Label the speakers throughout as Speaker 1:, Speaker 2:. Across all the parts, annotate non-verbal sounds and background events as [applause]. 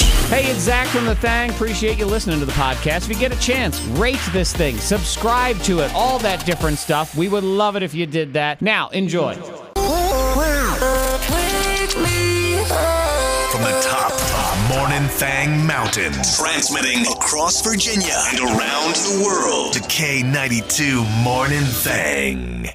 Speaker 1: Hey, it's Zach from The Thang. Appreciate you listening to the podcast. If you get a chance, rate this thing, subscribe to it, all that different stuff. We would love it if you did that. Now, enjoy.
Speaker 2: From the top of Morning Thang Mountain, transmitting across Virginia and around the world to K92 Morning Thang.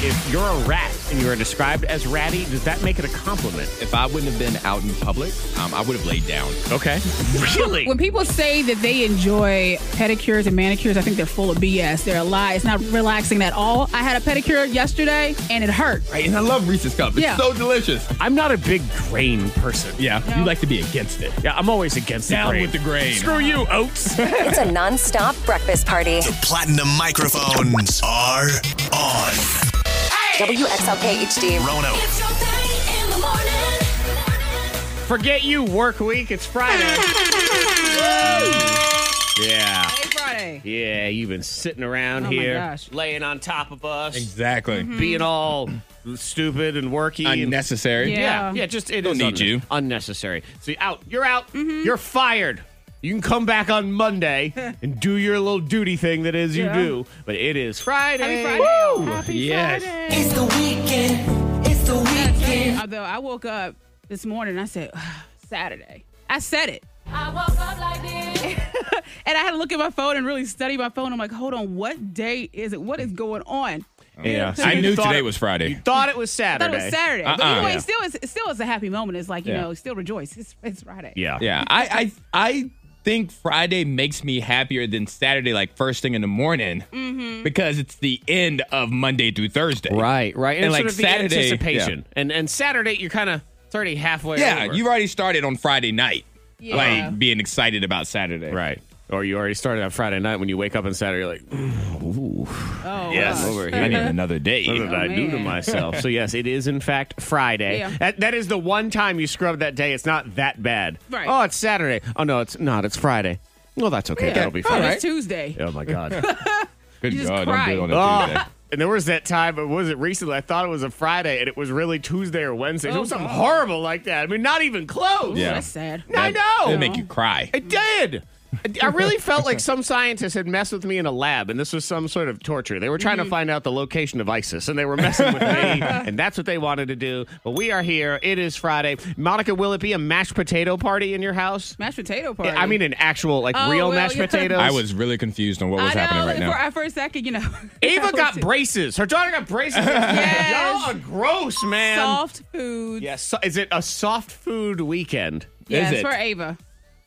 Speaker 1: If you're a rat and you are described as ratty, does that make it a compliment?
Speaker 3: If I wouldn't have been out in public, um, I would have laid down.
Speaker 1: Okay. [laughs] Really?
Speaker 4: When people say that they enjoy pedicures and manicures, I think they're full of BS. They're a lie. It's not relaxing at all. I had a pedicure yesterday and it hurt.
Speaker 3: Right, and I love Reese's cup. It's
Speaker 4: Yeah.
Speaker 3: so delicious.
Speaker 1: I'm not a big grain person.
Speaker 3: Yeah,
Speaker 4: No.
Speaker 3: you like to be against it.
Speaker 1: Yeah, I'm always against
Speaker 3: Down
Speaker 1: the grain.
Speaker 3: with the grain.
Speaker 1: Screw you, oats.
Speaker 5: It's a non-stop breakfast party.
Speaker 2: The platinum microphones are on.
Speaker 5: WXLK HD.
Speaker 2: Rono,
Speaker 1: [laughs] Forget you, work week. It's Friday. yeah.
Speaker 4: Hey, Friday.
Speaker 1: [laughs] Yeah, you've been sitting around
Speaker 4: Oh my
Speaker 1: here,
Speaker 4: gosh.
Speaker 1: laying on top of us,
Speaker 3: Exactly.
Speaker 4: Mm-hmm.
Speaker 1: being all stupid and worky. and-
Speaker 3: Unnecessary.
Speaker 4: Yeah.
Speaker 1: yeah, yeah, just it
Speaker 3: Don't
Speaker 1: is
Speaker 3: need you.
Speaker 1: unnecessary. So you're out. You're out.
Speaker 4: Mm-hmm.
Speaker 1: You're fired. You can come back on
Speaker 4: [laughs]
Speaker 1: Monday and do your little duty thing that is you
Speaker 4: Yeah.
Speaker 1: do, but it is Friday.
Speaker 4: Happy Friday.
Speaker 1: Woo!
Speaker 4: Happy
Speaker 3: Yes.
Speaker 4: Friday.
Speaker 6: It's the weekend. It's the weekend.
Speaker 4: Although I woke up this morning and I said, Saturday. I said it.
Speaker 7: I woke up like this.
Speaker 4: And I had to look at my phone and really study my phone. I'm like, hold on, what day is it? What is going on?
Speaker 1: Yeah, so
Speaker 3: I
Speaker 1: you
Speaker 3: knew
Speaker 1: thought
Speaker 3: today
Speaker 1: it-
Speaker 3: was Friday.
Speaker 1: You thought it was
Speaker 4: [laughs] I thought
Speaker 1: Saturday.
Speaker 4: it was Saturday. But
Speaker 3: Uh-uh.
Speaker 4: either way,
Speaker 3: Yeah.
Speaker 4: still, it's, still it's a happy moment. It's like, you
Speaker 3: Yeah.
Speaker 4: know, still rejoice. It's, it's Friday.
Speaker 1: Yeah.
Speaker 3: Yeah, I, I I think Friday makes me happier than Saturday, like first thing in the morning,
Speaker 4: Mm-hmm.
Speaker 3: because it's the end of Monday through Thursday.
Speaker 1: Right, right.
Speaker 3: And,
Speaker 1: it's
Speaker 3: like,
Speaker 1: sort of
Speaker 3: Saturday-
Speaker 1: the anticipation. And and Saturday you're kind of it's already halfway
Speaker 3: Yeah,
Speaker 1: over.
Speaker 3: you've already started on Friday night,
Speaker 4: Yeah.
Speaker 3: like being excited about Saturday.
Speaker 1: Right. Or you already started on Friday night when you wake up on Saturday, you're like, ooh,
Speaker 4: Oh,
Speaker 3: Yes.
Speaker 4: gosh.
Speaker 1: Over
Speaker 3: I need another day.
Speaker 1: what did I do to
Speaker 4: man.
Speaker 1: myself? So, yes, it is in fact Friday.
Speaker 4: Yeah.
Speaker 1: That, that is the one time you scrub that day. It's not that bad.
Speaker 4: Right.
Speaker 1: Oh, it's Saturday. Oh, no, it's not. It's Friday. Well, that's okay.
Speaker 4: Yeah.
Speaker 1: That'll be
Speaker 4: Oh,
Speaker 1: fine.
Speaker 4: It's Tuesday.
Speaker 1: Oh, my
Speaker 4: [laughs]
Speaker 1: God.
Speaker 3: Good
Speaker 4: You just
Speaker 3: God,
Speaker 4: cried.
Speaker 3: I'm good on
Speaker 1: Oh.
Speaker 3: a
Speaker 4: [laughs]
Speaker 3: Tuesday.
Speaker 1: And there was that time, it was it recently? I thought it was a Friday, and it was really Tuesday or Wednesday. it
Speaker 4: Oh,
Speaker 1: was something
Speaker 4: God.
Speaker 1: horrible like that. I mean, not even close.
Speaker 3: Yeah.
Speaker 4: That's sad.
Speaker 1: I know.
Speaker 3: It'll make you cry.
Speaker 1: It did. I- I really felt like some scientist had messed with me in a lab, and this was some sort of torture. They were trying
Speaker 4: Mm-hmm.
Speaker 1: to find out the location of ISIS, and they were messing with me,
Speaker 4: [laughs]
Speaker 1: and that's what they wanted to do. But we are here. It is Friday. Monica, will it be a mashed potato party in your house?
Speaker 4: Mashed potato party.
Speaker 1: I mean, an actual, like,
Speaker 4: Oh,
Speaker 1: real
Speaker 4: well,
Speaker 1: mashed
Speaker 4: yeah.
Speaker 1: potatoes.
Speaker 3: I was really confused on what was
Speaker 4: I
Speaker 3: happening
Speaker 4: know.
Speaker 3: right
Speaker 4: for,
Speaker 3: now.
Speaker 4: for a second, you know. [laughs]
Speaker 1: Ava got
Speaker 4: It's
Speaker 1: braces. Her daughter got braces.
Speaker 4: [laughs] Yes.
Speaker 1: Y'all are gross, man.
Speaker 4: Soft foods.
Speaker 1: Yeah, so- is it a soft food weekend?
Speaker 4: Yes,
Speaker 3: Is it?
Speaker 4: for Ava.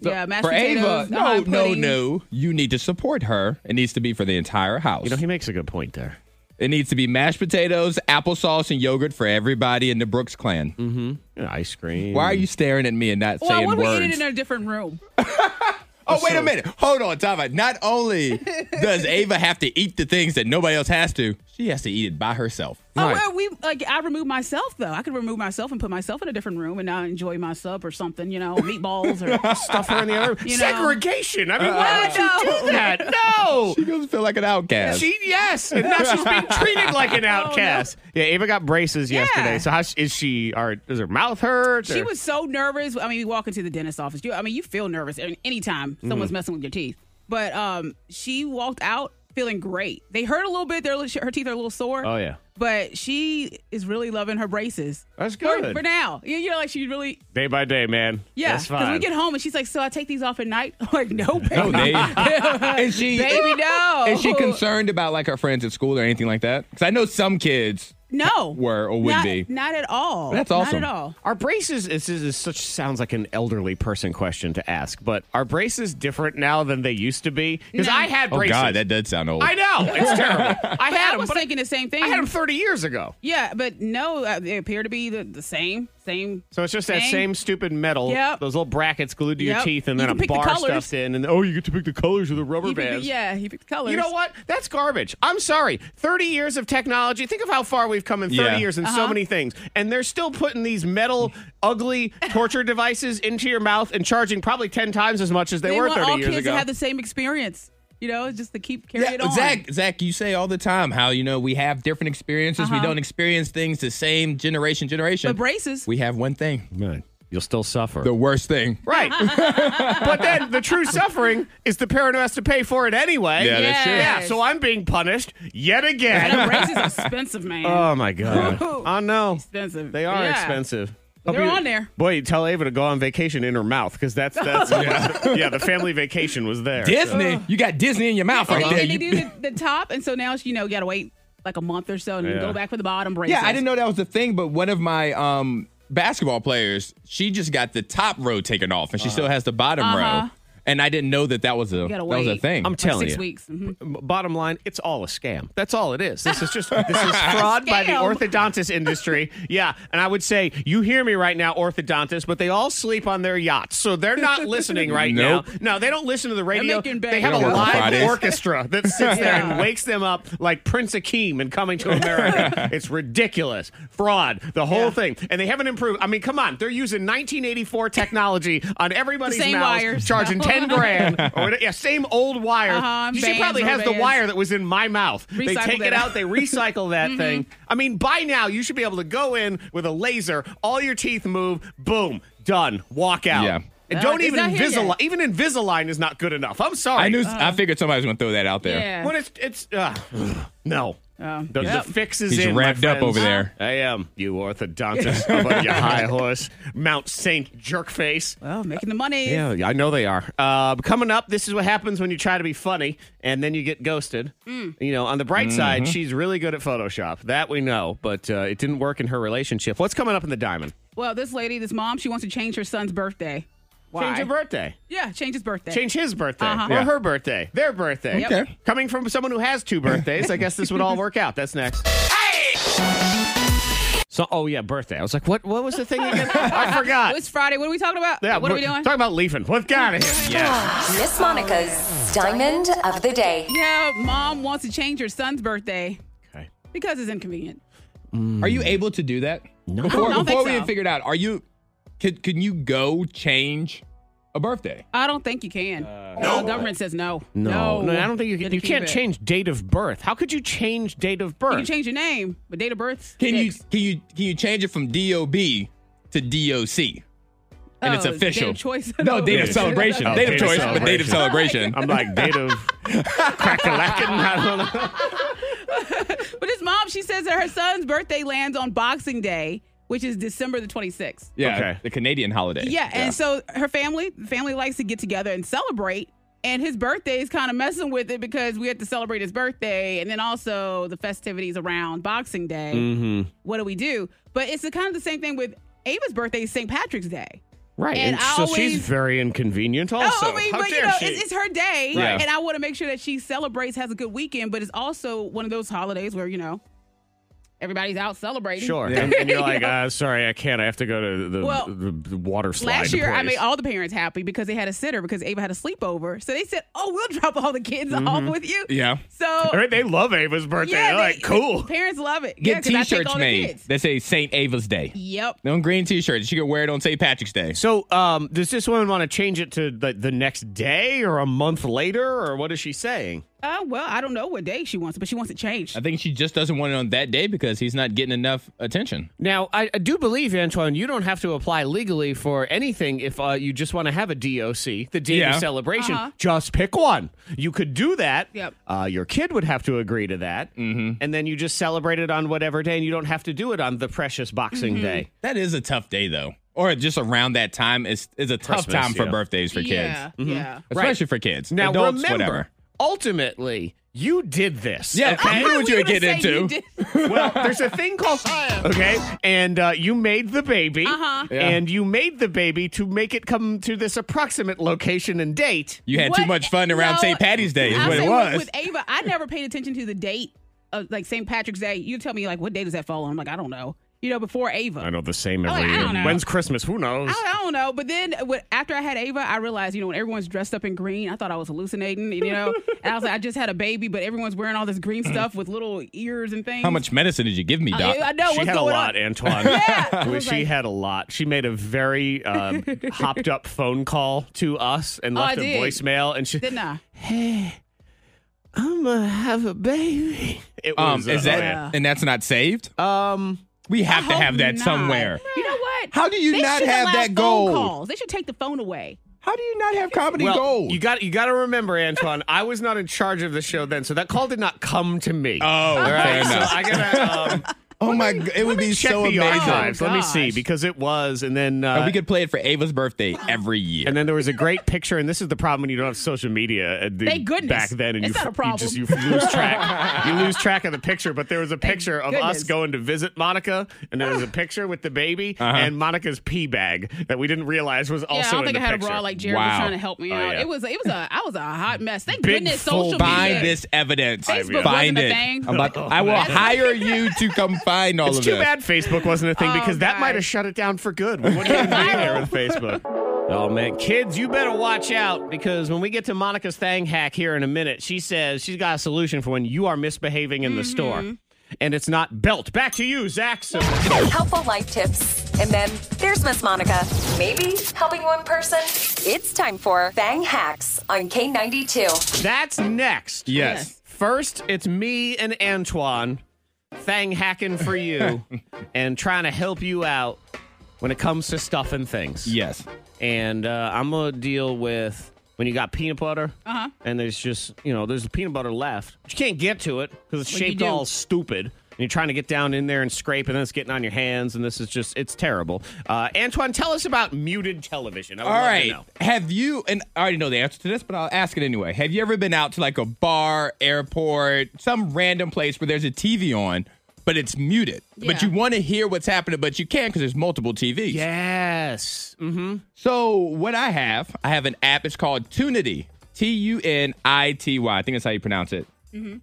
Speaker 4: yeah, mashed
Speaker 3: for Ava,
Speaker 4: potatoes.
Speaker 3: no,
Speaker 4: hot
Speaker 3: no,
Speaker 4: pudding.
Speaker 3: no. You need to support her. It needs to be for the entire house.
Speaker 1: You know, he makes a good point there.
Speaker 3: it needs to be mashed potatoes, applesauce, and yogurt for everybody in the Brooks clan.
Speaker 1: You know, ice cream.
Speaker 3: Why are you staring at me and not
Speaker 4: Mm-hmm. Well,
Speaker 3: saying
Speaker 4: what
Speaker 3: words?
Speaker 4: we eat it in a different room?
Speaker 3: oh, wait a minute. Hold on, time out. Not
Speaker 4: [laughs]
Speaker 3: only does Ava have to eat the things that nobody else has to, she has to eat it by herself.
Speaker 4: Oh, well, we like I remove myself though. I could remove myself and put myself in a different room and I enjoy my sub or something, you know, meatballs
Speaker 3: [laughs]
Speaker 4: or
Speaker 1: stuff her in the other room.
Speaker 4: You know. Uh,
Speaker 1: Segregation. I mean, why would you
Speaker 4: no.
Speaker 1: do
Speaker 4: [laughs]
Speaker 1: that? No.
Speaker 3: She doesn't feel like an outcast.
Speaker 1: She yes, and now she's being
Speaker 4: [laughs]
Speaker 1: treated like an outcast. Yeah, Ava got braces
Speaker 4: Oh, Yeah.
Speaker 1: yesterday. So how is she? Are does her mouth hurt?
Speaker 4: She
Speaker 1: or-
Speaker 4: was so nervous. I mean, we walk into the dentist's office. You, I mean, you feel nervous an- anytime
Speaker 1: Mm-hmm.
Speaker 4: someone's messing with your teeth. But um, she walked out feeling great. They hurt a little bit. They're, a little- her teeth are a little sore.
Speaker 1: Oh, yeah.
Speaker 4: But she is really loving her braces.
Speaker 1: That's
Speaker 4: For-
Speaker 1: good.
Speaker 4: For, now. You, you know, like she really,
Speaker 1: day by day, man.
Speaker 4: yeah.
Speaker 1: that's fine.
Speaker 4: we get home and she's like, so I take these off at night? [laughs] I'm like, no, baby.
Speaker 3: No,
Speaker 4: [laughs]
Speaker 3: they- and she
Speaker 4: baby, no.
Speaker 3: Is she concerned about like her friends at school or anything like that? Because I know some kids
Speaker 4: No.
Speaker 3: were or would
Speaker 4: not,
Speaker 3: be.
Speaker 4: Not at all.
Speaker 3: That's awesome.
Speaker 4: Not at all.
Speaker 1: Are braces? This is, this such sounds like an elderly person question to ask, but are braces different now than they used to be? Because
Speaker 4: No.
Speaker 1: I had
Speaker 3: Oh
Speaker 1: braces.
Speaker 3: God, that does sound old.
Speaker 1: I know it's
Speaker 4: [laughs]
Speaker 1: terrible. I
Speaker 4: But
Speaker 1: had
Speaker 4: I
Speaker 1: them,
Speaker 4: was
Speaker 1: but I,
Speaker 4: thinking the same thing.
Speaker 1: I had them 30 years ago.
Speaker 4: Yeah, but no, uh, they appear to be the, the same, same.
Speaker 1: So it's just that
Speaker 4: thing.
Speaker 1: same stupid metal,
Speaker 4: Yep.
Speaker 1: those little brackets glued to your
Speaker 4: Yep.
Speaker 1: teeth, and
Speaker 4: You
Speaker 1: then
Speaker 4: can
Speaker 1: a
Speaker 4: pick the
Speaker 1: bar
Speaker 4: colors.
Speaker 1: stuffed in, and oh, you get to pick the colors of the rubber
Speaker 4: He picked the-
Speaker 1: bands.
Speaker 4: yeah, he picked the colors.
Speaker 1: You know what? That's garbage. I'm sorry. 30 years of technology. Think of how far we've come in 30
Speaker 3: Yeah.
Speaker 1: years in so
Speaker 4: Uh-huh.
Speaker 1: many things. And they're still putting these metal,
Speaker 4: [laughs]
Speaker 1: ugly torture devices into your mouth and charging probably 10 times as much as they,
Speaker 4: They
Speaker 1: were
Speaker 4: want
Speaker 1: 30
Speaker 4: all
Speaker 1: years
Speaker 4: kids
Speaker 1: ago.
Speaker 4: to have the same experience. You know, just to keep carrying
Speaker 3: Yeah,
Speaker 4: it on.
Speaker 3: Zach, Zach, you say all the time how you know we have different experiences. We don't experience things the same generation generation.
Speaker 4: Uh-huh. But braces.
Speaker 3: we have one thing.
Speaker 1: Right. you'll still suffer.
Speaker 3: The worst thing.
Speaker 4: [laughs]
Speaker 1: Right. but then the true suffering is the parent who has to pay for it anyway.
Speaker 3: Yeah, that's true.
Speaker 1: Yeah,
Speaker 4: Yes.
Speaker 1: so I'm being punished yet [laughs]
Speaker 4: That
Speaker 1: again.
Speaker 4: race is expensive, man.
Speaker 1: oh my god.
Speaker 4: Woo.
Speaker 1: I know.
Speaker 4: Expensive.
Speaker 1: They are
Speaker 4: Yeah.
Speaker 1: expensive.
Speaker 4: But they're
Speaker 1: Hope
Speaker 4: on there.
Speaker 1: Boy, you tell Ava to go on vacation in her mouth because that's
Speaker 4: [laughs]
Speaker 1: that's yeah. the family vacation was there.
Speaker 3: Disney. You got Disney in your mouth
Speaker 4: And
Speaker 3: right
Speaker 4: they,
Speaker 3: there.
Speaker 4: and Uh-huh. they
Speaker 3: You-
Speaker 4: do the, the top, and so now you know you gotta wait like a month or so, and
Speaker 1: Yeah.
Speaker 4: then go back for the bottom braces.
Speaker 3: yeah, I didn't know that was the thing, but one of my um, basketball players, she just got the top row taken off and she still has the bottom row. And I didn't know that that was a, that
Speaker 4: Uh-huh. gotta
Speaker 3: was a
Speaker 4: wait.
Speaker 3: thing.
Speaker 1: I'm telling
Speaker 4: six
Speaker 1: you.
Speaker 4: weeks. Mhm.
Speaker 1: B- Bottom line, it's all a scam. That's all it is. This is
Speaker 4: [laughs]
Speaker 1: just this is fraud by the
Speaker 4: Scam.
Speaker 1: orthodontist industry. Yeah, and I would say you hear me right now, orthodontists, but they all sleep on their yachts, so they're not listening right
Speaker 3: Nope.
Speaker 1: now. No, they don't listen to the radio.
Speaker 4: making
Speaker 1: They
Speaker 4: bank.
Speaker 1: have
Speaker 4: They
Speaker 1: a
Speaker 4: don't work on
Speaker 1: live
Speaker 3: Fridays.
Speaker 1: orchestra that sits there
Speaker 4: [laughs] Yeah.
Speaker 1: and wakes them up like Prince Akeem and Coming to
Speaker 3: [laughs]
Speaker 1: America. it's ridiculous fraud, the whole thing, and they haven't improved. I mean, come on, they're using 1984 technology on everybody's
Speaker 4: same
Speaker 1: mouths,
Speaker 4: wires. [laughs]
Speaker 1: charging 10 grand. [laughs] Or, whatever- yeah, same old wire.
Speaker 4: Uh-huh,
Speaker 1: she
Speaker 4: bands,
Speaker 1: probably has the
Speaker 4: rubber bands.
Speaker 1: wire that was in my mouth. they
Speaker 4: Recycle Mm-hmm.
Speaker 1: take it
Speaker 4: that.
Speaker 1: out, they recycle that thing. I mean, by now you should be able to go in with a laser, all your teeth move, boom, done, walk out.
Speaker 3: Yeah.
Speaker 1: And
Speaker 4: Uh,
Speaker 1: don't
Speaker 4: it's
Speaker 1: even
Speaker 4: not here yet.
Speaker 1: Invisalign. Even Invisalign is not good enough. I'm sorry.
Speaker 3: I knew I figured somebody was gonna throw that out there.
Speaker 4: Uh-huh. Yeah.
Speaker 1: When it's it's uh, [sighs] no. the,
Speaker 4: Oh. Yep.
Speaker 1: the fix is
Speaker 3: He's
Speaker 1: in, my
Speaker 3: revved up
Speaker 1: friends.
Speaker 3: over there.
Speaker 1: I am you
Speaker 4: [laughs]
Speaker 1: orthodontist above your high horse, Mount Saint jerkface.
Speaker 4: Well, Oh, making the money.
Speaker 1: Yeah, yeah, I know they are. Uh, coming up, this is what happens when you try to be funny and then you get ghosted.
Speaker 4: Mm.
Speaker 1: You know, on the bright side,
Speaker 4: Mm-hmm.
Speaker 1: she's really good at Photoshop. That we know, but uh, it didn't work in her relationship. What's coming up in the diamond?
Speaker 4: Well, this lady, this mom, she wants to change her son's birthday. Why?
Speaker 1: Change your birthday.
Speaker 4: Yeah, change his birthday.
Speaker 1: Change his birthday
Speaker 4: Uh-huh.
Speaker 1: or
Speaker 4: Yeah.
Speaker 1: her birthday. Their birthday.
Speaker 4: Yep. Okay.
Speaker 1: Coming from someone who has two birthdays, I guess this would all work out. That's next. So, oh yeah, birthday. I was like, what? What was the thing
Speaker 4: [laughs]
Speaker 1: again? I forgot.
Speaker 4: It's Friday. What are we talking about?
Speaker 1: yeah,
Speaker 4: what are we
Speaker 1: but-
Speaker 4: doing?
Speaker 1: Talking about leafing. What got
Speaker 4: [laughs]
Speaker 1: it? Yeah.
Speaker 5: Miss Monica's Diamond of the Day.
Speaker 4: yeah, mom wants to change her son's birthday
Speaker 1: Okay.
Speaker 4: because it's inconvenient.
Speaker 3: Are you able to do that? Mm. No.
Speaker 4: I
Speaker 3: Before,
Speaker 4: don't think
Speaker 3: before we
Speaker 4: so.
Speaker 3: had figured out, are you? Could can you go change a birthday?
Speaker 4: I don't think you can. no. The government says no.
Speaker 1: No, no, I don't think you
Speaker 4: Gotta
Speaker 1: can. You
Speaker 4: keep
Speaker 1: can't
Speaker 4: it.
Speaker 1: change date of birth. How could you change date of
Speaker 4: You
Speaker 1: birth?
Speaker 4: can change your name, but date of birth.
Speaker 3: Can you can you can you change it from DOB to DOC? And it's
Speaker 4: Oh, date of
Speaker 3: official.
Speaker 4: choice.
Speaker 3: [laughs]
Speaker 1: [laughs]
Speaker 3: No date of
Speaker 4: [laughs] Yeah.
Speaker 3: celebration.
Speaker 1: Oh,
Speaker 3: date of
Speaker 1: date of
Speaker 3: choice, but date of
Speaker 1: [laughs]
Speaker 3: celebration.
Speaker 1: I'm
Speaker 4: [laughs]
Speaker 1: like date of crackalackin. I don't know.
Speaker 4: [laughs] But his mom, she says that her son's birthday lands on Boxing Day, which is December the 26th.
Speaker 3: yeah,
Speaker 1: Okay.
Speaker 3: the Canadian holiday.
Speaker 4: Yeah, and so her family, the family likes to get together and celebrate. And his birthday is kind of messing with it because we had to celebrate his birthday, and then also the festivities around Boxing Day.
Speaker 1: Mm-hmm.
Speaker 4: What do we do? But it's the, kind of the same thing with Ava's birthday, is St. Patrick's Day.
Speaker 1: Right,
Speaker 4: And
Speaker 1: and so
Speaker 4: always-
Speaker 1: she's very inconvenient. Also,
Speaker 4: oh, I mean,
Speaker 1: how
Speaker 4: but
Speaker 1: dare
Speaker 4: you know,
Speaker 1: she?
Speaker 4: it's, it's her day,
Speaker 3: Yeah.
Speaker 4: and I want to make sure that she celebrates, has a good weekend. But it's also one of those holidays where you know everybody's out celebrating.
Speaker 1: sure,
Speaker 4: [laughs]
Speaker 1: and, and you're like, uh, sorry, I can't. I have to go to the,
Speaker 4: Well,
Speaker 1: the, the water slide.
Speaker 4: Last year, I
Speaker 1: place."
Speaker 4: made all the parents happy because they had a sitter because Ava had a sleepover. So they said, "Oh, we'll [laughs] drop all the kids off with you."
Speaker 3: Mm-hmm. Yeah.
Speaker 4: So
Speaker 1: All
Speaker 3: [laughs]
Speaker 1: right, they love Ava's birthday.
Speaker 4: yeah,
Speaker 1: They're
Speaker 4: they-
Speaker 1: like, cool.
Speaker 4: Parents love it.
Speaker 3: Get
Speaker 4: yeah, 'cause I take
Speaker 3: t-shirts
Speaker 4: all the
Speaker 3: made
Speaker 4: kids.
Speaker 3: that say St. Ava's Day.
Speaker 4: Yep.
Speaker 3: Them green t-shirts. You can wear it on St. Patrick's Day.
Speaker 1: so, um, does this woman want to change it to the, the next day or a month later, or what is she saying?
Speaker 4: Uh, well, I don't know what day she wants, it, but she wants it changed.
Speaker 3: I think she just doesn't want it on that day because he's not getting enough attention.
Speaker 1: Now, I, I do believe, Antoine, you don't have to apply legally for anything if uh, you just want to have a DOC, the day
Speaker 3: Yeah.
Speaker 1: of celebration. Just pick one. You could do that.
Speaker 4: Yep.
Speaker 1: Uh, your kid would have to agree to that. Mm-hmm. And then you just celebrate it on whatever day, and you don't have to do it on the precious Boxing Day.
Speaker 3: That is a tough day though. Or just around that time is is a tough
Speaker 1: Christmas,
Speaker 3: time for
Speaker 1: yeah.
Speaker 3: birthdays for
Speaker 4: yeah.
Speaker 3: kids. Mm-hmm.
Speaker 4: Yeah.
Speaker 3: Especially for kids.
Speaker 1: Now,
Speaker 3: Adults,
Speaker 1: remember,
Speaker 3: whatever.
Speaker 1: ultimately, you did this.
Speaker 3: Yeah, I knew what you were
Speaker 4: gonna
Speaker 3: getting
Speaker 4: say you
Speaker 3: into.
Speaker 1: [laughs]
Speaker 4: did-
Speaker 1: well, there's a thing called okay, and uh, you made the baby, uh-huh. and you made the baby to make it come to this approximate location and date.
Speaker 3: You had too
Speaker 4: What-
Speaker 3: much fun around
Speaker 4: no,
Speaker 3: St. Patty's Day, is
Speaker 4: I'll
Speaker 3: what
Speaker 4: say
Speaker 3: it
Speaker 4: with-
Speaker 3: was.
Speaker 4: With, Ava, I never paid attention to the date of like St. Patrick's Day. You tell me like what day does that fall on? I'm like, I don't know. You know, before Ava.
Speaker 1: I know the same
Speaker 4: Oh,
Speaker 1: every
Speaker 4: I
Speaker 1: year.
Speaker 4: don't know.
Speaker 1: When's Christmas? Who knows?
Speaker 4: I, I don't know. But then uh, when, after I had Ava, I realized, you know, when everyone's dressed up in green, I thought I was hallucinating,
Speaker 1: [laughs]
Speaker 4: you know? and I was like, I just had a baby, but everyone's wearing all this green stuff with little ears and things. Uh,
Speaker 3: How much medicine did you give me, Doc?
Speaker 4: I, I know
Speaker 1: she
Speaker 4: what's
Speaker 1: had a
Speaker 4: going
Speaker 1: lot,
Speaker 4: on.
Speaker 1: Antoine.
Speaker 4: [laughs] Yeah.
Speaker 1: We-
Speaker 4: I was
Speaker 1: she
Speaker 4: like-
Speaker 1: had a lot. She made a very
Speaker 4: [laughs]
Speaker 1: um, hopped up phone call to us and
Speaker 4: Oh,
Speaker 1: left
Speaker 4: I
Speaker 1: a
Speaker 4: did.
Speaker 1: voicemail. And she,
Speaker 4: Didn't I?
Speaker 1: I'm gonna have a baby. [laughs] It
Speaker 3: um,
Speaker 1: was
Speaker 3: is
Speaker 1: uh,
Speaker 3: that
Speaker 1: oh, yeah.
Speaker 3: and that's not saved?
Speaker 1: um.
Speaker 3: We have to
Speaker 4: hope
Speaker 3: have that
Speaker 4: not.
Speaker 3: somewhere.
Speaker 4: Oh, You know what? what?
Speaker 8: How do you
Speaker 4: They
Speaker 8: not
Speaker 4: shouldn't
Speaker 8: have
Speaker 4: allow
Speaker 8: that
Speaker 4: phone
Speaker 8: goal?
Speaker 4: Calls. They should take the phone away.
Speaker 8: How do you not have comedy
Speaker 1: Well,
Speaker 8: gold?
Speaker 1: you got you got to remember, Antoine. I was not in charge of the show then, so that call did not come to me.
Speaker 3: Oh,
Speaker 1: all
Speaker 3: fair
Speaker 1: right. So
Speaker 3: enough.
Speaker 1: I gotta
Speaker 3: [laughs]
Speaker 1: um,
Speaker 8: oh my! g- It would be
Speaker 1: check
Speaker 8: so
Speaker 1: the
Speaker 8: amazing.
Speaker 1: archives. Let me see
Speaker 4: Oh, gosh.
Speaker 1: because it was, and then uh,
Speaker 3: And we could play it for Ava's birthday every year.
Speaker 1: And then there was a great picture, and this is the problem when you don't have social media. uh, the-
Speaker 4: Thank goodness.
Speaker 1: Back then, and
Speaker 4: It's
Speaker 1: you,
Speaker 4: not a problem.
Speaker 1: you just you lose
Speaker 4: [laughs]
Speaker 1: track. you lose track of the picture. But there was a picture of us
Speaker 4: goodness.
Speaker 1: going to visit Monica, and
Speaker 4: [gasps]
Speaker 1: there was a picture with the baby and Monica's pee bag that we didn't realize was
Speaker 4: Yeah,
Speaker 1: also
Speaker 4: I don't
Speaker 1: in
Speaker 4: think
Speaker 1: the
Speaker 4: I had
Speaker 1: picture.
Speaker 4: a bra like Jared was
Speaker 3: Wow.
Speaker 4: trying to help me
Speaker 1: Oh,
Speaker 4: out.
Speaker 1: yeah.
Speaker 4: It was it was a I was a hot mess. Thank
Speaker 1: Big
Speaker 4: goodness
Speaker 1: full
Speaker 4: social
Speaker 1: body.
Speaker 4: media.
Speaker 3: Find this evidence.
Speaker 4: Facebook
Speaker 3: find
Speaker 4: wasn't a
Speaker 3: it.
Speaker 4: thing.
Speaker 3: I'm
Speaker 4: [laughs]
Speaker 3: about to- I will hire you to come find all
Speaker 1: It's
Speaker 3: of
Speaker 1: too
Speaker 3: this.
Speaker 1: bad Facebook wasn't a thing
Speaker 4: Oh,
Speaker 1: because that
Speaker 4: God.
Speaker 1: might have shut it down for good. We
Speaker 4: [laughs]
Speaker 1: wouldn't even be there with Facebook. Oh man, kids, you better watch out because when we get to Monica's thang hack here in a minute, she says she's got a solution for when you are misbehaving in the
Speaker 4: Mm-hmm.
Speaker 1: store, and it's not belt. Back to you, Zach. So-
Speaker 5: Helpful life tips. And then there's Miss Monica. Maybe helping one person. It's time for Bang Hacks on K92.
Speaker 1: That's next.
Speaker 3: Yes.
Speaker 1: First, it's me and Antoine thang hacking for [laughs] you and trying to help you out when it comes to stuff and things.
Speaker 3: Yes.
Speaker 1: and uh, I'm gonna deal with when you got peanut butter, uh-huh. and there's just you know there's peanut butter left, but you can't get to it because it's
Speaker 4: What do you
Speaker 1: shaped
Speaker 4: do?
Speaker 1: all stupid, and you're trying to get down in there and scrape, and then it's getting on your hands, and this is just it's terrible. Uh, Antoine, tell us about muted television. I would
Speaker 3: All
Speaker 1: love to
Speaker 3: right.
Speaker 1: know.
Speaker 3: Have you, and I already know the answer to this, but I'll ask it anyway. Have you ever been out to like a bar, airport, some random place where there's a TV on, but it's muted? But
Speaker 4: Yeah.
Speaker 3: you want to hear what's happening, but you can't because there's multiple TVs.
Speaker 1: Yes. Mm-hmm.
Speaker 3: So what I have, I have an app. It's called Tunity. T U N I T Y. I think that's how you pronounce it.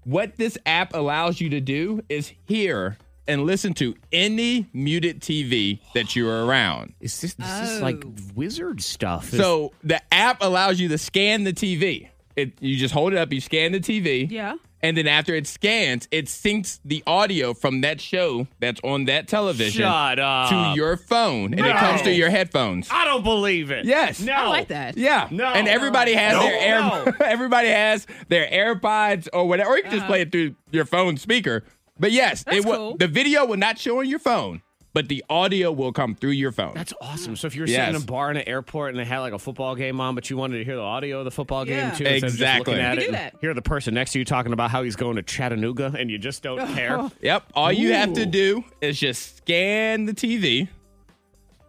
Speaker 3: What this app allows you to do is hear and listen to any muted TV that you're around.
Speaker 1: Is this this is like
Speaker 4: Oh.
Speaker 1: wizard stuff?
Speaker 3: So the app allows you to scan the TV. It, you just hold it up, you scan the TV.
Speaker 4: Yeah.
Speaker 3: And then after it scans, it syncs the audio from that show that's on that television
Speaker 1: Shut up.
Speaker 3: to your phone. And it
Speaker 1: No.
Speaker 3: comes through your headphones.
Speaker 1: I don't believe it.
Speaker 3: Yes.
Speaker 1: No.
Speaker 4: I like that.
Speaker 3: Yeah.
Speaker 1: No.
Speaker 3: And everybody has
Speaker 1: No.
Speaker 3: their air
Speaker 1: No.
Speaker 3: [laughs]
Speaker 1: Uh-huh.
Speaker 3: everybody has their AirPods or whatever. Or you can just play it through your phone speaker. But yes,
Speaker 4: That's
Speaker 3: it will
Speaker 4: cool.
Speaker 3: the video will not show on your phone, but the audio will come through your phone.
Speaker 1: That's awesome. So if you were
Speaker 3: Yes.
Speaker 1: sitting in a bar in an airport and they had like a football game on, but you wanted to hear the audio of the football
Speaker 4: Yeah.
Speaker 1: game too, instead of just looking
Speaker 3: Exactly.
Speaker 1: at
Speaker 4: You
Speaker 1: it
Speaker 4: do
Speaker 1: and
Speaker 4: that.
Speaker 1: hear the person next to you talking about how he's going to Chattanooga, and you just
Speaker 4: [laughs]
Speaker 1: don't care.
Speaker 3: Yep. All you have to
Speaker 1: Ooh.
Speaker 3: do is just scan the TV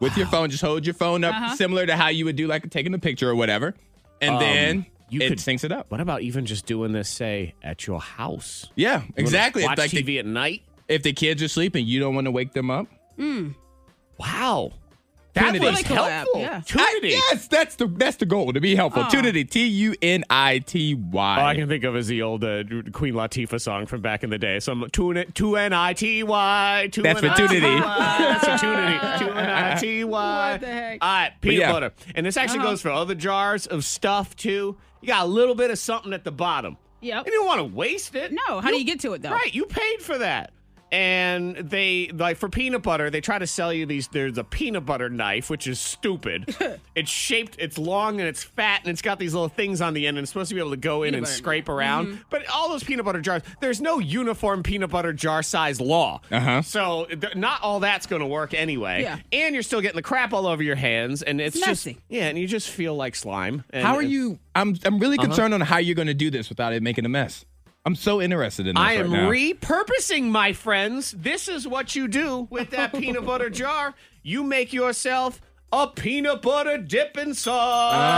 Speaker 3: with your phone. Just hold your phone up, similar to how you would do like taking a picture or whatever, and then
Speaker 1: Um, you
Speaker 3: it
Speaker 1: could-
Speaker 3: syncs it up.
Speaker 1: What about even just doing this, say, at your house?
Speaker 3: Yeah,
Speaker 1: You wanna
Speaker 3: exactly. It's
Speaker 1: Watch
Speaker 3: like
Speaker 1: TV
Speaker 3: the,
Speaker 1: at night.
Speaker 3: if the kids are sleeping, you don't want to wake them up.
Speaker 1: Wow, that
Speaker 3: Trinity.
Speaker 1: was
Speaker 3: Really
Speaker 4: cool app,
Speaker 1: helpful.
Speaker 4: yeah.
Speaker 3: I-
Speaker 1: Trinity.
Speaker 3: yes, that's the that's the goal to be helpful. Tunity, T U N I T
Speaker 1: All Oh, I
Speaker 3: Y.
Speaker 1: can think of is the old uh, Queen Latifah song from back in the day. Some two n two n i t y. two
Speaker 3: That's for
Speaker 1: N-I-T-Y.
Speaker 3: Tunity.
Speaker 1: [laughs] That's for Tunity. Two n i t y.
Speaker 4: What the heck? Uh-huh.
Speaker 1: All right, peanut
Speaker 3: yeah.
Speaker 1: butter, and this actually goes for other jars of stuff too. You got a little bit of something at the bottom.
Speaker 4: Yep.
Speaker 1: And you don't want to waste it.
Speaker 4: No, how do you get to it, though?
Speaker 1: Right, you paid for that. And they like for peanut butter, they try to sell you these. There's a peanut butter knife, which is stupid.
Speaker 4: [laughs]
Speaker 1: it's shaped, it's long, and it's fat, and it's got these little things on the end, and it's supposed to be able to go in and
Speaker 4: butter Mm-hmm.
Speaker 1: scrape around. But all those peanut butter jars, there's no uniform peanut butter jar size law.
Speaker 3: Uh-huh.
Speaker 1: So th- not all that's going to work anyway.
Speaker 4: Yeah.
Speaker 1: And you're still getting the crap all over your hands, and it's, just
Speaker 4: messy.
Speaker 1: yeah, and you just feel like slime. And
Speaker 3: How are
Speaker 1: it's-
Speaker 3: you? I'm I'm really
Speaker 1: Uh-huh.
Speaker 3: concerned on how you're going to do this without it making a mess. I'm so interested in this
Speaker 1: I
Speaker 3: right
Speaker 1: am
Speaker 3: now.
Speaker 1: repurposing, my friends. This is what you do with
Speaker 4: [laughs]
Speaker 1: that peanut butter jar. You make yourself a peanut butter dipping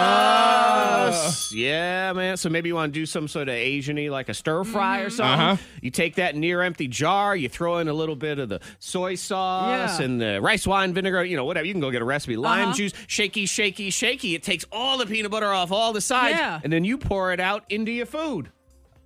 Speaker 3: Ah.
Speaker 1: sauce. Yeah, man. So maybe you want to do some sort of Asian-y, like a stir fry
Speaker 4: Mm-hmm.
Speaker 1: or something.
Speaker 3: Uh-huh.
Speaker 1: You take that near empty jar, you throw in a little bit of the soy sauce
Speaker 4: Yeah. Uh-huh.
Speaker 1: and the rice wine vinegar, you know, whatever. You can go get a recipe. Lime juice, shaky, shaky, shaky. It takes all the peanut butter off all the sides.
Speaker 4: Yeah.
Speaker 1: And then you pour it out into your food.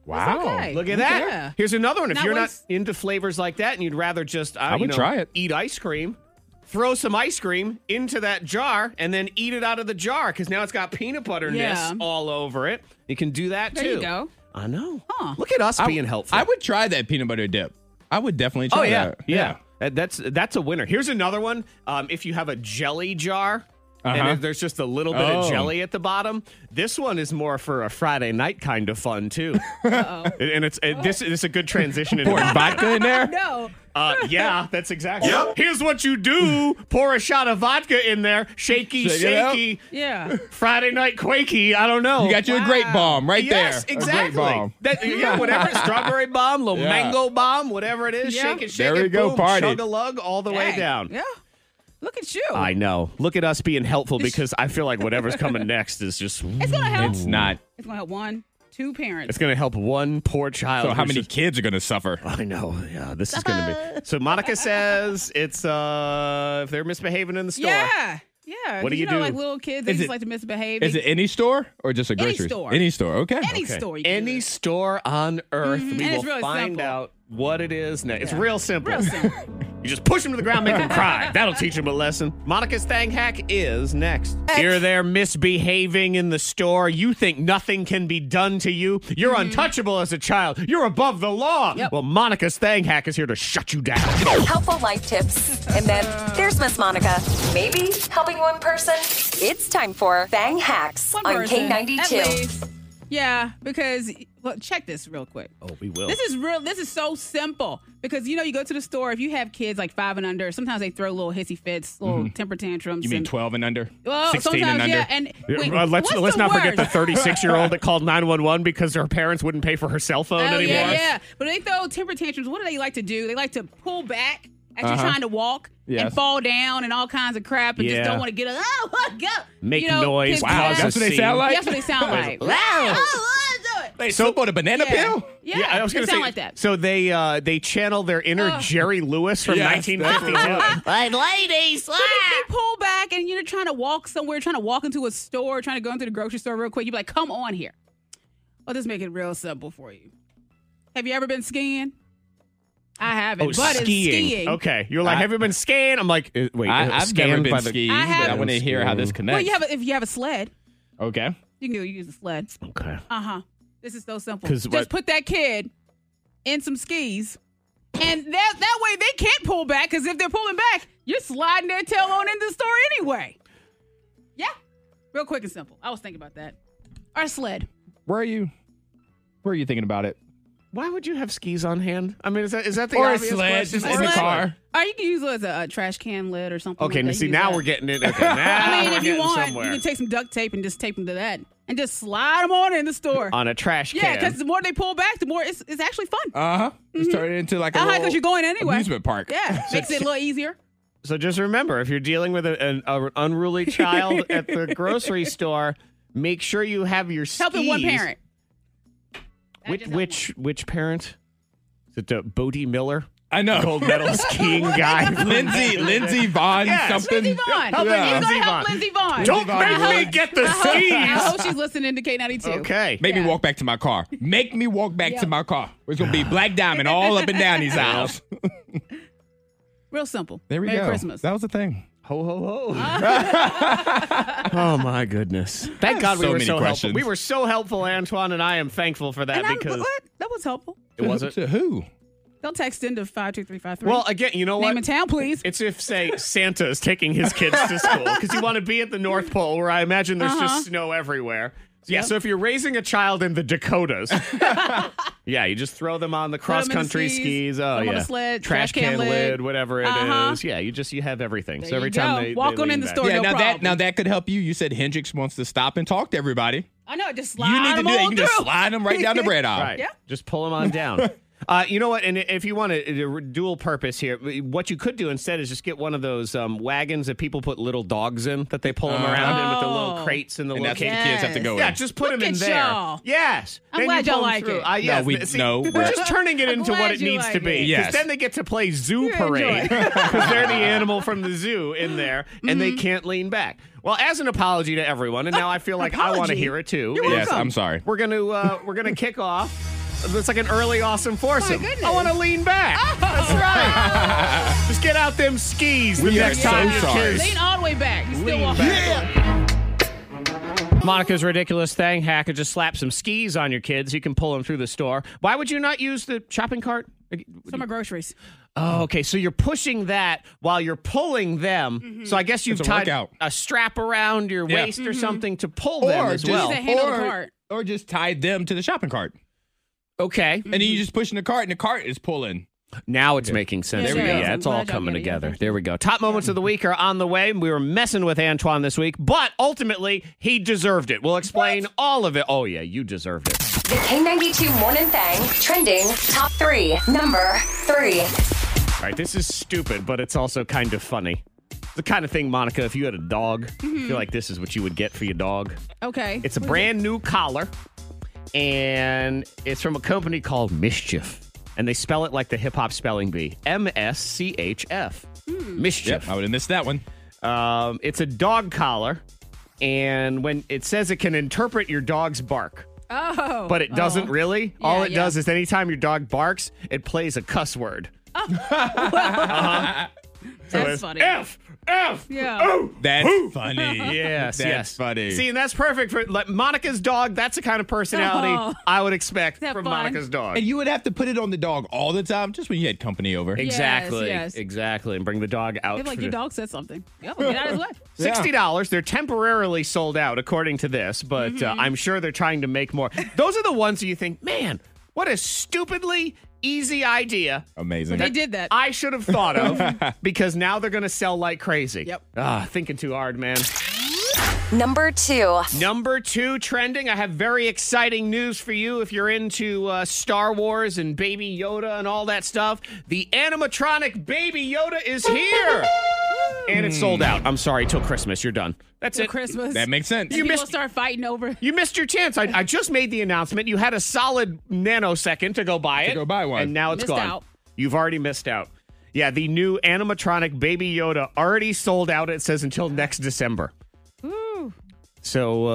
Speaker 3: wow.
Speaker 4: okay.
Speaker 1: Oh, Look at that.
Speaker 4: Yeah.
Speaker 1: Here's another one. If
Speaker 4: Not
Speaker 1: you're
Speaker 4: once-
Speaker 1: not into flavors like that and you'd rather just, I
Speaker 3: would try it.
Speaker 1: Eat ice cream. Throw some ice cream into that jar and then eat it out of the jar because now it's got peanut butterness
Speaker 4: Yeah.
Speaker 1: all over it. You can do that
Speaker 4: There
Speaker 1: too.
Speaker 4: you go.
Speaker 1: I know.
Speaker 4: Huh.
Speaker 1: Look at us
Speaker 3: I-
Speaker 1: being helpful.
Speaker 3: I would try that peanut butter dip. I would definitely try
Speaker 1: Oh yeah,
Speaker 3: that.
Speaker 1: yeah. Uh, That's that's a winner. Here's another one. Um, if you have a jelly jar. And
Speaker 3: Uh-huh.
Speaker 1: if there's just a little bit
Speaker 3: Oh.
Speaker 1: of jelly at the bottom. This one is more for a Friday night
Speaker 3: [laughs]
Speaker 1: kind of fun too, and and it's it, this, this is a good transition. into
Speaker 4: [laughs]
Speaker 3: Pouring vodka in there?
Speaker 4: No.
Speaker 1: Uh, yeah, that's exactly.
Speaker 2: Yep.
Speaker 1: Here's what you do: pour a shot of vodka in there, shaky,
Speaker 3: Shake it out.
Speaker 1: shaky. [laughs]
Speaker 4: Yeah.
Speaker 1: Friday night quaky. I don't know.
Speaker 3: You got your grape bomb right
Speaker 1: yes,
Speaker 3: there. A grape
Speaker 1: exactly.
Speaker 3: bomb.
Speaker 1: That- yeah, whatever.
Speaker 3: [laughs]
Speaker 1: strawberry bomb, little
Speaker 3: Yeah.
Speaker 1: mango bomb, whatever it is.
Speaker 4: Yeah.
Speaker 1: Shake it, shake
Speaker 3: There
Speaker 1: it,
Speaker 3: we go,
Speaker 1: boom,
Speaker 3: party.
Speaker 1: chug a lug all the way
Speaker 4: Dang.
Speaker 1: down.
Speaker 4: Yeah. Look at you.
Speaker 1: I know. Look at us being helpful because I feel like whatever's
Speaker 3: [laughs]
Speaker 1: coming next is just.
Speaker 4: it's gonna help.
Speaker 3: It's not.
Speaker 4: It's gonna help one, two
Speaker 1: It's
Speaker 4: parents.
Speaker 1: going to help one poor child.
Speaker 3: So how
Speaker 1: who's
Speaker 3: many
Speaker 1: just-
Speaker 3: kids are going to suffer?
Speaker 1: I know. Yeah, this is going
Speaker 4: [laughs]
Speaker 1: to be. So Monica says it's uh if they're misbehaving in the store.
Speaker 4: Yeah. Yeah.
Speaker 1: What do
Speaker 4: 'Cause
Speaker 1: you
Speaker 4: know,
Speaker 1: do?
Speaker 4: Like little kids, they
Speaker 3: Is
Speaker 4: just
Speaker 3: it-
Speaker 4: like to misbehave.
Speaker 3: Is
Speaker 4: They-
Speaker 3: it any store or just a grocery
Speaker 4: store.
Speaker 3: Any store. Okay.
Speaker 4: any
Speaker 1: Okay.
Speaker 4: story? Mm-hmm.
Speaker 1: Any store on earth, we
Speaker 4: And
Speaker 1: will
Speaker 4: it's really
Speaker 1: find
Speaker 4: simple.
Speaker 1: out what it is now. It's real simple. [laughs]
Speaker 4: Real simple.
Speaker 1: You just push them to the ground, make them
Speaker 4: [laughs]
Speaker 1: cry. That'll teach them a lesson. Monica's Thang Hack is next. You're there misbehaving in the store. You think nothing can be done to you. You're
Speaker 4: Mm-hmm.
Speaker 1: untouchable as a child. You're above the law. Well, Monica's Thang Hack is here to shut you down.
Speaker 4: Oh,
Speaker 5: Helpful life tips. And then there's Miss Monica. Maybe helping one person. It's time for Bang Hacks
Speaker 4: One
Speaker 5: on
Speaker 4: person, at
Speaker 5: K92.
Speaker 4: least. Yeah, because look, check this real quick.
Speaker 1: Oh, we will.
Speaker 4: This is real. This is so simple because you know you go to the store. If you have kids like five and under, sometimes they throw little hissy fits, little
Speaker 1: Mm-hmm.
Speaker 4: temper tantrums.
Speaker 3: You mean
Speaker 4: and-
Speaker 3: 12 and under?
Speaker 4: Well,
Speaker 3: 16
Speaker 4: sometimes
Speaker 3: and under?
Speaker 4: yeah. And wait,
Speaker 1: Uh, let's
Speaker 4: what's
Speaker 1: let's
Speaker 4: the
Speaker 1: not forget the
Speaker 4: worst?
Speaker 1: 36 year old
Speaker 4: [laughs]
Speaker 1: that called 911 because her parents wouldn't pay for her cell phone
Speaker 4: Oh,
Speaker 1: anymore.
Speaker 4: Yeah, yeah. But they throw temper tantrums. What do they like to do? They like to pull back as
Speaker 1: Uh-huh.
Speaker 4: you're trying to walk and
Speaker 3: Yes.
Speaker 4: fall down and all kinds of crap and
Speaker 1: Yeah.
Speaker 4: just don't want to get up. Oh, look up.
Speaker 1: Make
Speaker 4: You know,
Speaker 1: noise.
Speaker 4: kids
Speaker 1: cause
Speaker 4: clap.
Speaker 1: a
Speaker 3: That's what they
Speaker 1: scene.
Speaker 3: sound like?
Speaker 4: That's what they sound like.
Speaker 1: Wow.
Speaker 4: Oh, what is it?
Speaker 3: They slip on a banana
Speaker 4: Yeah.
Speaker 3: peel?
Speaker 4: Yeah,
Speaker 1: I was
Speaker 4: they
Speaker 1: gonna
Speaker 4: sound
Speaker 1: say,
Speaker 4: like that. Oh.
Speaker 1: So they uh, they channel their inner Jerry Lewis from
Speaker 3: Yes,
Speaker 1: 1952.
Speaker 4: So they, they pull back and you're trying to walk somewhere, trying to walk into a store, trying to go into the grocery store real quick. You're like, come on here. I'll just make it real simple for you. Have you ever been skiing? I haven't, but it's skiing.
Speaker 1: Oh, Okay, you're like, have you been skiing? I'm like, uh, wait,
Speaker 3: I,
Speaker 1: uh,
Speaker 3: I've
Speaker 1: scanned
Speaker 3: never
Speaker 1: by
Speaker 3: been
Speaker 1: the-
Speaker 3: skiing,
Speaker 4: I
Speaker 3: but I
Speaker 4: have-
Speaker 3: want to hear how this connects.
Speaker 4: Well, you have a, if you have a sled,
Speaker 3: okay.
Speaker 4: you can use a sled.
Speaker 1: [laughs] Okay,
Speaker 4: Uh huh. This is so simple.
Speaker 1: 'Cause
Speaker 4: Just
Speaker 1: what-
Speaker 4: put that kid in some skis, and that that way they can't pull back. Because if they're pulling back, you're sliding their tail on into the store anyway. Yeah, real quick and simple. I was thinking about that. Our sled.
Speaker 3: Where are you? Where are you thinking about it?
Speaker 1: why would you have skis on hand? I mean, is that is that the
Speaker 3: Or a
Speaker 1: obvious
Speaker 3: sled,
Speaker 1: question?
Speaker 3: just in
Speaker 1: Or
Speaker 3: the
Speaker 1: a sled.
Speaker 3: car.
Speaker 4: Or you can use it as a, uh, trash can lid or something.
Speaker 1: Okay,
Speaker 4: like
Speaker 1: now
Speaker 4: that.
Speaker 1: see,
Speaker 4: You
Speaker 1: now
Speaker 4: use
Speaker 1: we're
Speaker 4: that.
Speaker 1: getting
Speaker 4: [laughs]
Speaker 1: it. Okay, now
Speaker 4: I mean,
Speaker 1: we're
Speaker 4: if you
Speaker 1: getting
Speaker 4: want,
Speaker 1: somewhere.
Speaker 4: you can take some duct tape and just tape them to that, and just slide them on in the store.
Speaker 1: on a trash
Speaker 4: yeah,
Speaker 1: can.
Speaker 4: because the more they pull back, the more it's, it's actually fun.
Speaker 3: Uh huh. Let's turn it into like a
Speaker 4: Uh-huh, 'cause
Speaker 3: little
Speaker 4: you're going anyway.
Speaker 3: amusement park.
Speaker 4: Yeah, makes it a little easier.
Speaker 1: So just remember, if you're dealing with a- an, a
Speaker 4: [laughs]
Speaker 1: unruly child at the grocery store, make sure you have your skis.
Speaker 4: Helping one parent.
Speaker 1: Which which which parent? Is it uh, Bodie Miller,
Speaker 3: I know.
Speaker 1: gold
Speaker 4: [laughs]
Speaker 1: medal skiing guy?
Speaker 3: [laughs] Lindsay, Lindsay Vaughn,
Speaker 1: Yes.
Speaker 3: something.
Speaker 4: Lindsay Vaughn.
Speaker 1: Helping
Speaker 4: You're
Speaker 1: Lindsay
Speaker 4: gonna help
Speaker 1: Vaughn.
Speaker 4: Lindsay Vaughn.
Speaker 1: Don't
Speaker 4: I hope-
Speaker 1: make me get the
Speaker 4: I hope- I
Speaker 1: skis.
Speaker 4: hope she's listening to K92.
Speaker 1: Okay.
Speaker 3: Make me
Speaker 4: Yeah.
Speaker 3: walk back to my car. Make me walk back to my car. It's gonna be black diamond all up and down these aisles.
Speaker 4: Real simple.
Speaker 3: There we
Speaker 4: Merry
Speaker 3: go.
Speaker 4: Christmas.
Speaker 3: That was the thing.
Speaker 1: Ho ho ho! [laughs] oh my goodness! Thank God we
Speaker 3: so
Speaker 1: were
Speaker 3: many
Speaker 1: so helpful.
Speaker 3: questions.
Speaker 1: We were so helpful, Antoine, and I am thankful for that
Speaker 4: and I'm,
Speaker 1: because
Speaker 4: what? That was helpful.
Speaker 1: it wasn't.
Speaker 3: to who?
Speaker 4: Don't text into 52353.
Speaker 1: Well, again, you know
Speaker 4: name
Speaker 1: what?
Speaker 4: and town, please.
Speaker 1: It's if, say, Santa is taking his kids to school because you want to be at the North Pole where I imagine there's
Speaker 4: Uh-huh.
Speaker 1: just snow everywhere. Yeah, so if you're raising a child in the Dakotas,
Speaker 4: [laughs]
Speaker 1: yeah, you just throw them on the
Speaker 4: Throw them
Speaker 1: cross
Speaker 4: in the
Speaker 1: country
Speaker 4: skis,
Speaker 1: skis,
Speaker 4: throw
Speaker 1: oh
Speaker 4: them
Speaker 1: yeah,
Speaker 4: on a sled,
Speaker 1: trash can, lid, whatever it is.
Speaker 4: Uh-huh.
Speaker 1: Yeah, you just you have everything.
Speaker 4: There
Speaker 1: so every
Speaker 4: you
Speaker 1: time
Speaker 4: go.
Speaker 1: they
Speaker 4: Walk
Speaker 1: they
Speaker 4: on
Speaker 1: lean
Speaker 4: in the
Speaker 1: back.
Speaker 4: store.
Speaker 3: yeah,
Speaker 4: no
Speaker 3: now that
Speaker 4: problem.
Speaker 3: now that could help you. You said Hendrix wants to stop and talk to everybody.
Speaker 4: I know, just slide
Speaker 3: You need to
Speaker 4: them
Speaker 3: do that. You
Speaker 4: on
Speaker 3: can just
Speaker 4: through.
Speaker 3: slide
Speaker 4: [laughs]
Speaker 3: them right down the
Speaker 1: [laughs]
Speaker 3: bread aisle.
Speaker 1: Right.
Speaker 4: Yeah.
Speaker 1: Just pull them on
Speaker 3: [laughs]
Speaker 1: down. Uh, you know what? And if you want a, a dual purpose here, what you could do instead is just get one of those um, wagons that people put little dogs in that they pull them around in with the little
Speaker 4: Oh.
Speaker 1: crates and the
Speaker 3: Uh-huh. And
Speaker 1: little
Speaker 3: that's what
Speaker 1: cage.
Speaker 3: the kids have to go
Speaker 1: Yeah,
Speaker 3: in.
Speaker 1: just put
Speaker 4: Look
Speaker 1: them in
Speaker 4: at
Speaker 1: there.
Speaker 4: y'all.
Speaker 1: Yes.
Speaker 4: I'm
Speaker 1: Then
Speaker 4: glad
Speaker 1: you
Speaker 4: y'all
Speaker 1: pull 'em
Speaker 4: like
Speaker 1: through.
Speaker 4: it.
Speaker 1: Ah, yes.
Speaker 3: No, we-
Speaker 1: See,
Speaker 3: no,
Speaker 1: We're
Speaker 3: we're-
Speaker 1: just turning it
Speaker 4: I'm
Speaker 1: into what
Speaker 4: glad
Speaker 1: it
Speaker 4: you
Speaker 1: needs
Speaker 4: like
Speaker 1: to be.
Speaker 4: it.
Speaker 3: Yes.
Speaker 1: then they get to
Speaker 4: [laughs]
Speaker 1: play zoo
Speaker 4: enjoy
Speaker 1: parade
Speaker 4: it. Mm-hmm.
Speaker 1: because they're
Speaker 4: [laughs]
Speaker 1: the animal from the zoo in there and they can't lean back. Well, as an apology to everyone, and now I feel like I want to
Speaker 4: apology?
Speaker 1: hear it too.
Speaker 4: You're
Speaker 1: is-
Speaker 3: Yes, I'm sorry.
Speaker 1: we're gonna uh, we're gonna kick off. It's like an early awesome foursome.
Speaker 4: My goodness.
Speaker 1: I want to lean back. That's right. Just get out them skis the
Speaker 3: We are
Speaker 1: next time
Speaker 3: so
Speaker 1: you
Speaker 3: sorry.
Speaker 1: kiss.
Speaker 4: Lean all the way back. You still
Speaker 1: Lean
Speaker 4: walk.
Speaker 1: back. Monica's ridiculous thing hack could just slap some skis on your kids. You can pull them through the store. Why would you not use the shopping cart?
Speaker 4: Some of groceries.
Speaker 1: Oh, okay. So you're pushing that while you're pulling them. So I guess you've
Speaker 3: It's a
Speaker 1: tied
Speaker 3: workout.
Speaker 1: a strap around your
Speaker 3: Yeah.
Speaker 1: waist or something to pull them as
Speaker 3: just,
Speaker 1: well.
Speaker 4: Use a handle
Speaker 3: or,
Speaker 4: cart.
Speaker 3: or just tie them to the shopping cart.
Speaker 1: Okay.
Speaker 3: And then you just push in the cart and the cart is pulling.
Speaker 1: Now it's making sense.
Speaker 4: There
Speaker 1: to
Speaker 4: we
Speaker 1: me.
Speaker 4: go.
Speaker 1: Yeah,
Speaker 4: I'm
Speaker 1: it's all
Speaker 4: glad y'all
Speaker 1: coming
Speaker 4: get it. Yeah,
Speaker 1: together.
Speaker 4: thank
Speaker 1: There we go. Top moments of the week are on the way. We were messing with Antoine this week, but ultimately he deserved it. We'll explain all of it. Oh yeah, you deserved it.
Speaker 5: The K92 Morning Thang trending top three. Number three.
Speaker 1: All right, this is stupid, but it's also kind of funny. The kind of thing, Monica, if you had a dog, I feel like this is what you would get for your dog.
Speaker 4: Okay.
Speaker 1: It's a
Speaker 4: Mm-hmm. What is
Speaker 1: brand new collar, and it's from a company called Mischief. And they spell it like the hip hop spelling bee M S C H F.
Speaker 4: Hmm.
Speaker 1: Mischief.
Speaker 3: Yep, I would have missed that one.
Speaker 1: Um, it's a dog collar, and when it says it can interpret your dog's bark,
Speaker 4: Oh.
Speaker 1: but it doesn't really. All
Speaker 4: Yeah,
Speaker 1: it
Speaker 4: yeah.
Speaker 1: does is anytime your dog barks, it plays a cuss word.
Speaker 4: That's
Speaker 1: it's
Speaker 4: funny.
Speaker 1: F F.
Speaker 4: Yeah.
Speaker 3: That's funny.
Speaker 1: [laughs] Yes,
Speaker 3: that's
Speaker 1: yes.
Speaker 3: funny.
Speaker 1: See, and that's perfect for like, Monica's dog. That's the kind of personality
Speaker 4: Oh.
Speaker 1: I would expect
Speaker 4: Isn't that
Speaker 1: from
Speaker 4: fun?
Speaker 1: Monica's dog.
Speaker 3: and you would have to put it on the dog all the time, just when you had company over.
Speaker 1: exactly,
Speaker 4: yes.
Speaker 1: exactly, and bring the dog out.
Speaker 4: It's like
Speaker 1: for
Speaker 4: your
Speaker 1: the-
Speaker 4: dog said something. Yep, get out of his way.
Speaker 1: Sixty dollars. They're temporarily sold out, according to this, but uh, I'm sure they're trying to make more. Those are the ones that you think, man, what a stupidly easy idea.
Speaker 3: Amazing.
Speaker 4: They did that.
Speaker 1: I should have thought of because now they're going to sell like crazy.
Speaker 4: Yep.
Speaker 1: Ah, thinking too hard, man.
Speaker 5: Number two.
Speaker 1: Number two trending. I have very exciting news for you if you're into uh, Star Wars and Baby Yoda and all that stuff. The animatronic Baby Yoda is here, and it's sold out. I'm sorry, till Christmas. You're done. That's
Speaker 4: for
Speaker 1: it.
Speaker 4: Christmas.
Speaker 3: That makes sense.
Speaker 1: You
Speaker 4: People
Speaker 1: missed-
Speaker 4: start
Speaker 1: [laughs]
Speaker 4: fighting over.
Speaker 1: You missed your chance. I, I just made the announcement. You had a solid nanosecond to go buy it.
Speaker 3: go buy one.
Speaker 1: And now it's
Speaker 4: Missed
Speaker 1: gone.
Speaker 4: out.
Speaker 1: You've already missed out. Yeah, the new animatronic Baby Yoda already sold out. It says until next December. So,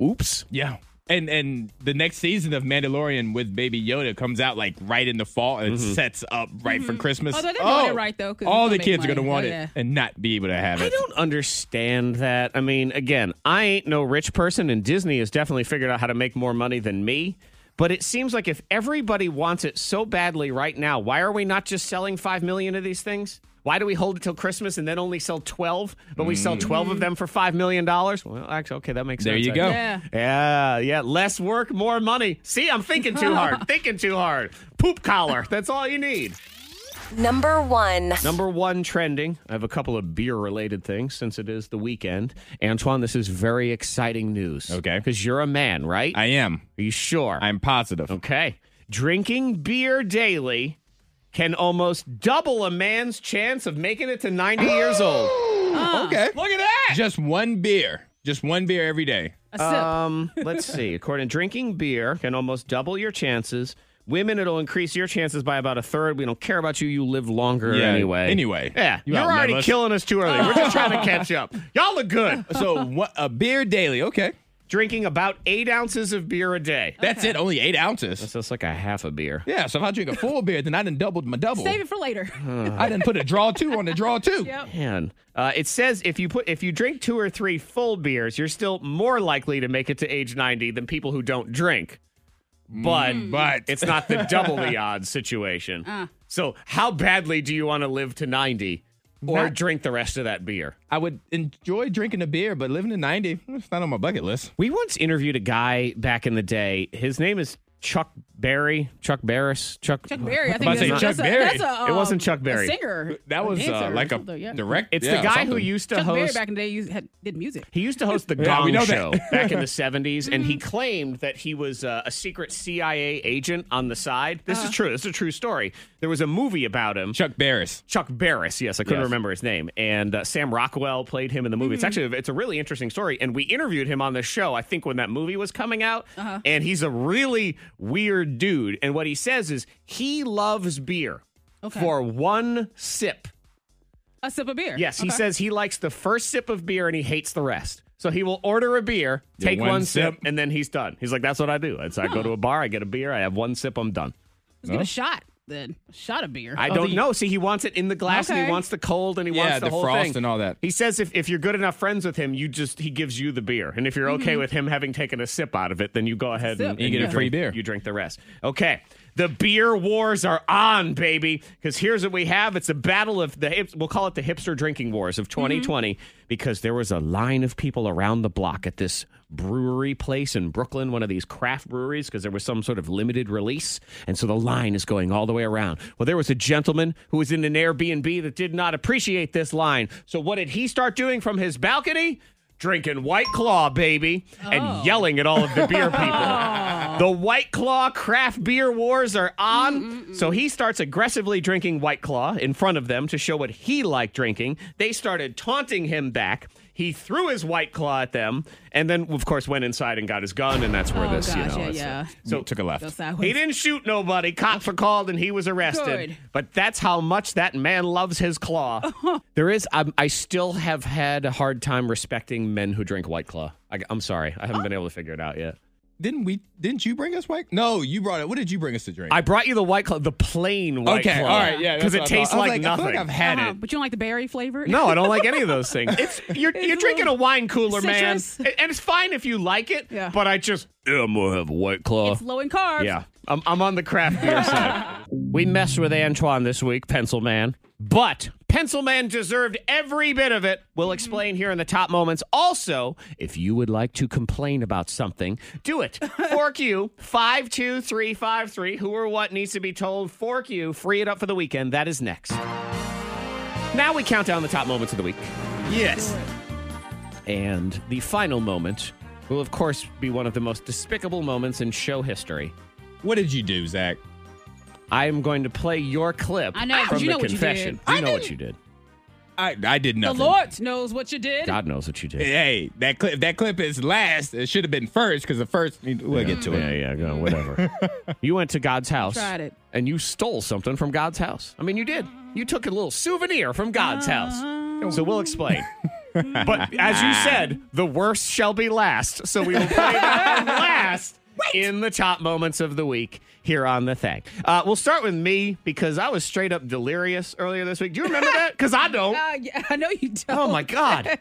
Speaker 1: uh, oops.
Speaker 3: Yeah. And and the next season of Mandalorian with Baby Yoda comes out like right in the fall and it sets up right for Christmas.
Speaker 4: Mm-hmm. Although they're doing it right, though, 'cause
Speaker 3: All
Speaker 4: it's
Speaker 3: the
Speaker 4: gonna
Speaker 3: kids
Speaker 4: make
Speaker 3: are gonna
Speaker 4: money.
Speaker 3: want
Speaker 4: Oh,
Speaker 3: it
Speaker 4: yeah.
Speaker 3: and not be able to have
Speaker 1: I
Speaker 3: it.
Speaker 1: don't understand that. I mean, again, I ain't no rich person, and Disney has definitely figured out how to make more money than me. But it seems like if everybody wants it so badly right now, why are we not just selling 5 million of these things? Why do we hold it till Christmas and then only sell 12? But we sell 12 of them for $5 million? Well, actually, okay, that makes
Speaker 3: Mm-hmm. There
Speaker 1: sense.
Speaker 3: you
Speaker 1: I
Speaker 3: go.
Speaker 1: guess. Yeah,
Speaker 4: Yeah.
Speaker 1: yeah. Less work, more money. See, I'm thinking too
Speaker 3: [laughs]
Speaker 1: hard. thinking too hard. Poop collar. That's all you need.
Speaker 5: Number one.
Speaker 1: Number one trending. I have a couple of beer related things since it is the weekend. Antoine, this is very exciting news.
Speaker 3: Okay.
Speaker 1: Because you're a man, right?
Speaker 3: I am.
Speaker 1: Are you sure?
Speaker 3: I'm positive.
Speaker 1: okay. Drinking beer daily can almost double a man's chance of making it to 90 years old.
Speaker 3: [gasps]
Speaker 4: Ah.
Speaker 3: Okay. Look at that. Just one beer. Just one beer every
Speaker 4: [laughs]
Speaker 3: day.
Speaker 4: A sip.
Speaker 1: Um, let's see. According drinking beer can almost double your chances. Women, it'll increase your chances by about a third. We don't care about you. You live longer
Speaker 3: Yeah,
Speaker 1: anyway.
Speaker 3: anyway.
Speaker 1: Yeah.
Speaker 3: You
Speaker 1: You are
Speaker 3: outlive
Speaker 1: already
Speaker 3: us.
Speaker 1: killing us too early. We're just trying to catch
Speaker 3: [laughs]
Speaker 1: up. Y'all look good.
Speaker 3: So what a beer daily. Okay.
Speaker 1: drinking about eight ounces of beer a day.
Speaker 4: Oh.
Speaker 3: That's it. Only eight ounces.
Speaker 1: So it's like a half a beer.
Speaker 3: Yeah. So if I drink a full beer, then I done doubled my double.
Speaker 4: Save it
Speaker 1: [laughs]
Speaker 4: for later.
Speaker 3: I didn't put a draw two on the draw two.
Speaker 4: Yep.
Speaker 1: Man, uh, it says if you put if you drink two or three full beers, you're still more likely to make it to age ninety than people who don't drink. But
Speaker 4: Mm.
Speaker 3: But
Speaker 1: it's not the double
Speaker 4: [laughs]
Speaker 1: the odds situation.
Speaker 4: Uh.
Speaker 1: So how badly do you want to live to ninety, or
Speaker 3: Not-
Speaker 1: drink the rest of that beer?
Speaker 3: I would enjoy drinking a beer, but living to 90, it's not on my bucket list.
Speaker 1: We once interviewed a guy back in the day. His name is Chuck Berry. Chuck Barris. Chuck.
Speaker 4: Chuck Berry. I
Speaker 3: about
Speaker 4: think
Speaker 3: to say
Speaker 4: that's,
Speaker 3: Chuck
Speaker 4: that's a,
Speaker 3: Berry.
Speaker 4: That's a,
Speaker 1: It wasn't
Speaker 4: um,
Speaker 1: Chuck Berry.
Speaker 4: A singer.
Speaker 3: That was
Speaker 4: dancer
Speaker 3: uh,
Speaker 4: or
Speaker 3: like a
Speaker 4: something, yeah.
Speaker 3: direct.
Speaker 1: It's
Speaker 3: yeah,
Speaker 1: the guy who
Speaker 3: something.
Speaker 1: used to
Speaker 4: Chuck Berry
Speaker 1: host
Speaker 4: back in the day used, had, did music.
Speaker 1: He used to host the
Speaker 3: Yeah,
Speaker 1: Gong
Speaker 3: we know that.
Speaker 1: Show back in
Speaker 3: [laughs]
Speaker 1: the 70s, and he claimed that he was uh, a secret CIA agent on the side. This is true. This is a true story. There was a movie about him.
Speaker 3: Chuck Barris.
Speaker 1: Chuck Barris, yes, I couldn't
Speaker 3: Yes.
Speaker 1: remember his name, and uh, Sam Rockwell played him in the movie. It's actually it's a really interesting story, and we interviewed him on the show. I think when that movie was coming out, and he's a really weird dude. And what he says is he loves beer
Speaker 4: Okay.
Speaker 1: for one sip.
Speaker 4: A sip of beer.
Speaker 1: Yes, he
Speaker 4: Okay.
Speaker 1: says he likes the first sip of beer and he hates the rest. So he will order a beer,
Speaker 3: Yeah,
Speaker 1: take one,
Speaker 3: one
Speaker 1: sip,
Speaker 3: sip.
Speaker 1: and then he's done. He's like, "That's what I do. It's, I go to a bar, I get a beer, I have one sip, I'm done."
Speaker 4: Let's get a shot then. A shot of beer.
Speaker 1: I
Speaker 3: Oh,
Speaker 1: don't
Speaker 3: the-
Speaker 1: know. See, he wants it in the glass, and he
Speaker 4: Okay.
Speaker 1: wants the cold, and he
Speaker 3: Yeah,
Speaker 1: wants the,
Speaker 3: the
Speaker 1: whole
Speaker 3: frost
Speaker 1: thing.
Speaker 3: and all that.
Speaker 1: He says if, if you're good enough friends with him, you just he gives you the beer, and if you're okay with him having taken a sip out of it, then you go ahead
Speaker 4: Sip.
Speaker 1: and,
Speaker 4: You
Speaker 1: and
Speaker 3: get a free
Speaker 1: drink-
Speaker 3: beer.
Speaker 1: You drink the rest. Okay. The beer wars are on, baby. Because here's what we have: it's a battle of the hips. We'll call it the hipster drinking wars of
Speaker 3: Mm-hmm.
Speaker 1: 2020. Because there was a line of people around the block at this brewery place in Brooklyn, one of these craft breweries, because there was some sort of limited release, and so the line is going all the way around. Well, there was a gentleman who was in an Airbnb that did not appreciate this line. So what did he start doing from his balcony? drinking White Claw, baby,
Speaker 4: Oh.
Speaker 1: and yelling at all of the
Speaker 4: [laughs]
Speaker 1: beer people. The White Claw craft beer wars are
Speaker 4: Mm,
Speaker 1: on. So he starts aggressively drinking White Claw in front of them to show what he liked drinking. They started taunting him back. He threw his White Claw at them and then, of course, went inside and got his gun. And that's where
Speaker 4: Oh,
Speaker 1: this, you
Speaker 4: gosh,
Speaker 1: know.
Speaker 4: yeah,
Speaker 1: it's-
Speaker 4: yeah.
Speaker 3: So took a left.
Speaker 4: Go sideways.
Speaker 1: He didn't shoot nobody. Cops were called and he was arrested.
Speaker 4: Good.
Speaker 1: But that's how much that man loves his claw.
Speaker 4: Oh.
Speaker 1: there is, I'm, I still have had a hard time respecting men who drink White Claw. I, am sorry. I haven't been able to figure it out yet.
Speaker 3: Didn't we? Didn't you bring us white? No, you brought it. What did you bring us to drink?
Speaker 1: I brought you the White Claw, the plain White
Speaker 3: okay,
Speaker 1: Claw.
Speaker 3: all right, yeah.
Speaker 1: Because it
Speaker 3: that's what I
Speaker 1: tastes
Speaker 3: thought. I was
Speaker 1: like,
Speaker 3: I feel
Speaker 1: nothing.
Speaker 3: I've had
Speaker 4: Uh-huh,
Speaker 3: it.
Speaker 4: But you don't like the berry flavored?
Speaker 1: No, I don't like any of those things. It's you're you're
Speaker 4: a
Speaker 1: drinking a
Speaker 4: little
Speaker 1: wine cooler,
Speaker 4: citrus.
Speaker 1: man, and it's fine if you like it.
Speaker 4: Yeah.
Speaker 1: But I just yeah, I'm gonna have a white claw.
Speaker 4: It's low in carbs.
Speaker 1: Yeah, I'm, I'm on the craft beer side. We messed with Antoine this week, Pencil Man, but Pencil Man deserved every bit of it. We'll explain here in the top moments. Also, if you would like to complain about something, do it. Fork you five two three five three. Who or what needs to be told? Fork you. Free it up for the weekend. That is next. Now we count down the top moments of the week.
Speaker 3: Yes.
Speaker 1: And the final moment will, of course, be one of the most despicable moments in show history.
Speaker 3: What did you do, Zach?
Speaker 1: I am going to play your clip
Speaker 4: I know,
Speaker 1: from
Speaker 4: but you
Speaker 1: the
Speaker 4: know what you
Speaker 1: confession.
Speaker 4: did.
Speaker 1: You, know what you did.
Speaker 3: I I did
Speaker 4: The
Speaker 3: nothing.
Speaker 4: Lord knows what you did.
Speaker 1: God knows what you did.
Speaker 3: Hey, that clip. That clip is last. It should have been first because the first. We'll get to it.
Speaker 1: Yeah, yeah, go,
Speaker 3: [laughs]
Speaker 1: whatever. you went to God's house.
Speaker 4: Tried it.
Speaker 1: And you stole something from God's house. I mean, you did. You took a little souvenir from God's
Speaker 4: Oh.
Speaker 1: house. So we'll
Speaker 4: [laughs]
Speaker 1: explain. but as you said, the worst shall be last. So we will play
Speaker 4: [laughs]
Speaker 1: that last in the top moments of the week here on the thing. Uh, we'll start with me because I was straight up delirious earlier this week. Do you remember that? Because I don't.
Speaker 4: Uh, yeah, [laughs] I know you don't.
Speaker 1: Oh my
Speaker 4: [laughs]
Speaker 1: god!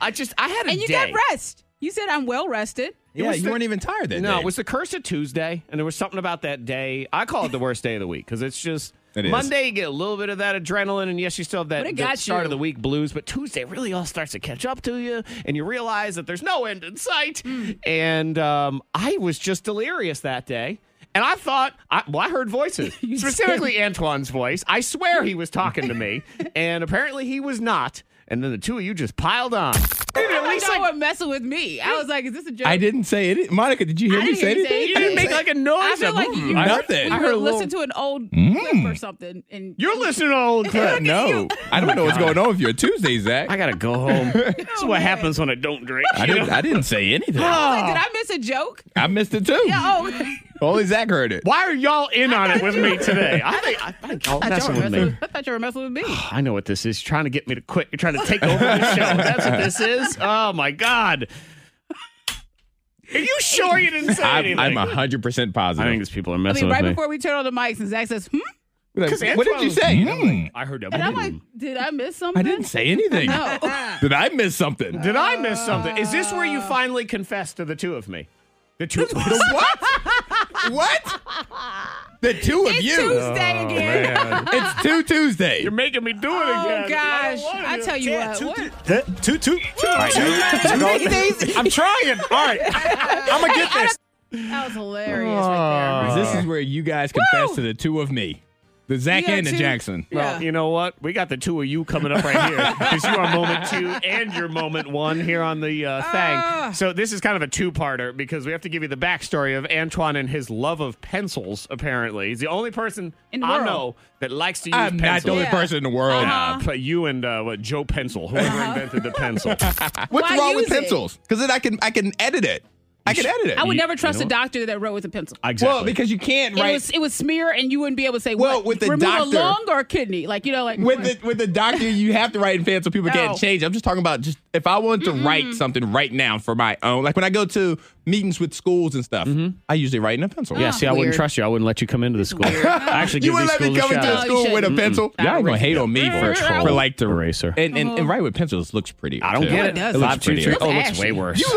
Speaker 1: I just I had a
Speaker 4: And you
Speaker 1: day.
Speaker 4: got rest. You said I'm well rested.
Speaker 3: Yeah,
Speaker 1: was
Speaker 3: you
Speaker 1: the-
Speaker 3: weren't even tired that
Speaker 1: No,
Speaker 3: day.
Speaker 1: it was the curse of Tuesday, and there was something about that day. I call it the worst day of the week because it's just
Speaker 3: [laughs] It is.
Speaker 1: Monday. You get a little bit of that adrenaline, and yes, you still have that,
Speaker 4: But it
Speaker 1: that
Speaker 4: got
Speaker 1: start
Speaker 4: you.
Speaker 1: of the week blues. But Tuesday really all starts to catch up to you, and you realize that there's no end in sight.
Speaker 4: Hmm.
Speaker 1: And um, I was just delirious that day. And I thought, I, well, I heard
Speaker 4: [laughs]
Speaker 1: voices, specifically Antoine's voice. I swear he was talking to
Speaker 4: [laughs]
Speaker 1: me, and apparently he was not. And then the two of you just piled
Speaker 4: Oh,
Speaker 1: on. You did at
Speaker 4: I
Speaker 1: least
Speaker 4: thought
Speaker 1: like
Speaker 4: you were messing with me. I was like, is this a joke?
Speaker 3: I didn't say it. Monica, did you hear
Speaker 4: I
Speaker 3: me
Speaker 4: didn't
Speaker 3: say
Speaker 4: hear you
Speaker 3: anything?
Speaker 4: say
Speaker 1: You didn't make like a
Speaker 3: Oh,
Speaker 1: noise.
Speaker 4: I feel
Speaker 1: of,
Speaker 4: like
Speaker 1: "Mm."
Speaker 4: you
Speaker 3: I
Speaker 4: were-
Speaker 3: nothing.
Speaker 4: You
Speaker 1: I
Speaker 4: were
Speaker 1: heard a
Speaker 4: listening
Speaker 1: little-
Speaker 4: to an old
Speaker 1: Mm.
Speaker 4: clip or something, and
Speaker 1: You're listening to [laughs]
Speaker 4: [laughs]
Speaker 1: old clip.
Speaker 3: no, I don't know what's going on with your Tuesday,
Speaker 1: I
Speaker 3: Zach.
Speaker 1: gotta go home.
Speaker 4: [laughs]
Speaker 1: That's what
Speaker 4: Oh, man.
Speaker 1: happens when I don't drink.
Speaker 3: I didn't. I didn't say
Speaker 1: [sighs]
Speaker 3: anything.
Speaker 1: Oh.
Speaker 4: Like,
Speaker 3: Ah.
Speaker 4: did I miss a
Speaker 3: [laughs]
Speaker 4: joke?
Speaker 3: I missed it too.
Speaker 4: Oh, [laughs]
Speaker 3: Only Zach heard it.
Speaker 1: Why are y'all in on it with me today? I think I think y'all
Speaker 4: I thought
Speaker 1: messing
Speaker 4: you were
Speaker 1: with
Speaker 4: messing
Speaker 1: me.
Speaker 4: with- I thought you were
Speaker 3: [sighs]
Speaker 4: messing with me.
Speaker 1: [sighs] I know what this is. You're trying to get me to quit. You're trying to take over the
Speaker 4: [laughs]
Speaker 1: show. That's what this is. Oh my god. Are you sure you didn't say
Speaker 3: I'm
Speaker 1: anything?
Speaker 3: I'm hundred percent
Speaker 1: I
Speaker 3: positive.
Speaker 1: think these people are
Speaker 4: I
Speaker 1: messing
Speaker 4: mean, right
Speaker 1: with me.
Speaker 4: before we turn on the mics, and Zach says, "Hmm,"
Speaker 3: Like,
Speaker 1: 'Cause
Speaker 3: what
Speaker 1: Antoine
Speaker 3: did you
Speaker 1: was-
Speaker 3: say? Mm.
Speaker 1: I heard that.
Speaker 4: and I'm like, did I miss something?
Speaker 3: I didn't say anything.
Speaker 4: No.
Speaker 3: [laughs] Did I miss something?
Speaker 1: Did I miss
Speaker 4: uh,
Speaker 1: something? Is this where you finally confessed to the two of me? The
Speaker 4: [laughs]
Speaker 1: two of us.
Speaker 3: what? The two of
Speaker 4: [laughs] It's
Speaker 3: you. Oh,
Speaker 4: Tuesday
Speaker 9: Oh,
Speaker 4: again.
Speaker 3: It's two Tuesday.
Speaker 1: You're making me do it
Speaker 4: [laughs] Oh
Speaker 1: again.
Speaker 4: gosh!
Speaker 1: don't wanna
Speaker 4: I
Speaker 1: do
Speaker 4: tell
Speaker 1: it.
Speaker 4: you
Speaker 9: Yeah,
Speaker 4: what.
Speaker 9: two-
Speaker 4: what-
Speaker 9: Two, two, [laughs] I'm trying. All right. I'm going to
Speaker 4: [laughs]
Speaker 9: get this.
Speaker 4: That was hilarious right there.
Speaker 3: This Ah. is where you guys confess to the two of me, the Zach
Speaker 4: Yeah,
Speaker 3: and the
Speaker 4: two-
Speaker 3: Jackson.
Speaker 1: Well,
Speaker 4: Yeah.
Speaker 1: you know what? We got the two of you coming up right here because you are moment two and your moment one here on the uh, thing.
Speaker 4: Ah.
Speaker 1: so this is kind of a two-parter because we have to give you the backstory of Antoine and his love of pencils. Apparently, he's the only person
Speaker 4: In the
Speaker 1: I
Speaker 4: world.
Speaker 1: know that likes to use
Speaker 3: I'm not
Speaker 1: pencils.
Speaker 3: the only
Speaker 4: Yeah. Uh-huh.
Speaker 3: person in the world.
Speaker 1: Uh, but you and uh, what, Joe Pencil, whoever invented the
Speaker 4: [laughs]
Speaker 1: pencil.
Speaker 3: What's
Speaker 4: Why
Speaker 3: wrong with
Speaker 4: use it?
Speaker 3: pencils? Because then I can I can edit it. I can edit it.
Speaker 4: I would
Speaker 1: You-
Speaker 4: never
Speaker 1: you
Speaker 4: trust
Speaker 1: know
Speaker 4: a
Speaker 1: what?
Speaker 4: doctor that wrote with a pencil.
Speaker 1: Exactly.
Speaker 3: well because you can't
Speaker 4: It
Speaker 3: right
Speaker 4: was it was smear, and you wouldn't be able to say
Speaker 3: Well,
Speaker 4: what
Speaker 3: with the
Speaker 4: remove a
Speaker 3: doctor-
Speaker 4: lung or a kidney, like you know, like
Speaker 3: with the with the doctor you have to write in fan so people
Speaker 4: No.
Speaker 3: can't change. I'm just talking about just if I want to write something right now for my own, like when I go to meetings with schools and stuff, I usually write in a pencil.
Speaker 1: yeah, see, I wouldn't
Speaker 4: Weird.
Speaker 1: trust you. I wouldn't let you come into the school. I actually
Speaker 3: You
Speaker 1: give these
Speaker 3: wouldn't let me
Speaker 1: schools
Speaker 3: come
Speaker 1: a
Speaker 3: into
Speaker 1: shout
Speaker 3: a
Speaker 1: out.
Speaker 3: school
Speaker 4: Oh, you
Speaker 3: with a
Speaker 4: shouldn't.
Speaker 3: pencil. Y'all ain't gonna hate on me for,
Speaker 1: troll.
Speaker 3: for like the
Speaker 1: Eraser.
Speaker 3: And,
Speaker 4: Uh-huh.
Speaker 3: and and write with pencils looks pretty.
Speaker 1: I don't
Speaker 3: too.
Speaker 1: get it.
Speaker 3: looks
Speaker 1: Five, two,
Speaker 3: prettier.
Speaker 1: three. Oh, it looks
Speaker 4: Ashy.
Speaker 1: way worse.
Speaker 3: I,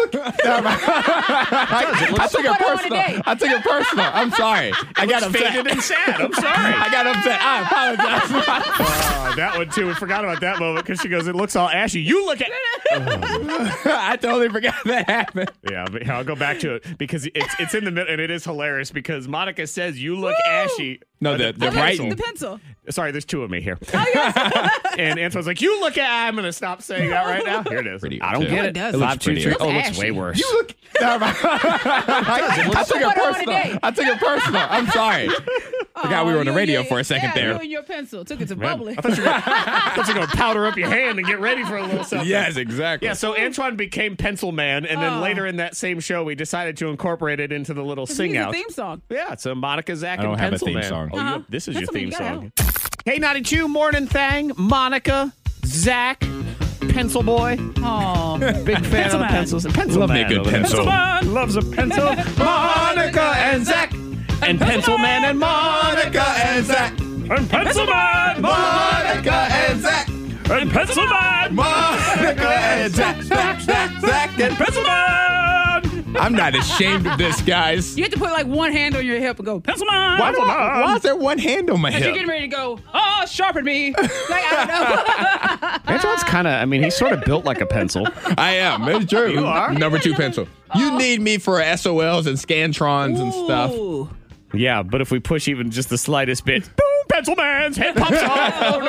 Speaker 3: I took it
Speaker 4: What I wanna
Speaker 3: personal.
Speaker 4: date.
Speaker 3: I took it personal. I'm
Speaker 4: [laughs]
Speaker 3: sorry. I got
Speaker 1: faded
Speaker 3: upset.
Speaker 1: and sad. I'm [laughs] sorry.
Speaker 3: [laughs] I got upset. [laughs] I apologize.
Speaker 1: Uh, that one too. We forgot about that moment because she goes, "It looks all ashy." You [laughs] look at.
Speaker 3: I totally forgot that happened.
Speaker 1: Yeah, but I'll go back to it because it's it's in the middle and it is hilarious because Monica says, "You look ashy."
Speaker 3: No,
Speaker 1: Uh,
Speaker 3: the, the
Speaker 4: The pencil.
Speaker 3: writing. [laughs]
Speaker 4: The pencil. Oh,
Speaker 1: Sorry, there's two of me here. and Antoine's like, "You look at." I'm gonna stop saying that right now. Here it is.
Speaker 3: Pretty
Speaker 1: I don't
Speaker 3: too.
Speaker 1: get
Speaker 3: No,
Speaker 1: it.
Speaker 4: it doesn't.
Speaker 1: Five,
Speaker 3: It
Speaker 1: two,
Speaker 3: looks
Speaker 1: three.
Speaker 3: prettier.
Speaker 1: Oh, it looks
Speaker 4: Ashy.
Speaker 1: way worse.
Speaker 3: You look. [laughs] Never mind. I, I took it
Speaker 4: What I wanna
Speaker 3: personal.
Speaker 4: date.
Speaker 3: I took it personal. I'm
Speaker 4: [laughs]
Speaker 3: sorry. Forgot we were on the radio for a second
Speaker 4: Oh, yeah, You
Speaker 3: there.
Speaker 4: and your pencil took it to
Speaker 1: Man,
Speaker 4: bubbling.
Speaker 1: I
Speaker 4: [laughs]
Speaker 1: thought you were gonna- I thought you were gonna powder up your hand and get ready for a little something.
Speaker 3: [laughs] Yes, exactly.
Speaker 1: Yeah, so Antoine became Pencil Man, and then later in that same show, we decided to incorporate it into the little sing
Speaker 4: He's a
Speaker 1: out.
Speaker 4: theme song.
Speaker 1: Yeah, so Monica, Zach,
Speaker 3: I don't
Speaker 1: and
Speaker 3: have a
Speaker 1: Pencil
Speaker 3: theme
Speaker 1: Man.
Speaker 3: song.
Speaker 1: Oh, you
Speaker 4: Uh-huh.
Speaker 1: have- this is
Speaker 4: That's what
Speaker 1: your
Speaker 4: you
Speaker 1: theme
Speaker 4: gotta
Speaker 1: song. K92 Morning Thang, Monica, Zach, Pencil Boy.
Speaker 4: Oh,
Speaker 1: Big fan of the pencils. Pencil
Speaker 3: Love me
Speaker 1: Man
Speaker 3: a good
Speaker 1: over there.
Speaker 3: pencil.
Speaker 1: Man loves a pencil. Monica and Zach. And Pencil Man and Monica and Zach. And Pencil Man. Monica and Zach. And Pencil Man. Monica and Zach. Zach, Zach, Zach and Pencil Man.
Speaker 3: I'm not ashamed of this, guys.
Speaker 4: you have to put like one hand on your hip and go pencil mine.
Speaker 3: Why, do I- why is there one hand on my
Speaker 4: You're
Speaker 3: hip?
Speaker 4: getting ready to go. Oh, sharpen me.
Speaker 1: [laughs]
Speaker 4: Like I don't know.
Speaker 1: Antoine's kind of, I mean, he's sort of built like a pencil.
Speaker 3: I am. It's true. You
Speaker 1: are?
Speaker 3: Number two pencil. You need me for SOLs and Scantrons and stuff.
Speaker 4: Oh. Ooh.
Speaker 1: Yeah, but if we push even just the slightest bit, boom, Pencil Man's head pops off. Oh,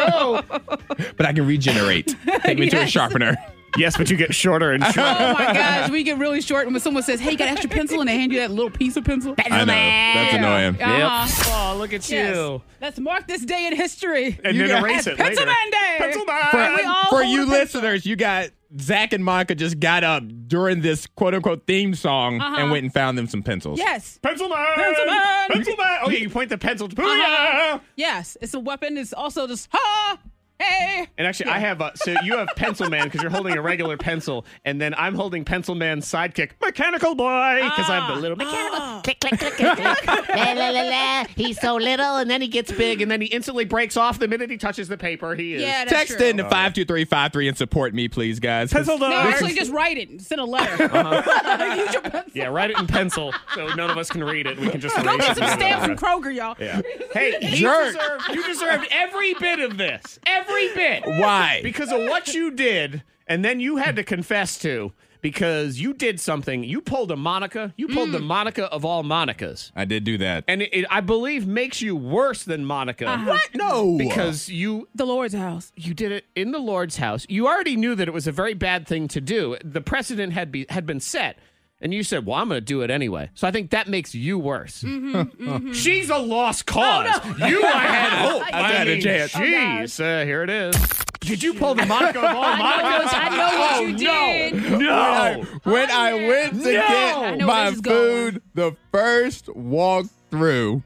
Speaker 1: no.
Speaker 3: But I can regenerate.
Speaker 4: [laughs]
Speaker 3: Take me to a
Speaker 4: Yes.
Speaker 3: sharpener.
Speaker 1: Yes, but you get shorter and shorter.
Speaker 3: [laughs]
Speaker 4: Oh my gosh, we get really short. And when someone says, "Hey, you got an extra pencil?" and they hand you that little piece of pencil, Uh-huh.
Speaker 3: I know. That's annoying.
Speaker 1: Oh, look at
Speaker 4: Yes. Let's mark this day in history.
Speaker 1: And
Speaker 3: You
Speaker 1: then
Speaker 3: got-
Speaker 1: erase it
Speaker 4: Pencil
Speaker 1: later.
Speaker 4: Man Day.
Speaker 1: Pencil
Speaker 3: For,
Speaker 1: Man.
Speaker 4: all
Speaker 3: for
Speaker 4: hold
Speaker 3: you
Speaker 4: a pencil.
Speaker 3: listeners, you got Zach and Monica just got up during this quote unquote theme song
Speaker 4: Uh-huh.
Speaker 3: and went and found them some pencils.
Speaker 4: Yes,
Speaker 1: Pencil man.
Speaker 4: Pencil man.
Speaker 1: Pencil man. Oh yeah, you point the pencil. To,
Speaker 4: Uh-huh. yes, it's a weapon. It's also just ha, hey.
Speaker 1: And actually, I have. Uh, so you have pencil man because you're holding a regular pencil, and then I'm holding pencil man's sidekick, mechanical boy, because I'm
Speaker 4: Ah.
Speaker 1: the little mechanical. Click click click click click. la, la, la, la. He's so little, and then he gets big, and then he instantly breaks off the minute he touches the paper. He is.
Speaker 4: Yeah, that's
Speaker 3: Text
Speaker 4: true.
Speaker 3: in to 52353 and support me, please, guys.
Speaker 1: Pencil
Speaker 4: No,
Speaker 1: Dark.
Speaker 4: actually, just write it. and Send a letter.
Speaker 1: [laughs]
Speaker 4: Use your pencil.
Speaker 1: Yeah, write it in pencil so none of us can read it. We can just
Speaker 4: Go
Speaker 1: erase
Speaker 4: get
Speaker 1: it.
Speaker 4: some stamps from Kroger, y'all.
Speaker 1: Yeah. Hey, he
Speaker 3: Jerk.
Speaker 1: deserved, you deserved every bit of this. Every bit.
Speaker 3: Why?
Speaker 1: Because of what you did, and then you had to confess to because you did something. You pulled a Monica. You pulled
Speaker 3: Mm.
Speaker 1: the Monica of all Monicas.
Speaker 3: I did do that.
Speaker 1: And it, it, I believe, makes you worse than Monica.
Speaker 3: what? No.
Speaker 1: Because you
Speaker 4: The Lord's house.
Speaker 1: you did it in the Lord's house. You already knew that it was a very bad thing to do. The precedent had be had been set, and you said, "Well, I'm going to do it anyway." So I think that makes you worse. [laughs] She's a lost cause. [laughs] You, mm-hmm. Oh, I had hope.
Speaker 3: I had a
Speaker 1: mean,
Speaker 3: chance. Oh,
Speaker 1: Jeez, uh, here it is. Did you pull the Monica [laughs] of all Monicas?
Speaker 4: I know what you
Speaker 1: Oh,
Speaker 4: did.
Speaker 1: No. no.
Speaker 3: when I
Speaker 4: yeah.
Speaker 3: went to
Speaker 1: No. I
Speaker 3: get
Speaker 4: know where
Speaker 3: my
Speaker 4: this is going.
Speaker 3: food the first walk through,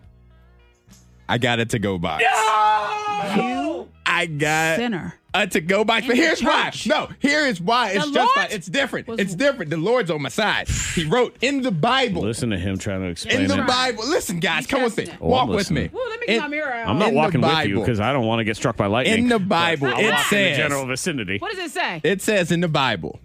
Speaker 3: I got a to go box. I got
Speaker 4: Sinner.
Speaker 3: a Uh, to go box. But
Speaker 4: the
Speaker 3: here's why.
Speaker 4: church.
Speaker 3: No, here is why. It's
Speaker 4: The
Speaker 3: just why.
Speaker 4: Lord
Speaker 3: It's different.
Speaker 4: was-
Speaker 3: It's different. The Lord's on my side. He wrote in the Bible.
Speaker 1: Listen to him trying to
Speaker 3: in
Speaker 1: explain
Speaker 3: the
Speaker 4: it.
Speaker 3: Bible. Listen, guys,
Speaker 4: He's
Speaker 3: come with me.
Speaker 4: trusting it.
Speaker 1: Oh,
Speaker 3: Walk
Speaker 1: I'm
Speaker 3: with me.
Speaker 1: listening.
Speaker 4: Ooh, let me get
Speaker 3: In-
Speaker 4: my mirror out.
Speaker 3: I'm not- in the Bible.
Speaker 1: I don't want to get struck by lightning.
Speaker 3: In the
Speaker 1: but
Speaker 3: Bible,
Speaker 1: I'll
Speaker 3: it
Speaker 1: walk
Speaker 3: says-
Speaker 1: vicinity.
Speaker 4: what does it say?
Speaker 3: It says in the Bible,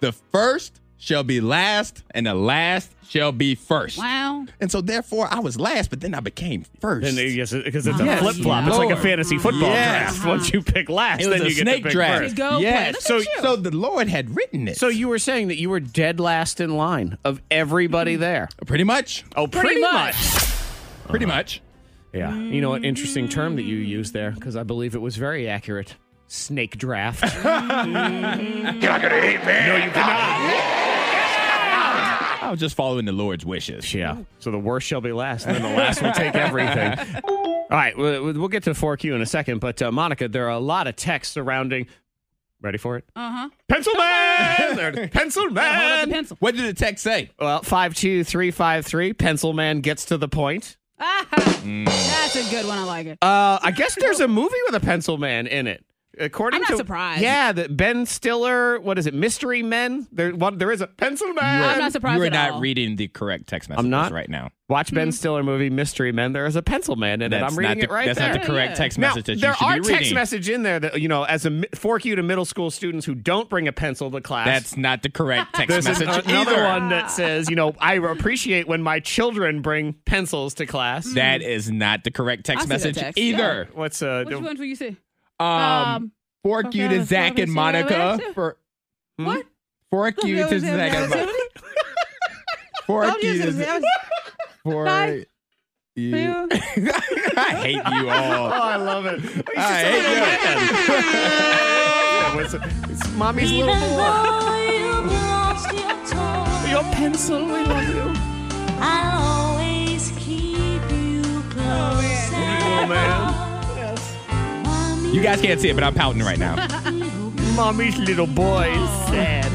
Speaker 3: the first shall be last, and the last shall be first.
Speaker 4: Wow.
Speaker 3: And so, therefore, I I was last, but then I became first.
Speaker 1: Then they- yes, because it's a
Speaker 3: Yes.
Speaker 1: flip flop. It's like a
Speaker 3: Lord.
Speaker 1: fantasy football
Speaker 3: Yes.
Speaker 1: draft. Once you pick last,
Speaker 3: it was
Speaker 1: then
Speaker 3: a
Speaker 1: you get to
Speaker 3: snake
Speaker 1: pick
Speaker 3: draft.
Speaker 1: first.
Speaker 4: Go play.
Speaker 3: yes.
Speaker 4: Look
Speaker 3: So,
Speaker 4: at you.
Speaker 3: so the Lord had written it.
Speaker 1: So you were saying that you were dead last in line of everybody there.
Speaker 3: pretty much,
Speaker 1: Oh, Mm-hmm. pretty,
Speaker 4: much.
Speaker 3: pretty much.
Speaker 1: Yeah. You know, an interesting term that you used there because I believe it was very accurate. Snake draft. You're not gonna eat me. No, you cannot.
Speaker 3: I was just following the Lord's [laughs] wishes.
Speaker 1: Yeah. So the worst shall be last, and then the last will take
Speaker 4: [laughs]
Speaker 1: everything. All right, we'll, we'll get to 4Q in a second, but uh, Monica, there are a lot of texts surrounding. Ready for it?
Speaker 4: Oh,
Speaker 1: Uh huh. Pencil man! There it is. pencil
Speaker 4: Hold up
Speaker 1: man!
Speaker 4: the pencil.
Speaker 3: What did the text say?
Speaker 4: Oh.
Speaker 1: Well, five two three five three. Pencil man gets to the point.
Speaker 3: Mm.
Speaker 4: Ah, That's a good one. I like it. [laughs]
Speaker 1: Uh, I guess there's a movie with a pencil man in it. According
Speaker 4: I'm not
Speaker 1: to
Speaker 4: surprised.
Speaker 1: yeah, that Ben Stiller, what is it, Mystery Men? There, one, there is a pencil man.
Speaker 4: I'm not surprised
Speaker 3: You are
Speaker 4: at
Speaker 3: not
Speaker 4: all.
Speaker 3: reading the correct text messages
Speaker 1: I'm not.
Speaker 3: right now.
Speaker 1: Watch
Speaker 4: Hmm.
Speaker 1: Ben Stiller movie Mystery Men. There is a pencil man in it. I'm reading
Speaker 3: not
Speaker 1: it
Speaker 3: the,
Speaker 1: right
Speaker 3: That's
Speaker 1: there.
Speaker 3: not the correct
Speaker 4: Yeah.
Speaker 3: text
Speaker 1: Now,
Speaker 3: message that
Speaker 1: there
Speaker 3: you should
Speaker 1: are
Speaker 3: be reading.
Speaker 1: text message in there that you know, as a mi- fork you to middle school students who don't bring a pencil to class.
Speaker 3: That's not the correct text
Speaker 1: There's
Speaker 3: message
Speaker 1: an- another
Speaker 3: either.
Speaker 1: one that says, you know, I appreciate when my children bring pencils to class.
Speaker 3: That is not the correct
Speaker 4: I
Speaker 3: text
Speaker 4: see the
Speaker 3: message
Speaker 4: text,
Speaker 3: either.
Speaker 1: What's uh,
Speaker 4: Which ones will you say?
Speaker 3: Um, fork you
Speaker 4: okay,
Speaker 3: to Zach
Speaker 4: okay,
Speaker 3: and
Speaker 4: so
Speaker 3: Monica
Speaker 4: that's it.
Speaker 3: for hmm?
Speaker 4: What?
Speaker 3: fork you to Zach and Monica. Fork you to Zach.
Speaker 4: Bye.
Speaker 3: Fork you. [laughs] I hate you
Speaker 1: Oh,
Speaker 3: all.
Speaker 1: I love it. He's just
Speaker 3: I
Speaker 1: a
Speaker 3: hate
Speaker 1: little
Speaker 3: you.
Speaker 1: man. Yeah, what's it- it's mommy's little boy. Your pencil, we love you. Little man.
Speaker 3: You guys can't see it, but I'm pouting right
Speaker 4: [laughs]
Speaker 3: now.
Speaker 1: Mommy's little boy is sad.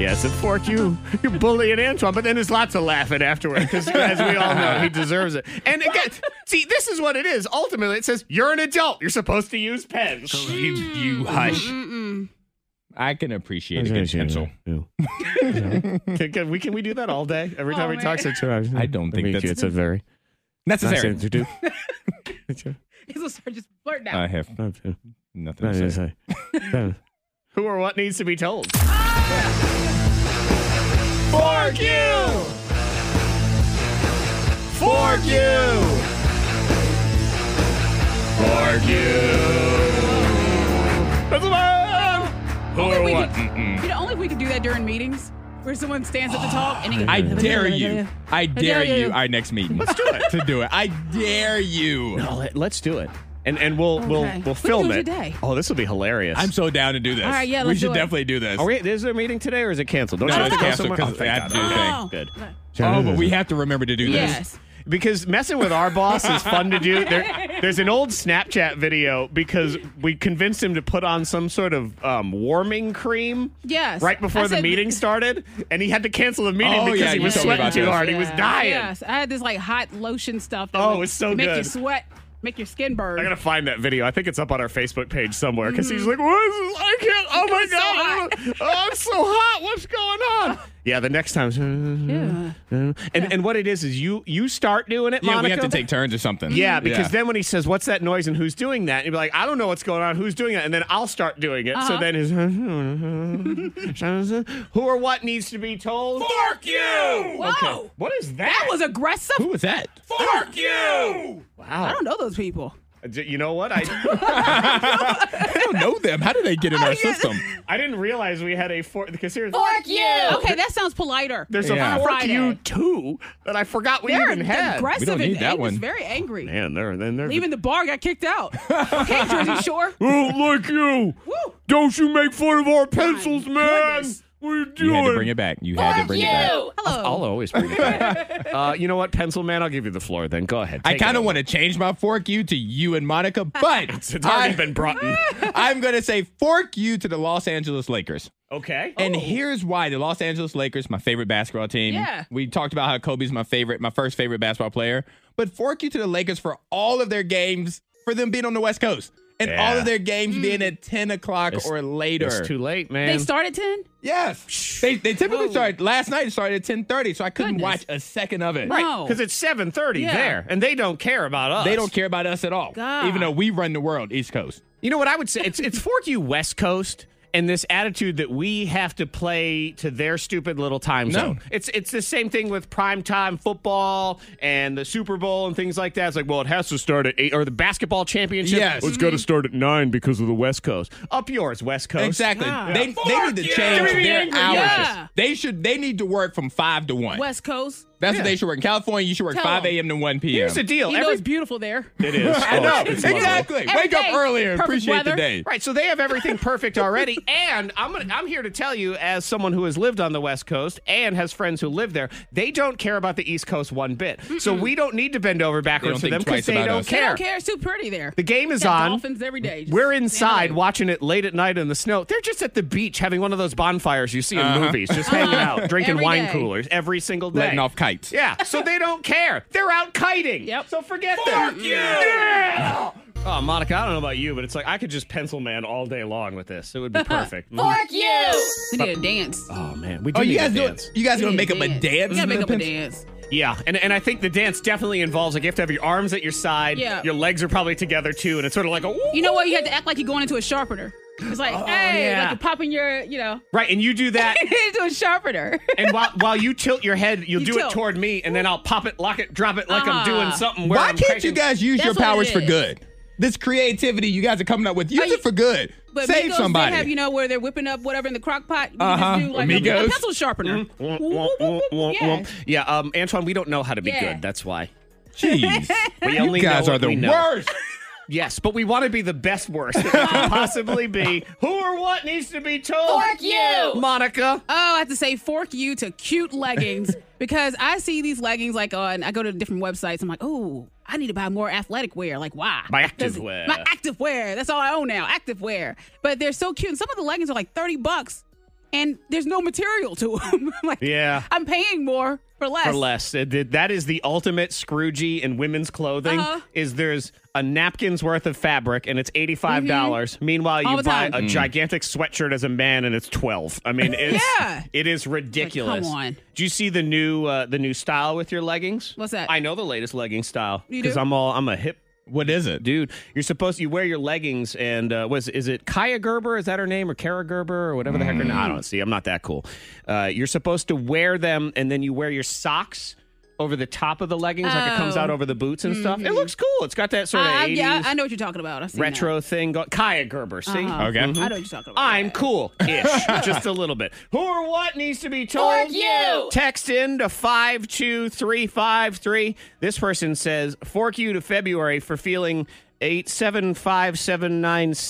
Speaker 1: Yes, and fork you. You bullying Antoine, but then there's lots of laughing afterward because, as we all know, he deserves it. And again, see, this is what it is. Ultimately, it says you're an adult. You're supposed to use pens.
Speaker 3: you, you hush. I can appreciate a good pencil.
Speaker 1: [laughs] can, can we can we do that all day? Every
Speaker 4: Oh,
Speaker 1: time we talk, such a,
Speaker 3: I don't think that's-
Speaker 1: it's a very
Speaker 3: Necessary.
Speaker 1: to
Speaker 3: [laughs]
Speaker 1: do.
Speaker 4: He's start just blurt now.
Speaker 3: I have nothing to say.
Speaker 1: Who or what needs to be told? Fork you! Fork you! Fork you! That's a man! Who or
Speaker 4: we
Speaker 1: what?
Speaker 4: could- you know, only if we could do that during meetings where someone stands up to talk and they
Speaker 3: I dare you. I dare
Speaker 4: you.
Speaker 3: you. Our next meeting. Let's do it. [laughs] To do it. I dare you.
Speaker 1: No, let- let's do it. And and we'll
Speaker 4: Okay.
Speaker 1: we'll
Speaker 4: We
Speaker 1: we'll
Speaker 4: can
Speaker 1: film
Speaker 4: do it
Speaker 1: it.
Speaker 4: today.
Speaker 1: Oh, this will be hilarious.
Speaker 3: I'm so down to do this.
Speaker 4: All right, yeah,
Speaker 3: we
Speaker 4: let's
Speaker 3: should
Speaker 4: do it.
Speaker 3: definitely do this.
Speaker 1: Are we, is there a meeting today or is it canceled? Don't
Speaker 3: No,
Speaker 1: you
Speaker 3: it's
Speaker 1: have to go
Speaker 3: canceled
Speaker 1: somewhere?
Speaker 3: 'cause they have to do
Speaker 1: thank
Speaker 4: things.
Speaker 1: Good.
Speaker 3: Oh, but we have to remember to do this.
Speaker 4: Yes.
Speaker 1: because messing with our boss is fun to do.
Speaker 4: [laughs]
Speaker 1: There, there's an old Snapchat video because we convinced him to put on some sort of um, warming cream.
Speaker 4: Yes.
Speaker 1: Right before
Speaker 4: I
Speaker 1: the
Speaker 4: said- [laughs]
Speaker 1: meeting started, and he had to cancel the meeting
Speaker 3: Oh,
Speaker 1: because
Speaker 3: yeah,
Speaker 1: he
Speaker 3: you
Speaker 1: was
Speaker 3: told me
Speaker 1: sweating
Speaker 3: about
Speaker 1: too
Speaker 3: this.
Speaker 1: hard. He was dying.
Speaker 4: Yes. I had this like hot lotion stuff that
Speaker 1: Oh,
Speaker 4: would
Speaker 1: it's so
Speaker 4: make you
Speaker 1: good.
Speaker 4: sweat, make your skin burn.
Speaker 1: I gotta find that video. I think it's up on our Facebook page somewhere because he's like, "What is this? I can't! Oh my
Speaker 4: It's Mm. so
Speaker 1: god! I don't- [laughs] oh, I'm so hot! What's going
Speaker 4: [laughs]
Speaker 1: on?" Yeah, the next time. Mm-hmm. And and what it is is you you start doing it.
Speaker 3: Yeah, we
Speaker 1: Monica.
Speaker 3: have to take turns or something.
Speaker 1: Yeah, because then when he says, "What's that noise?" and "Who's doing that?" and you'd be like, "I don't know what's going on. Who's doing that?" and then I'll start doing it.
Speaker 4: Uh-huh.
Speaker 1: So then his [laughs]
Speaker 4: [laughs]
Speaker 1: who or what needs to be told. Fork you.
Speaker 4: Whoa.
Speaker 1: What is that?
Speaker 4: That was aggressive.
Speaker 3: Who was that?
Speaker 1: fork you.
Speaker 4: I
Speaker 1: Wow.
Speaker 4: don't know those people.
Speaker 1: You know what?
Speaker 4: [laughs]
Speaker 1: I
Speaker 3: I don't know them. How did they get in our
Speaker 4: [laughs]
Speaker 3: system?
Speaker 1: I didn't realize we had a fork because here's
Speaker 4: you. Okay, that sounds politer.
Speaker 1: there's
Speaker 3: Yeah.
Speaker 1: a fork
Speaker 4: Friday.
Speaker 1: you too that I forgot we
Speaker 4: They're
Speaker 1: even had.
Speaker 4: aggressive
Speaker 3: We don't need
Speaker 4: and
Speaker 3: that
Speaker 4: ang-
Speaker 3: one.
Speaker 4: just very angry.
Speaker 1: Man, they're then they're
Speaker 4: Leaving the bar got kicked
Speaker 1: [laughs]
Speaker 4: out. okay, Jersey Shore.
Speaker 1: don't like you.
Speaker 4: Woo.
Speaker 1: Don't you make fun of our pencils,
Speaker 4: goodness.
Speaker 1: What are you doing?
Speaker 3: You had to bring it back. You had to bring it back.
Speaker 4: Hello.
Speaker 1: I'll always bring it back. [laughs] uh, you know what, Pencil Man? I'll give you the floor then. Go ahead.
Speaker 3: I kind of want to change my fork you to you and Monica,
Speaker 1: [laughs]
Speaker 3: but
Speaker 1: It's already
Speaker 3: I,
Speaker 1: been brought in.
Speaker 3: [laughs] I'm going to say fork you to the Los Angeles Lakers.
Speaker 1: Okay.
Speaker 3: And here's why the Los Angeles Lakers, my favorite basketball team.
Speaker 4: Yeah.
Speaker 3: We talked about how Kobe's my favorite, my first favorite basketball player. But fork you to the Lakers for all of their games, for them being on the West Coast. And all of their games being at 10 o'clock or later.
Speaker 1: Mm. It's too late, man.
Speaker 4: They start at 10?
Speaker 3: yes. They, they typically
Speaker 4: Whoa.
Speaker 3: start, last night it started at 1030, so I couldn't
Speaker 4: Goodness.
Speaker 3: watch a second of it.
Speaker 4: No.
Speaker 1: Because it's 7.30
Speaker 4: Yeah.
Speaker 1: there, and they don't care about us.
Speaker 3: They don't care about us at all.
Speaker 4: God.
Speaker 3: Even though we run the world, East Coast.
Speaker 1: You know what I would say? It's it's fork you West Coast and this attitude that we have to play to their stupid little time
Speaker 3: No.
Speaker 1: zone. It's it's the same thing with primetime football and the Super Bowl and things like that. It's like, well, it has to start at eight or the basketball championship.
Speaker 3: Yes.
Speaker 1: Well, it's got to start at nine because of the West Coast. Up yours, West Coast.
Speaker 3: Exactly.
Speaker 4: Yeah.
Speaker 3: They, they need to change
Speaker 1: Give me the
Speaker 3: their
Speaker 1: angry.
Speaker 3: hours.
Speaker 4: Yeah.
Speaker 3: They should. They need to work from five to one.
Speaker 4: West Coast.
Speaker 3: That's what they should work. In California, you should work
Speaker 4: Tell
Speaker 3: five
Speaker 4: 'em.
Speaker 3: a.m. to one p.m.
Speaker 1: Here's the deal.
Speaker 4: You know
Speaker 1: Every-
Speaker 4: it's beautiful there.
Speaker 1: it is.
Speaker 3: I know.
Speaker 1: Oh, it's lovely.
Speaker 3: Exactly.
Speaker 4: Every
Speaker 3: Wake up
Speaker 4: day,
Speaker 3: early and
Speaker 4: perfect
Speaker 3: appreciate the
Speaker 4: weather.
Speaker 3: day.
Speaker 1: Right, so they have everything perfect already,
Speaker 3: [laughs]
Speaker 1: and I'm gonna, I'm here to tell you, as someone who has lived on the West Coast and has friends who live there, they don't care about the East Coast one bit. So we don't need to bend over backwards for
Speaker 3: They
Speaker 1: them
Speaker 3: don't think
Speaker 1: because
Speaker 3: twice
Speaker 1: they
Speaker 3: about
Speaker 1: don't
Speaker 3: us.
Speaker 4: They
Speaker 1: care.
Speaker 4: don't care. It's too pretty there.
Speaker 1: The game is
Speaker 4: Got
Speaker 1: on.
Speaker 4: Dolphins every day. Just
Speaker 1: We're
Speaker 4: stand
Speaker 1: inside
Speaker 4: away.
Speaker 1: watching it late at night in the snow. They're just at the beach having one of those bonfires you see in movies, just hanging out, drinking
Speaker 4: Uh-huh. Every
Speaker 1: wine
Speaker 4: day.
Speaker 1: coolers every single day.
Speaker 3: Letting off kites.
Speaker 1: Yeah, so they don't care. They're out kiting.
Speaker 4: Yep.
Speaker 1: So forget them. Fork you! Yeah! Oh, Monica, I don't know about you, but it's like I could just pencil man all day long with this. It would be
Speaker 4: Uh-huh.
Speaker 1: perfect. Mm.
Speaker 7: Fork you!
Speaker 4: We need a dance.
Speaker 1: oh man, we do
Speaker 3: Oh, you
Speaker 1: need
Speaker 3: guys
Speaker 1: a
Speaker 3: doing?
Speaker 1: dance.
Speaker 3: You guys
Speaker 4: We
Speaker 3: gonna
Speaker 4: need
Speaker 3: make up a dance?
Speaker 4: We gotta
Speaker 3: with
Speaker 4: make
Speaker 3: the
Speaker 4: up a
Speaker 3: pencil?
Speaker 4: dance.
Speaker 1: Yeah, and and I think the dance definitely involves like you have to have your arms at your side.
Speaker 4: Yeah.
Speaker 1: Your legs are probably together too, and it's sort of like a
Speaker 4: You know what? You have to act like you're going into a sharpener. It's like,
Speaker 3: Oh,
Speaker 4: hey,
Speaker 1: yeah.
Speaker 4: like you're popping your, you know, [laughs]
Speaker 1: right, and you do that.
Speaker 4: into
Speaker 3: [laughs]
Speaker 4: a sharpener.
Speaker 1: And while, while you tilt your head, you'll
Speaker 4: You
Speaker 1: do
Speaker 4: tilt.
Speaker 1: it toward me, and then I'll pop it, lock it, drop it like I'm
Speaker 4: Ah.
Speaker 1: doing something. Where
Speaker 3: Why
Speaker 1: I'm
Speaker 3: can't
Speaker 1: cranking-
Speaker 3: you guys use
Speaker 4: That's
Speaker 3: your
Speaker 4: what it
Speaker 3: powers for
Speaker 4: is.
Speaker 3: good? This creativity you guys are coming up with, use
Speaker 4: you-
Speaker 3: it for good.
Speaker 4: But
Speaker 3: Save
Speaker 4: Migos,
Speaker 3: somebody.
Speaker 4: They have you know where they're whipping up whatever in the crock pot. You
Speaker 3: Uh-huh.
Speaker 4: just do like a- a,
Speaker 3: Migos.
Speaker 4: pencil sharpener.
Speaker 1: [laughs] Mm, Womp, womp,
Speaker 4: Whoop, whoop,
Speaker 1: whoop,
Speaker 4: whoop,
Speaker 1: womp,
Speaker 4: yeah.
Speaker 1: womp. Yeah, um, Antoine, we don't know how to be
Speaker 4: Yeah.
Speaker 1: good. That's
Speaker 4: [laughs]
Speaker 1: why.
Speaker 3: Jeez,
Speaker 1: We
Speaker 3: you
Speaker 1: only
Speaker 3: guys
Speaker 1: know
Speaker 3: are
Speaker 1: what
Speaker 3: the
Speaker 1: we know.
Speaker 3: worst.
Speaker 1: Yes, but we want to be the best worst that we can possibly
Speaker 4: [laughs]
Speaker 1: be. Who or what needs to be told?
Speaker 7: Fork you!
Speaker 1: Monica.
Speaker 4: Oh, I have to say fork you to cute
Speaker 1: [laughs]
Speaker 4: leggings because I see these leggings like on. I go to different websites. I'm like, oh, I need to buy more athletic wear. Like, why?
Speaker 1: My
Speaker 4: 'Cause-
Speaker 1: active wear.
Speaker 4: My active wear. That's all I own now. Active wear. But they're so cute. And some of the leggings are like thirty bucks, and there's no material to them. I'm [laughs] like,
Speaker 1: Yeah.
Speaker 4: I'm paying more for less.
Speaker 1: For less. Uh, th- That is the ultimate Scroogey in women's clothing.
Speaker 4: Uh-huh.
Speaker 1: Is there's a napkin's worth of fabric and it's eighty five dollars. Meanwhile,
Speaker 4: Mm-hmm. All
Speaker 1: you
Speaker 4: the
Speaker 1: buy
Speaker 4: time.
Speaker 1: a gigantic sweatshirt as a man and it's twelve. I
Speaker 4: [laughs]
Speaker 1: mean, it's
Speaker 4: Yeah.
Speaker 1: it is ridiculous.
Speaker 4: on.
Speaker 1: Do you see the new uh, the new style with your leggings?
Speaker 4: What's that?
Speaker 1: I know the latest legging style
Speaker 4: You
Speaker 1: because
Speaker 4: do?
Speaker 1: I'm all I'm a hip
Speaker 3: What is it?
Speaker 1: dude. You're supposed you wear your leggings and uh, was is it Kaya Gerber? Is that her name or Kara Gerber or whatever the
Speaker 3: Mm.
Speaker 1: heck her name? I don't see. I'm not that cool. Uh, you're supposed to wear them and then you wear your socks over the top of the leggings, like it comes
Speaker 4: Oh.
Speaker 1: out over the boots and stuff. It looks cool. It's got that sort of
Speaker 4: I, I-
Speaker 1: 80s
Speaker 4: Uh, yeah, I know what you're talking about. I've seen that.
Speaker 1: retro thing. Go- Kaya Gerber. See. Mm-hmm.
Speaker 3: Okay.
Speaker 4: I know what you're talking about.
Speaker 1: I'm cool ish,
Speaker 4: [laughs]
Speaker 1: just a little bit. Who or what needs to be told?
Speaker 7: Fork you!
Speaker 1: Text in to 52353. This person says, Fork you to February for feeling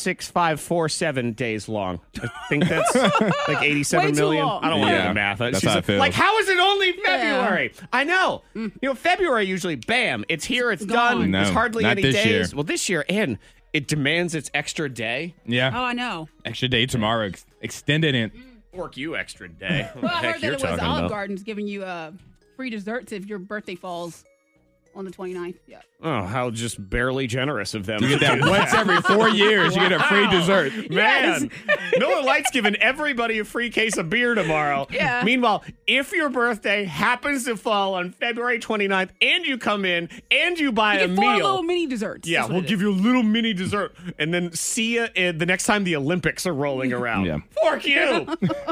Speaker 1: 875796547 days long. I think
Speaker 4: [laughs]
Speaker 1: that's like
Speaker 4: Way
Speaker 1: eighty-seven
Speaker 4: too
Speaker 1: million.
Speaker 4: long.
Speaker 1: I don't want to do
Speaker 3: Yeah,
Speaker 1: the math.
Speaker 3: that's
Speaker 1: She's
Speaker 3: how I feel.
Speaker 1: Like, how is it only February? I know.
Speaker 4: Mm.
Speaker 1: You know, February usually, bam, it's here, it's done.
Speaker 3: No,
Speaker 1: There's hardly
Speaker 3: not
Speaker 1: any
Speaker 3: this
Speaker 1: days.
Speaker 3: year.
Speaker 1: Well, this year, and it demands its extra day.
Speaker 3: Yeah.
Speaker 4: Oh, I know.
Speaker 3: Extra day tomorrow. Ex- extended it.
Speaker 1: Work you
Speaker 4: [laughs]
Speaker 1: extra day. What the
Speaker 4: Well, I
Speaker 1: heck
Speaker 4: heard that
Speaker 1: you're
Speaker 4: it was Olive
Speaker 1: talking about?
Speaker 4: Garden's giving you uh, free desserts if your birthday falls on the 29th. Yeah.
Speaker 1: Oh, how just barely generous of them.
Speaker 3: You
Speaker 1: to
Speaker 3: get that
Speaker 1: do
Speaker 3: once every four years. You get a free
Speaker 1: Wow. [laughs]
Speaker 3: dessert.
Speaker 1: Man, Miller Lite's giving everybody a free case of beer tomorrow.
Speaker 4: Yeah.
Speaker 1: Meanwhile, if your birthday happens to fall on February 29th and you come in and you buy
Speaker 4: You
Speaker 1: a
Speaker 4: get four
Speaker 1: meal.
Speaker 4: little mini desserts.
Speaker 1: yeah, we'll give you a little mini dessert and then see you in the next time the Olympics are rolling around.
Speaker 3: Yeah.
Speaker 1: Fork you!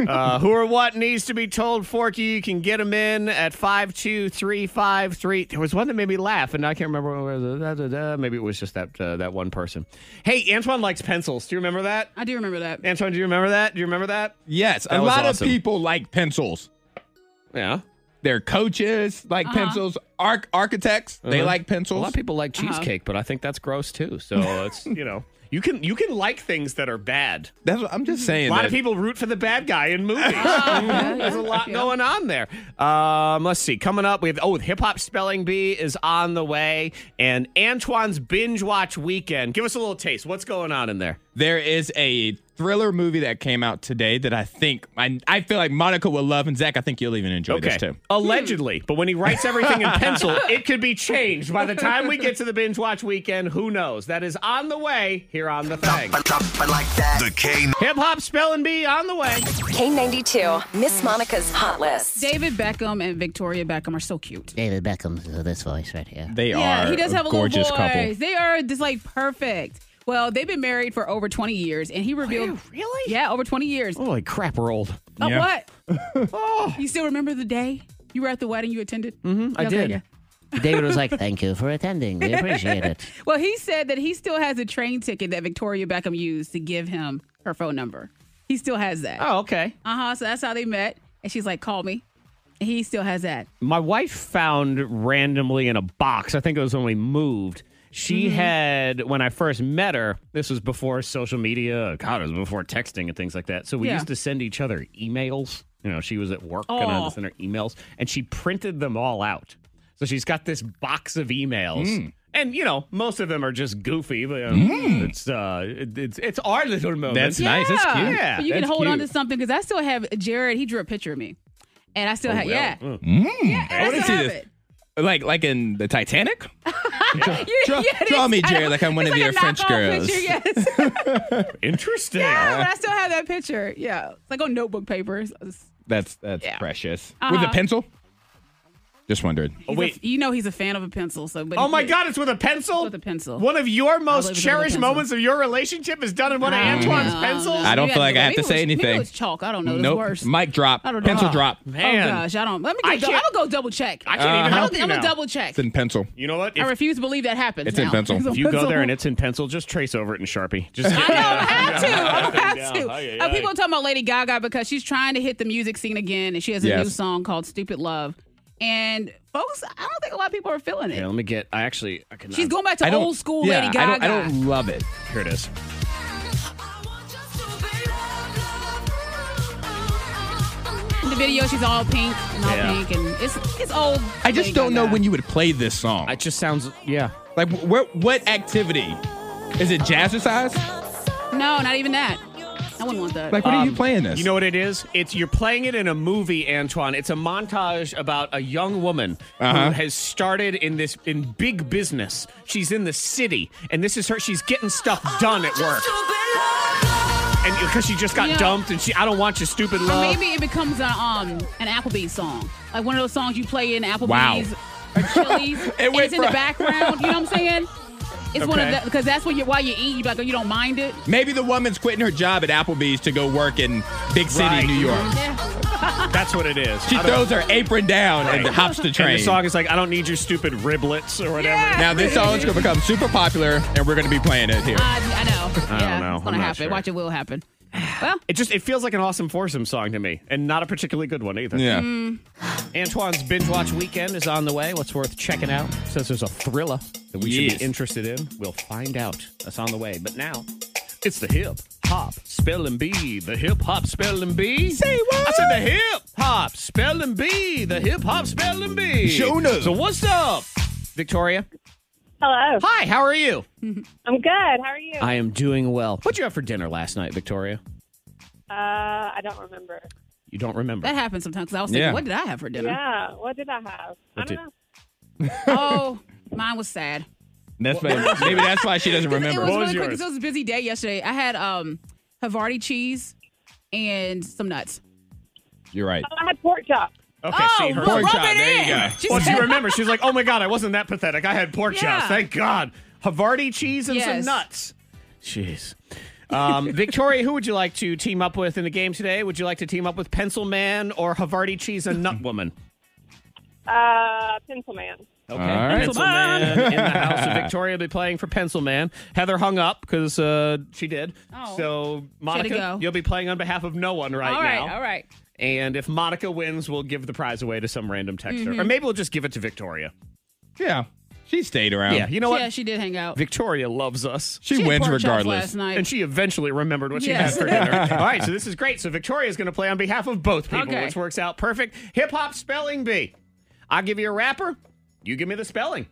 Speaker 1: [laughs] uh, who or what needs to be told, Fork you. You can get them in at 52353. There was one that made me laugh, and I can't remember what it was. Da, da, da. Maybe it was just that, uh, that one person. Hey, Antoine likes pencils. Do you remember that?
Speaker 4: I do remember that. [laughs]
Speaker 1: Antoine, do you remember that? Do you remember that?
Speaker 3: Yes.
Speaker 1: That
Speaker 3: a
Speaker 1: was
Speaker 3: lot
Speaker 1: awesome.
Speaker 3: of people like pencils.
Speaker 1: Yeah.
Speaker 3: Their coaches like
Speaker 4: Uh-huh.
Speaker 3: pencils. Arch- architects, they
Speaker 1: Uh-huh.
Speaker 3: like
Speaker 1: A
Speaker 3: pencils.
Speaker 1: lot of people like cheesecake, but I think that's gross too. [laughs] So it's, you know, Uh-huh. you can you can like things that are bad.
Speaker 3: That's what I'm just saying.
Speaker 1: A lot of
Speaker 3: that-
Speaker 1: people root for the bad guy in movies. [laughs] Mhm. There's a lot going on there. Um, let's see. Coming up, we have oh, hip hop spelling bee is on the way, and Antoine's binge watch weekend. Give us a little taste. What's going on in there?
Speaker 3: There is a thriller movie that came out today that I think I, I feel like Monica will love, and Zach, I think you'll even enjoy this too.
Speaker 1: Allegedly, but when he writes everything in [laughs] pencil, it could be changed by the time we get to the binge watch weekend. Who knows? That is on the way here on the thing.
Speaker 2: But, but, but like that. The K
Speaker 1: Hip hop spelling bee on the way.
Speaker 5: K92, Miss Monica's Hot List.
Speaker 4: David Beckham and Victoria Beckham are so cute.
Speaker 10: David Beckham's uh, this voice right here.
Speaker 3: They
Speaker 4: yeah,
Speaker 3: are
Speaker 4: he does have a
Speaker 3: gorgeous
Speaker 4: little voice.
Speaker 3: couple.
Speaker 4: They are just like perfect. Well, they've been married for over 20 years, and he revealed.
Speaker 1: Really?
Speaker 4: Yeah, over 20 years. Oh,
Speaker 1: Holy crap, we're old. [laughs]
Speaker 4: what? Oh. You still remember the day you were at the wedding you attended? Mm-hmm,
Speaker 1: Oh. I did.
Speaker 10: David was like, "Thank you for attending. We appreciate it."
Speaker 4: Well, he said that he still has a train ticket that Victoria Beckham used to give him her phone number. He still has that.
Speaker 1: Oh, okay.
Speaker 4: Uh huh. So that's how they met. And she's like, call me. And he still has that.
Speaker 1: my wife found randomly in a box. I think it was when we moved. She
Speaker 4: Mm-hmm.
Speaker 1: had when I first met her. This was before social media. God, it was before texting and things like that. So we
Speaker 4: Yeah.
Speaker 1: used to send each other emails. You know, she was at work and I had
Speaker 4: Aw.
Speaker 1: to send her emails, and she printed them all out. So she's got this box of emails.
Speaker 4: Mm.
Speaker 1: And you know, most of them are just goofy, but um, it's uh, it, it's it's our little moment.
Speaker 3: That's nice. That's
Speaker 4: Yeah.
Speaker 3: cute.
Speaker 1: Yeah,
Speaker 4: So you can
Speaker 3: that's
Speaker 4: hold on to
Speaker 3: cute.
Speaker 4: something because I still have Jared. He drew a picture of me.
Speaker 3: Oh,
Speaker 4: And I still have, yeah.
Speaker 1: Oh,
Speaker 3: I
Speaker 4: I
Speaker 3: want to
Speaker 4: still
Speaker 3: see
Speaker 4: have
Speaker 3: this.
Speaker 4: it. [laughs]
Speaker 3: Like like in the Titanic. Draw, draw- draw me, Jerry, like I'm one of your French girls.
Speaker 4: Picture, yes.
Speaker 3: [laughs]
Speaker 4: [laughs]
Speaker 1: Interesting.
Speaker 4: yeah, but I still have that picture. Yeah, it's like on notebook paper. He's
Speaker 3: That's that's
Speaker 4: Yeah. Uh-huh.
Speaker 3: precious. With a pencil? Just wondered.
Speaker 4: a-
Speaker 1: wait.
Speaker 4: you know he's a fan of a pencil. So, but
Speaker 1: Oh my God! It's with a pencil.
Speaker 4: With a pencil.
Speaker 1: One of your
Speaker 4: it
Speaker 1: most
Speaker 4: with a
Speaker 1: cherished
Speaker 4: pencil.
Speaker 1: moments of your relationship is done in one of Antoine's pencils.
Speaker 3: I don't
Speaker 4: Maybe
Speaker 3: feel like
Speaker 4: did
Speaker 3: I have to
Speaker 4: that.
Speaker 3: say
Speaker 4: Maybe it was- Maybe
Speaker 3: anything.
Speaker 4: it was chalk. I don't know. That's
Speaker 3: nope.
Speaker 4: worse.
Speaker 3: Mic drop.
Speaker 4: I don't know.
Speaker 3: Pencil
Speaker 4: Oh.
Speaker 3: drop.
Speaker 1: Man.
Speaker 4: Oh gosh, I don't. Let me.
Speaker 1: I
Speaker 4: Go, I'm
Speaker 1: can't-
Speaker 4: gonna go double check.
Speaker 1: I can't even
Speaker 4: I
Speaker 1: help
Speaker 4: don't think
Speaker 1: you
Speaker 4: I'm
Speaker 1: now.
Speaker 4: gonna double check.
Speaker 3: It's in pencil.
Speaker 1: You know what?
Speaker 4: I
Speaker 1: If,
Speaker 4: refuse to believe that happens.
Speaker 3: It's in
Speaker 4: now.
Speaker 3: pencil.
Speaker 4: It's
Speaker 3: If
Speaker 1: if you go there and
Speaker 4: pencil.
Speaker 1: it's in pencil, just trace over it in Sharpie. Just
Speaker 4: [laughs] I don't have to. I don't have
Speaker 1: Yeah.
Speaker 3: Oh,
Speaker 4: to.
Speaker 1: Ay, ay,
Speaker 4: Uh,
Speaker 1: ay.
Speaker 4: people talking about Lady Gaga because she's trying to hit the music scene again, and she has a new
Speaker 3: Yes.
Speaker 4: song called "Stupid Love." And folks, I don't think a lot of people are feeling
Speaker 1: Here,
Speaker 4: it.
Speaker 1: let me get. I actually. I can.
Speaker 4: She's going back
Speaker 3: I
Speaker 4: to
Speaker 3: don't-
Speaker 4: old school
Speaker 3: yeah,
Speaker 4: Lady
Speaker 3: I
Speaker 4: Gaga.
Speaker 3: don't, I don't love it.
Speaker 1: Here it is.
Speaker 4: In the video, she's all pink and all
Speaker 1: Yeah.
Speaker 4: pink, and it's it's old.
Speaker 3: I just
Speaker 4: Lady
Speaker 3: don't know
Speaker 4: Gaga.
Speaker 3: when you would play this song.
Speaker 1: It just sounds. Yeah.
Speaker 3: like, what what activity? Is it jazzercise?
Speaker 4: No, not even that. I wouldn't want that.
Speaker 3: Like, what are you playing this?
Speaker 1: Um, You know what it is? It's you're playing it in a movie, Antoine. It's a montage about a young woman
Speaker 4: Uh-huh.
Speaker 1: who has started in this in big business. She's in the city, and this is her. She's getting stuff done at work, and because she just got
Speaker 4: You know-
Speaker 1: dumped, and she I don't want your stupid
Speaker 4: Or
Speaker 1: love.
Speaker 4: maybe it becomes a um an Applebee's song, like one of those songs you play in
Speaker 3: Wow.
Speaker 4: Applebee's or Chili's.
Speaker 3: [laughs]
Speaker 4: and
Speaker 3: went
Speaker 4: it's in the
Speaker 3: from-
Speaker 4: background. You know what
Speaker 3: [laughs]
Speaker 4: I'm saying? It's one of
Speaker 3: Okay.
Speaker 4: the because that's what you while you eat, you like oh, you don't mind it.
Speaker 3: Maybe the woman's quitting her job at Applebee's to go work in big city,
Speaker 1: Right.
Speaker 3: New York.
Speaker 1: That's what it is.
Speaker 3: She
Speaker 1: I don't-
Speaker 3: throws her apron down and
Speaker 1: Right.
Speaker 3: hops the train.
Speaker 1: And the song is like, I don't need your stupid riblets or whatever.
Speaker 4: Yeah.
Speaker 3: now this song's gonna become super popular, and we're gonna be playing it here.
Speaker 4: I, I know.
Speaker 1: I
Speaker 4: yeah,
Speaker 1: don't know.
Speaker 4: It's gonna
Speaker 1: I'm not
Speaker 4: happen.
Speaker 1: sure.
Speaker 4: Watch it will happen.
Speaker 1: It just it feels like an awesome foursome song to me, and not a particularly good one either.
Speaker 3: yeah.
Speaker 1: Antoine's binge watch weekend is on the way. What's worth checking out? Since there's a thriller that we should
Speaker 3: Yes.
Speaker 1: be interested in, we'll find out. That's on the way. But now, it's the hip hop spelling bee. The hip hop spelling bee. Say what? I said the hip hop spelling bee. The hip hop spelling bee.
Speaker 3: Sure enough.
Speaker 1: So what's up, Victoria?
Speaker 11: Hello.
Speaker 1: Hi, how are you?
Speaker 11: I'm good. How are you?
Speaker 1: I am doing well. What'd you have for dinner last night, Victoria?
Speaker 11: Uh, I don't remember.
Speaker 1: You don't remember.
Speaker 4: That happens sometimes. 'cause I was thinking,
Speaker 3: Yeah.
Speaker 4: what did I have for dinner?
Speaker 11: Yeah. What did I have? I
Speaker 1: What
Speaker 11: don't
Speaker 1: did-
Speaker 11: know.
Speaker 4: [laughs] Oh, mine
Speaker 1: [laughs]
Speaker 4: was sad.
Speaker 3: That's why, maybe that's why she doesn't remember.
Speaker 4: It was
Speaker 1: What was
Speaker 4: really quick
Speaker 1: yours?
Speaker 4: because it was a busy day yesterday. I had um Havarti cheese and some nuts.
Speaker 3: You're right.
Speaker 11: I had pork chop.
Speaker 1: Okay,
Speaker 4: oh,
Speaker 1: see her.
Speaker 4: well,
Speaker 3: Pork
Speaker 4: rub
Speaker 3: chop,
Speaker 4: it
Speaker 3: there you
Speaker 4: in.
Speaker 3: go.
Speaker 4: She
Speaker 1: Well,
Speaker 4: [laughs] said-
Speaker 1: she remembers. She's like, oh my God, I wasn't that pathetic. I had pork
Speaker 4: Yeah.
Speaker 1: chops. Thank God. Havarti cheese and some
Speaker 4: Yes.
Speaker 1: nuts. Jeez. Um, [laughs] Victoria, who would you like to team up with in the game today? Would you like to team up with Pencil Man or Havarti Cheese and Nut Woman?
Speaker 11: Uh, pencil man.
Speaker 1: Okay.
Speaker 3: [laughs] All right.
Speaker 1: Pencil Man in the house.
Speaker 4: [laughs]
Speaker 1: So Victoria will be playing for Pencil Man. Heather hung up because uh, she did.
Speaker 4: Oh.
Speaker 1: So, Monica,
Speaker 4: go.
Speaker 1: you'll be playing on behalf of no one right
Speaker 4: all right,
Speaker 1: now.
Speaker 4: all right.
Speaker 1: And if Monica wins, we'll give the prize away to some random texter.
Speaker 4: Mm-hmm.
Speaker 1: Or maybe we'll just give it to Victoria.
Speaker 3: Yeah, she stayed around.
Speaker 1: Yeah, you know what?
Speaker 4: Yeah, she did hang out.
Speaker 1: Victoria loves us.
Speaker 3: she,
Speaker 4: had
Speaker 3: wins
Speaker 4: pork chops
Speaker 3: regardless.
Speaker 4: Last night.
Speaker 1: And she eventually remembered what she
Speaker 4: Yes.
Speaker 1: had for
Speaker 4: [laughs]
Speaker 1: dinner. All right, so this is great. So Victoria's going to play on behalf of both people,
Speaker 4: Okay.
Speaker 1: which works out perfect. Hip hop spelling bee. I'll give you a rapper. You give me the spelling.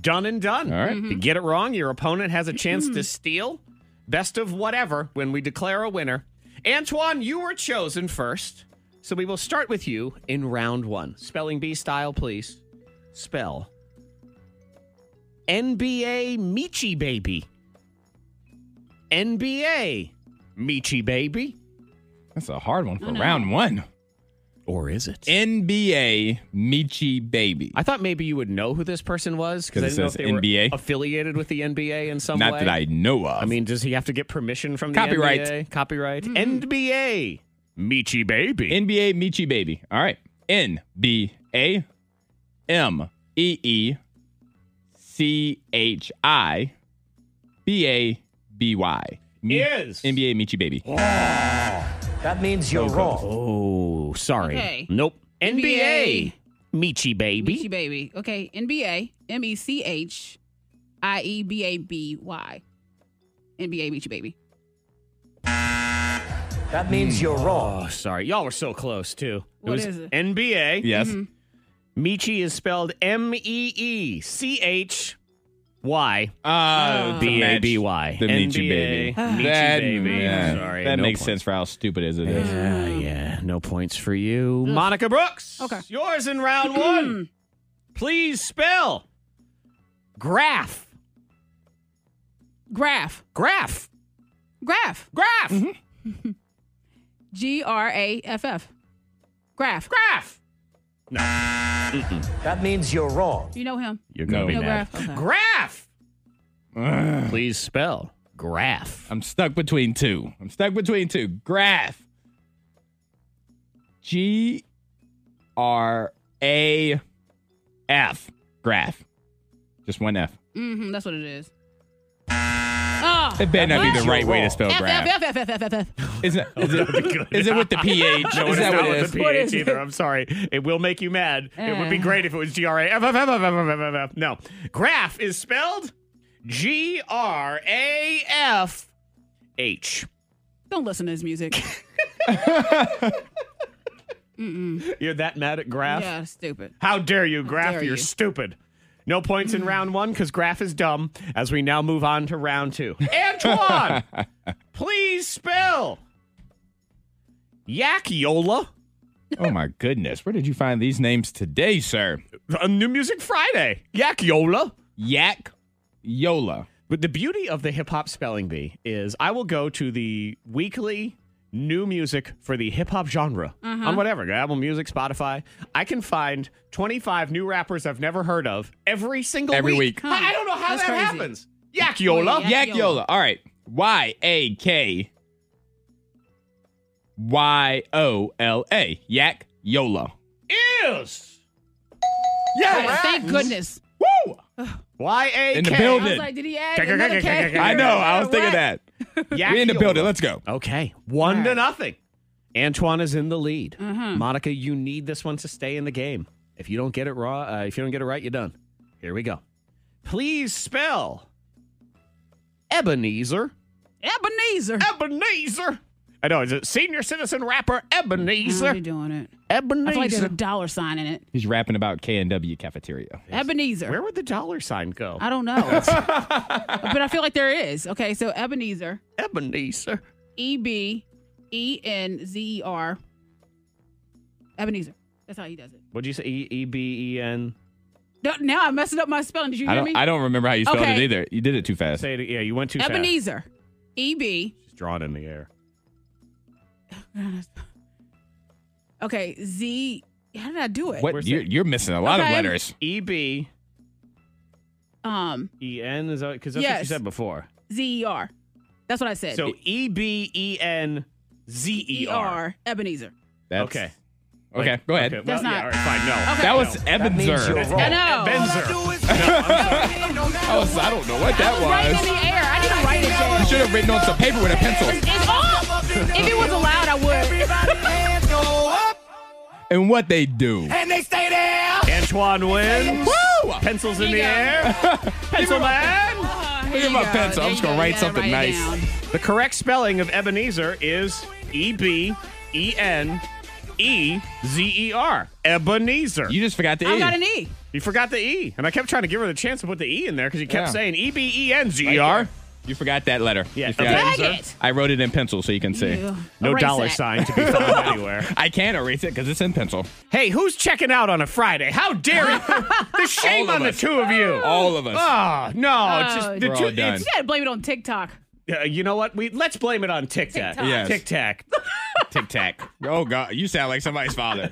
Speaker 1: Done and done.
Speaker 3: All
Speaker 4: Mm-hmm.
Speaker 3: right.
Speaker 1: If you get it wrong, your opponent has a chance to steal. Best of whatever when we declare a winner. Antoine, you were chosen first. So we will start with you in round one. Spelling bee style, please. Spell NBA Michi Baby. NBA Michi Baby.
Speaker 3: That's a hard one for round one.
Speaker 1: Or is it?
Speaker 3: NBA Michi Baby.
Speaker 1: I thought maybe you would know who this person was
Speaker 3: 'Cause
Speaker 1: because I
Speaker 3: it
Speaker 1: didn't know if
Speaker 3: says
Speaker 1: they
Speaker 3: NBA.
Speaker 1: were affiliated with the NBA in some
Speaker 3: Not
Speaker 1: way.
Speaker 3: that I know of.
Speaker 1: I mean, does he have to get permission from the
Speaker 3: Copyright. Hmm.
Speaker 1: NBA? Copyright. NBA Michi Baby.
Speaker 3: NBA Michi Baby. All right. N B A M E E C H I B A B Y. Mi-
Speaker 1: Yes.
Speaker 3: NBA Michi Baby.
Speaker 9: That means you're wrong.
Speaker 1: oh, sorry.
Speaker 4: Okay.
Speaker 1: Nope. NBA
Speaker 4: NBA.
Speaker 1: Michi Baby.
Speaker 4: Michi baby. Okay, NBA M E C H I E B A B Y. NBA Michi baby.
Speaker 9: That means you're wrong.
Speaker 1: Oh, sorry. Y'all were so close, too.
Speaker 4: What
Speaker 1: it was
Speaker 4: is it?
Speaker 1: NBA.
Speaker 3: Yes.
Speaker 1: Michi is spelled M E E C H Y
Speaker 3: Uh,
Speaker 1: B A B Y.
Speaker 3: The Michi Baby.
Speaker 1: Michi [sighs]
Speaker 3: That,
Speaker 1: Baby.
Speaker 3: yeah,
Speaker 1: Sorry.
Speaker 3: that
Speaker 1: no
Speaker 3: makes
Speaker 1: points.
Speaker 3: sense for how stupid is Mm-hmm. it is.
Speaker 1: Yeah, yeah. No points for you. Monica Brooks.
Speaker 4: Okay. [clears throat]
Speaker 1: Yours in round one. Please spell Graph.
Speaker 4: Graph.
Speaker 1: Graph.
Speaker 4: Graph.
Speaker 1: Graph.
Speaker 3: Mm-hmm.
Speaker 4: G R A F F. Graph.
Speaker 1: Graph.
Speaker 9: No. That means you're wrong.
Speaker 4: You know him.
Speaker 1: You're gonna
Speaker 3: No.
Speaker 1: be
Speaker 4: No
Speaker 1: mad.
Speaker 4: graph. Okay.
Speaker 1: Graph.
Speaker 3: Ugh.
Speaker 1: Please spell graph.
Speaker 3: I'm stuck between two. I'm stuck between two. Graph. G R A F. Graph. Just one F.
Speaker 4: Mm-hmm. That's what it is. Oh.
Speaker 3: It better not be the
Speaker 9: You're
Speaker 3: right way to
Speaker 9: wrong.
Speaker 3: spell
Speaker 4: F F
Speaker 3: graph.
Speaker 4: F F F F F F.
Speaker 3: Is it, is it, is it with the PH?
Speaker 1: No,
Speaker 3: is
Speaker 1: it's
Speaker 3: that
Speaker 1: not
Speaker 3: what it Eh.
Speaker 1: with
Speaker 3: is?
Speaker 1: the PH either. I'm sorry. It will make you mad. It would be
Speaker 4: Uh.
Speaker 1: great if it was G R A F F F F F F F F. No. Graph is spelled G R A F H.
Speaker 4: Don't listen to his music.
Speaker 1: You're that mad at graph?
Speaker 4: yeah, stupid.
Speaker 1: How dare you, Graph?
Speaker 4: dare
Speaker 1: You're
Speaker 4: you.
Speaker 1: stupid. No points in round one because Graph is dumb as we now move on to round two.
Speaker 3: [laughs]
Speaker 1: Antoine, please spell Yak Yola
Speaker 3: Oh my goodness. Where did you find these names today, sir?
Speaker 1: on New Music Friday. Yak Yola.
Speaker 3: Yak Yola.
Speaker 1: But the beauty of the hip hop spelling bee is I will go to the weekly new music for the hip hop genre
Speaker 4: Mm-hmm.
Speaker 1: on whatever Apple Music, Spotify. I can find 25 new rappers I've never heard of every single
Speaker 3: Every
Speaker 1: week.
Speaker 3: week.
Speaker 1: I- I don't know how
Speaker 4: That's
Speaker 1: that
Speaker 4: crazy.
Speaker 1: happens. Yak Yola.
Speaker 4: Yeah.
Speaker 3: Yak Yola. All right. Y A K Y O L A. Yak Yola.
Speaker 1: Yes.
Speaker 4: Yes, Thank goodness.
Speaker 3: Woo!
Speaker 1: Y A
Speaker 3: In the
Speaker 4: I
Speaker 1: K.
Speaker 3: building.
Speaker 4: was like, did he add another K?
Speaker 3: I know. I was thinking
Speaker 4: What?
Speaker 3: that.
Speaker 1: Yak
Speaker 3: We in the
Speaker 1: Yola.
Speaker 3: building. Let's go.
Speaker 1: Okay, one to nothing. Antoine is in the lead.
Speaker 4: Mhm.
Speaker 1: Monica, you need this one to stay in the game. If you don't get it raw, uh, if you don't get it right, you're done. Here we go. Please spell Ebenezer.
Speaker 4: Ebenezer.
Speaker 1: Ebenezer. I know. Is it senior citizen rapper
Speaker 4: Oh,
Speaker 1: Ebenezer?
Speaker 4: you're doing it. I feel like there's a
Speaker 1: Ebenezer.
Speaker 4: dollar sign in it.
Speaker 3: He's rapping about K and W cafeteria.
Speaker 4: Ebenezer.
Speaker 1: Where would the dollar sign go?
Speaker 4: I don't know. but I feel like there is. Okay, so Ebenezer.
Speaker 1: Ebenezer.
Speaker 4: E B E N Z E R. Ebenezer. That's how he does it.
Speaker 1: What'd you say? E E B E N.
Speaker 4: Don't- Now I'm messing up my spelling. Did you
Speaker 3: I
Speaker 4: hear
Speaker 3: don't.
Speaker 4: me?
Speaker 3: I don't remember how you spelled it
Speaker 4: Okay.
Speaker 3: either. You did it too fast.
Speaker 1: Say it. Yeah, you went too fast.
Speaker 4: Ebenezer. E B.
Speaker 1: She's drawn in the air.
Speaker 4: Okay, Z. How did I do it?
Speaker 1: We're
Speaker 3: What? You're,
Speaker 1: saying-
Speaker 3: you're missing a lot of
Speaker 4: Okay.
Speaker 3: letters.
Speaker 1: E B
Speaker 4: Um,
Speaker 1: E N is because that's what you
Speaker 4: Yes.
Speaker 1: said before.
Speaker 4: Z E R. That's what I said.
Speaker 1: So E B E N Z E R.
Speaker 4: Ebenezer.
Speaker 3: That's,
Speaker 1: Okay.
Speaker 3: Okay. go ahead.
Speaker 1: Okay, well,
Speaker 4: That's
Speaker 1: Yeah,
Speaker 4: not-
Speaker 1: all right, fine. No.
Speaker 3: That was Oh.
Speaker 9: That means you're
Speaker 3: Ebenzer.
Speaker 9: wrong.
Speaker 4: I know.
Speaker 1: Benzer.
Speaker 3: I was. I don't know what that
Speaker 4: Right in
Speaker 3: was.
Speaker 4: the air. I need to write it down.
Speaker 3: You should have written on some paper with a pencil.
Speaker 4: It's off. If it was allowed, I would.
Speaker 3: And what they do?
Speaker 1: Antoine wins.
Speaker 3: Woo!
Speaker 1: Pencils in the
Speaker 4: Here you go. [laughs]
Speaker 1: air. Pencil man.
Speaker 4: Uh,
Speaker 3: Look at my pencil. I'm just gonna write something nice.
Speaker 1: The correct spelling of Ebenezer is E B E N E Z E R. Ebenezer.
Speaker 3: You
Speaker 1: You,
Speaker 3: just forgot the
Speaker 4: I
Speaker 3: E.
Speaker 4: got an E.
Speaker 1: forgot the E, and I kept trying to give her the chance to put the E in there because you kept
Speaker 3: Yeah.
Speaker 1: saying E B E N Z
Speaker 3: Right
Speaker 1: E R.
Speaker 3: there. You forgot that letter.
Speaker 1: Yeah,
Speaker 3: You
Speaker 1: okay.
Speaker 3: forgot it.
Speaker 4: Dang it.
Speaker 3: I wrote it in pencil so you can see.
Speaker 4: Ew.
Speaker 1: No
Speaker 4: Erase
Speaker 1: dollar
Speaker 4: that.
Speaker 1: sign to be
Speaker 4: [laughs]
Speaker 1: found anywhere.
Speaker 3: I can erase it because it's in pencil.
Speaker 1: Hey, who's checking out on a Friday? How dare you? the shame
Speaker 3: [laughs] All of
Speaker 1: on the
Speaker 3: us.
Speaker 1: two of you.
Speaker 3: All of us.
Speaker 1: Oh no! it's
Speaker 4: Oh,
Speaker 1: just the
Speaker 3: We're
Speaker 1: two,
Speaker 3: all done.
Speaker 1: it's-
Speaker 4: You gotta blame it on TikTok.
Speaker 1: uh, you know what? We let's blame it on Tic Tac.
Speaker 4: Tic-tac.
Speaker 3: Yes.
Speaker 1: Tic Tac.
Speaker 3: Tic Tac. Oh God, you sound like
Speaker 1: [laughs]
Speaker 3: somebody's father.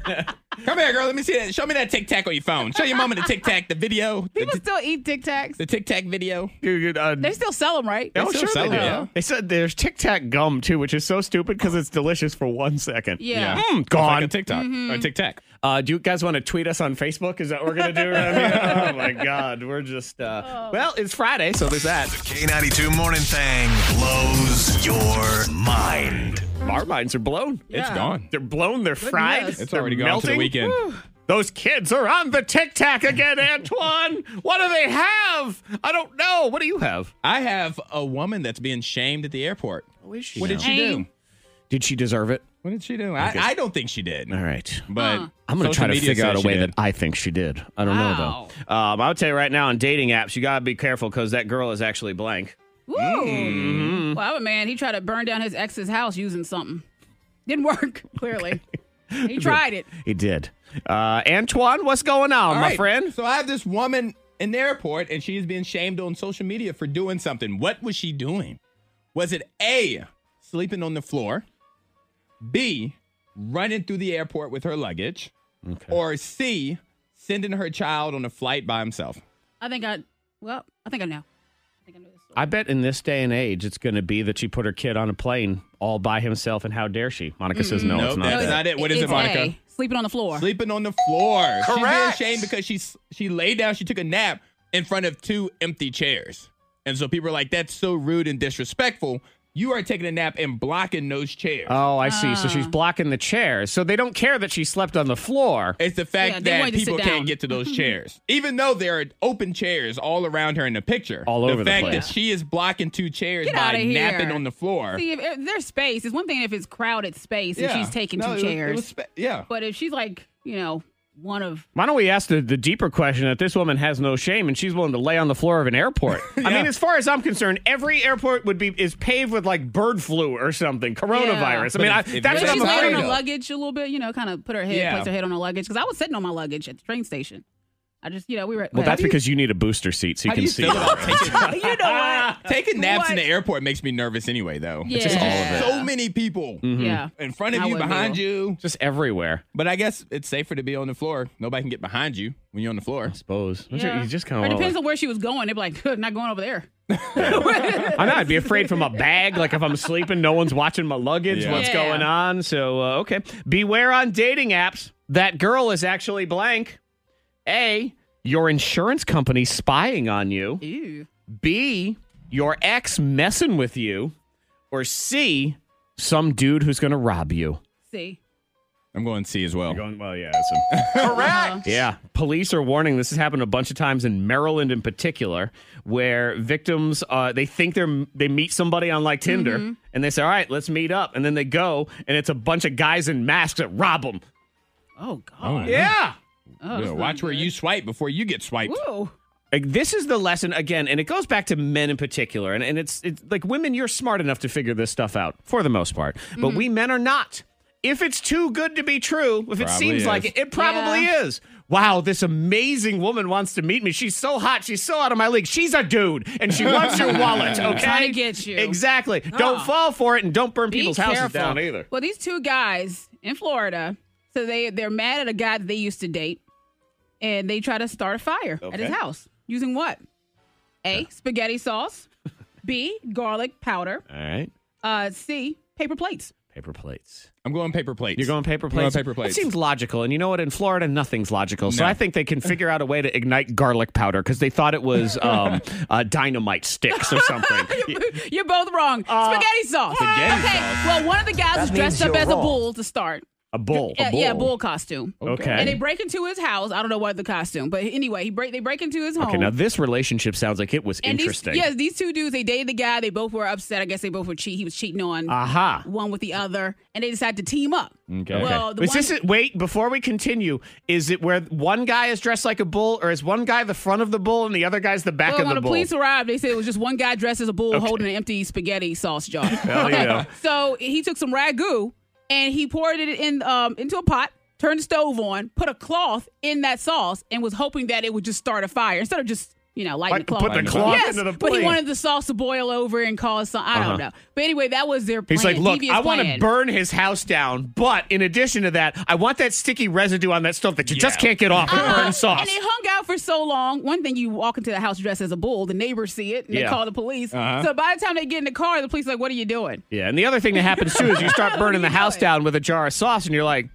Speaker 3: Come here, girl. Let me see that. Show me that Tic Tac on your phone. Show your mama the Tic Tac, the video, the,
Speaker 4: People still eat Tic Tacs.
Speaker 3: the Tic Tac video.
Speaker 1: uh,
Speaker 4: They still sell them, right?
Speaker 3: still sell
Speaker 1: Oh, they
Speaker 3: it,
Speaker 1: do.
Speaker 3: yeah.
Speaker 1: They said there's Tic Tac gum too, which is so stupid because it's delicious for one second.
Speaker 4: Yeah.
Speaker 1: Mm,
Speaker 3: It's Hmm. like
Speaker 1: gone.
Speaker 3: a Tic Tac or Tic Tac.
Speaker 1: Uh, do you guys want to tweet us on Facebook? Is that what we're gonna [laughs] do? I mean, oh my God, we're just.
Speaker 4: Oh.
Speaker 1: Uh, well, it's Friday, so there's that.
Speaker 2: K92 Morning Thang blows your mind.
Speaker 1: Our minds are blown.
Speaker 3: It's
Speaker 4: Yeah.
Speaker 3: gone.
Speaker 1: They're blown. They're fried.
Speaker 4: It's
Speaker 3: It's
Speaker 1: they're
Speaker 3: already gone
Speaker 1: melting.
Speaker 3: to the weekend.
Speaker 1: Those kids are on the Tic Tac again, Antoine. what do they have? I don't know. What do you have?
Speaker 3: I have a woman that's being shamed at the airport. What did she do?
Speaker 4: Shame.
Speaker 1: Did she deserve it?
Speaker 3: What did she do? I, I don't think she did.
Speaker 1: All right.
Speaker 3: But
Speaker 1: I'm going to
Speaker 3: social
Speaker 1: try to
Speaker 3: media
Speaker 1: figure out a
Speaker 3: says she
Speaker 1: way
Speaker 3: did.
Speaker 1: that I think she did. I don't know,
Speaker 4: Wow.
Speaker 1: though. Um, I'll tell you right now on dating apps, you got to be careful because that girl is actually blank.
Speaker 4: Woo.
Speaker 1: Mm-hmm.
Speaker 4: Well, I have a man. He tried to burn down his ex's house using something. Didn't work, [laughs] clearly. He tried it.
Speaker 1: He did. Uh, Antoine, what's going on,
Speaker 3: All
Speaker 1: my
Speaker 3: right,
Speaker 1: friend?
Speaker 3: So I have this woman an airport and she is being shamed on social media for doing something. What was she doing? Was it A, sleeping on the floor, B, running through the airport with her luggage, or C, sending her child on a flight by himself?
Speaker 4: I think I, well, I think I know.
Speaker 12: I bet in this day and age, it's going to be that she put her kid on a plane all by himself, and how dare she? Monica says, no,
Speaker 3: Nope,
Speaker 12: it's not.
Speaker 3: that's
Speaker 12: that.
Speaker 3: not it. What is it,
Speaker 4: It's
Speaker 3: Monica?
Speaker 4: A, sleeping on the floor.
Speaker 3: Sleeping on the floor.
Speaker 2: Correct.
Speaker 3: She's being shamed because she she lay down. She took a nap in front of two empty chairs, and so people are like, "That's so rude and disrespectful." You are taking a nap and blocking those chairs.
Speaker 12: Oh, I see. So she's blocking the chairs. So they don't care that she slept on the floor.
Speaker 3: It's the fact
Speaker 4: Yeah, they
Speaker 3: that
Speaker 4: wanted to sit
Speaker 3: people
Speaker 4: down.
Speaker 3: can't get to
Speaker 4: [laughs]
Speaker 3: those chairs, even though there are open chairs all around her in the picture.
Speaker 12: All over the
Speaker 3: the fact
Speaker 12: place.
Speaker 3: that she is blocking two chairs
Speaker 4: Get
Speaker 3: by
Speaker 4: outta here.
Speaker 3: napping on the floor.
Speaker 4: See, if, if there's space, it's one thing if it's crowded space and she's taking
Speaker 3: No, it was-
Speaker 4: two
Speaker 3: it
Speaker 4: chairs.
Speaker 3: was spe- yeah.
Speaker 4: but if she's like, you know, one of
Speaker 12: Why don't we ask the, the deeper question that this woman has no shame and she's willing to lay on the floor of
Speaker 3: [laughs]
Speaker 12: an airport? I mean, as far as I'm concerned, every airport would be is paved with like bird flu or something, coronavirus.
Speaker 3: But
Speaker 12: I mean,
Speaker 3: if-
Speaker 12: I,
Speaker 3: if you're
Speaker 12: that's what
Speaker 4: But
Speaker 12: I'm
Speaker 4: she
Speaker 3: outside,
Speaker 4: laid
Speaker 12: afraid
Speaker 4: on her
Speaker 12: of.
Speaker 3: though.
Speaker 4: luggage a little bit, you know, kind of put her head,
Speaker 3: Yeah.
Speaker 4: placed her head on her luggage because I was sitting on my luggage at the train station. I just, you know, we were.
Speaker 12: Well, that's because you need a booster seat so you
Speaker 3: How do
Speaker 12: can
Speaker 3: you
Speaker 12: see.
Speaker 3: feel about taking
Speaker 4: you know [laughs] what?
Speaker 3: Taking naps in
Speaker 4: What?
Speaker 3: the airport makes me nervous anyway, though.
Speaker 4: It's just all of it.
Speaker 3: So many people
Speaker 4: [laughs] Yeah,
Speaker 12: Mm-hmm.
Speaker 3: in front of
Speaker 4: Hmm. I
Speaker 3: you,
Speaker 4: wouldn't
Speaker 3: behind
Speaker 4: do
Speaker 3: you.
Speaker 12: [laughs] Just everywhere,
Speaker 3: But I guess it's safer to be on the floor. Nobody can get behind you when you're on the floor.
Speaker 12: I suppose. Which
Speaker 4: Yeah.
Speaker 12: You just
Speaker 4: Or
Speaker 12: kind
Speaker 4: it
Speaker 12: of.
Speaker 4: depends on where she was going. They'd be like, [laughs] "Good, not going over there.
Speaker 12: I know. I'd be afraid from a bag. Like if I'm sleeping, no one's watching my luggage.
Speaker 3: Yeah.
Speaker 12: What's
Speaker 4: Yeah.
Speaker 12: going on? So uh, okay, beware on dating apps. That girl is actually blank. A. Your insurance company spying on you.
Speaker 4: Ew.
Speaker 12: B. Your ex messing with you. Or C. Some dude who's going to rob you.
Speaker 4: See,
Speaker 3: I'm going C as well.
Speaker 12: Going well, yeah.
Speaker 2: Correct.
Speaker 12: Yeah. Police are warning this has happened a bunch of times in Maryland in particular, where victims uh, they think they're they meet somebody on like Tinder and they say, "All right, let's meet up," and then they go and it's a bunch of guys in masks that rob them.
Speaker 4: oh god,
Speaker 12: Yeah.
Speaker 4: Oh,
Speaker 3: Yeah,
Speaker 4: that's
Speaker 3: watch
Speaker 4: not
Speaker 3: where
Speaker 4: good.
Speaker 3: you swipe before you get
Speaker 12: Oh,
Speaker 3: swiped.
Speaker 4: Whoa.
Speaker 12: Like, this is the lesson again, and it goes back to men in particular. And, and it's, it's like women, you're smart enough to figure this stuff out for the most part, but
Speaker 4: Mm-hmm.
Speaker 12: we men are not. If it's too good to be true, if it
Speaker 3: Probably
Speaker 12: seems
Speaker 3: is.
Speaker 12: like it, it probably is. Wow, this amazing woman wants to meet me. She's so hot. She's so out of my league. She's a dude, and she
Speaker 4: [laughs]
Speaker 12: wants your wallet. Okay,
Speaker 4: Trying to get you.
Speaker 12: Exactly. Don't fall for it, and don't burn
Speaker 4: Be
Speaker 12: people's houses
Speaker 4: careful.
Speaker 12: down either.
Speaker 4: Well, these two guys in Florida, so they they're mad at a guy that they used to date, and they try to start a fire at his
Speaker 12: Okay.
Speaker 4: house using what? A spaghetti sauce, B garlic powder,
Speaker 12: All right,
Speaker 4: uh, C paper plates.
Speaker 12: paper plates.
Speaker 3: I'm going paper plates.
Speaker 12: You're going paper
Speaker 3: I'm going
Speaker 12: plates.
Speaker 3: paper plates.
Speaker 12: It seems logical, and you know what? In Florida, nothing's logical. So
Speaker 3: No.
Speaker 12: I think they can figure out a way to ignite garlic powder because they thought
Speaker 4: [laughs]
Speaker 12: it was um, uh, dynamite sticks or something.
Speaker 4: [laughs] You're both wrong.
Speaker 12: Uh,
Speaker 4: spaghetti sauce.
Speaker 3: Spaghetti
Speaker 4: okay.
Speaker 3: sauce.
Speaker 4: Well, one of the guys was
Speaker 2: means
Speaker 4: dressed up
Speaker 2: you're
Speaker 4: as a
Speaker 2: wrong.
Speaker 4: bull to start. Uh,
Speaker 12: a bull.
Speaker 4: Yeah, yeah, bull costume.
Speaker 12: Okay.
Speaker 4: And they break into his house. I don't know what the costume, but anyway, he break they break into his home.
Speaker 12: Okay, now this relationship sounds like it was
Speaker 4: and
Speaker 12: interesting.
Speaker 4: These, yes, these two dudes, they dated the guy. They both were upset. I guess they both were cheat. He was cheating on
Speaker 12: Aha.
Speaker 4: one with the other, and they decided to team up.
Speaker 3: Okay.
Speaker 4: Well, the
Speaker 12: is
Speaker 4: one,
Speaker 12: this it, wait before we continue? Is it where one guy is dressed like a bull, or is one guy the front of the bull and the other guy's the back
Speaker 4: well,
Speaker 12: of
Speaker 4: when
Speaker 12: the
Speaker 4: the
Speaker 12: bull?
Speaker 4: police arrived, they said it was just one guy dressed as a bull holding an empty spaghetti sauce
Speaker 12: [laughs]
Speaker 4: jar.
Speaker 12: yeah.
Speaker 4: [laughs] So he took some ragu and he poured it in um, into a pot, turned the stove on, put a cloth in that sauce, and was hoping that it would just start a fire instead of just you know lighting
Speaker 12: Like,
Speaker 4: the cloth.
Speaker 12: put the
Speaker 3: Lighting the
Speaker 12: cloth
Speaker 4: yes,
Speaker 12: into the
Speaker 4: but he
Speaker 12: plate. Uh-huh.
Speaker 4: wanted the sauce to boil over and cause some. I don't know. But anyway, that was their plan.
Speaker 12: He's like, look,
Speaker 4: devious
Speaker 12: I want to
Speaker 4: plan.
Speaker 12: burn his house down, but in addition to that, I want that sticky residue on that stuff that you just
Speaker 3: Yeah.
Speaker 12: can't get off with
Speaker 4: Uh-huh.
Speaker 12: burn sauce.
Speaker 4: And they hung out for so long. One thing, you walk into the house dressed as a bull, the neighbors see it and
Speaker 12: Yeah. Uh-huh.
Speaker 4: they call the police. So by the time they get in the car, the police are like, "What are you doing?"
Speaker 12: Yeah, and the other thing that happens too
Speaker 4: [laughs]
Speaker 12: is you start burning the
Speaker 4: you
Speaker 12: house
Speaker 4: doing?
Speaker 12: down with a jar of sauce, and you're like,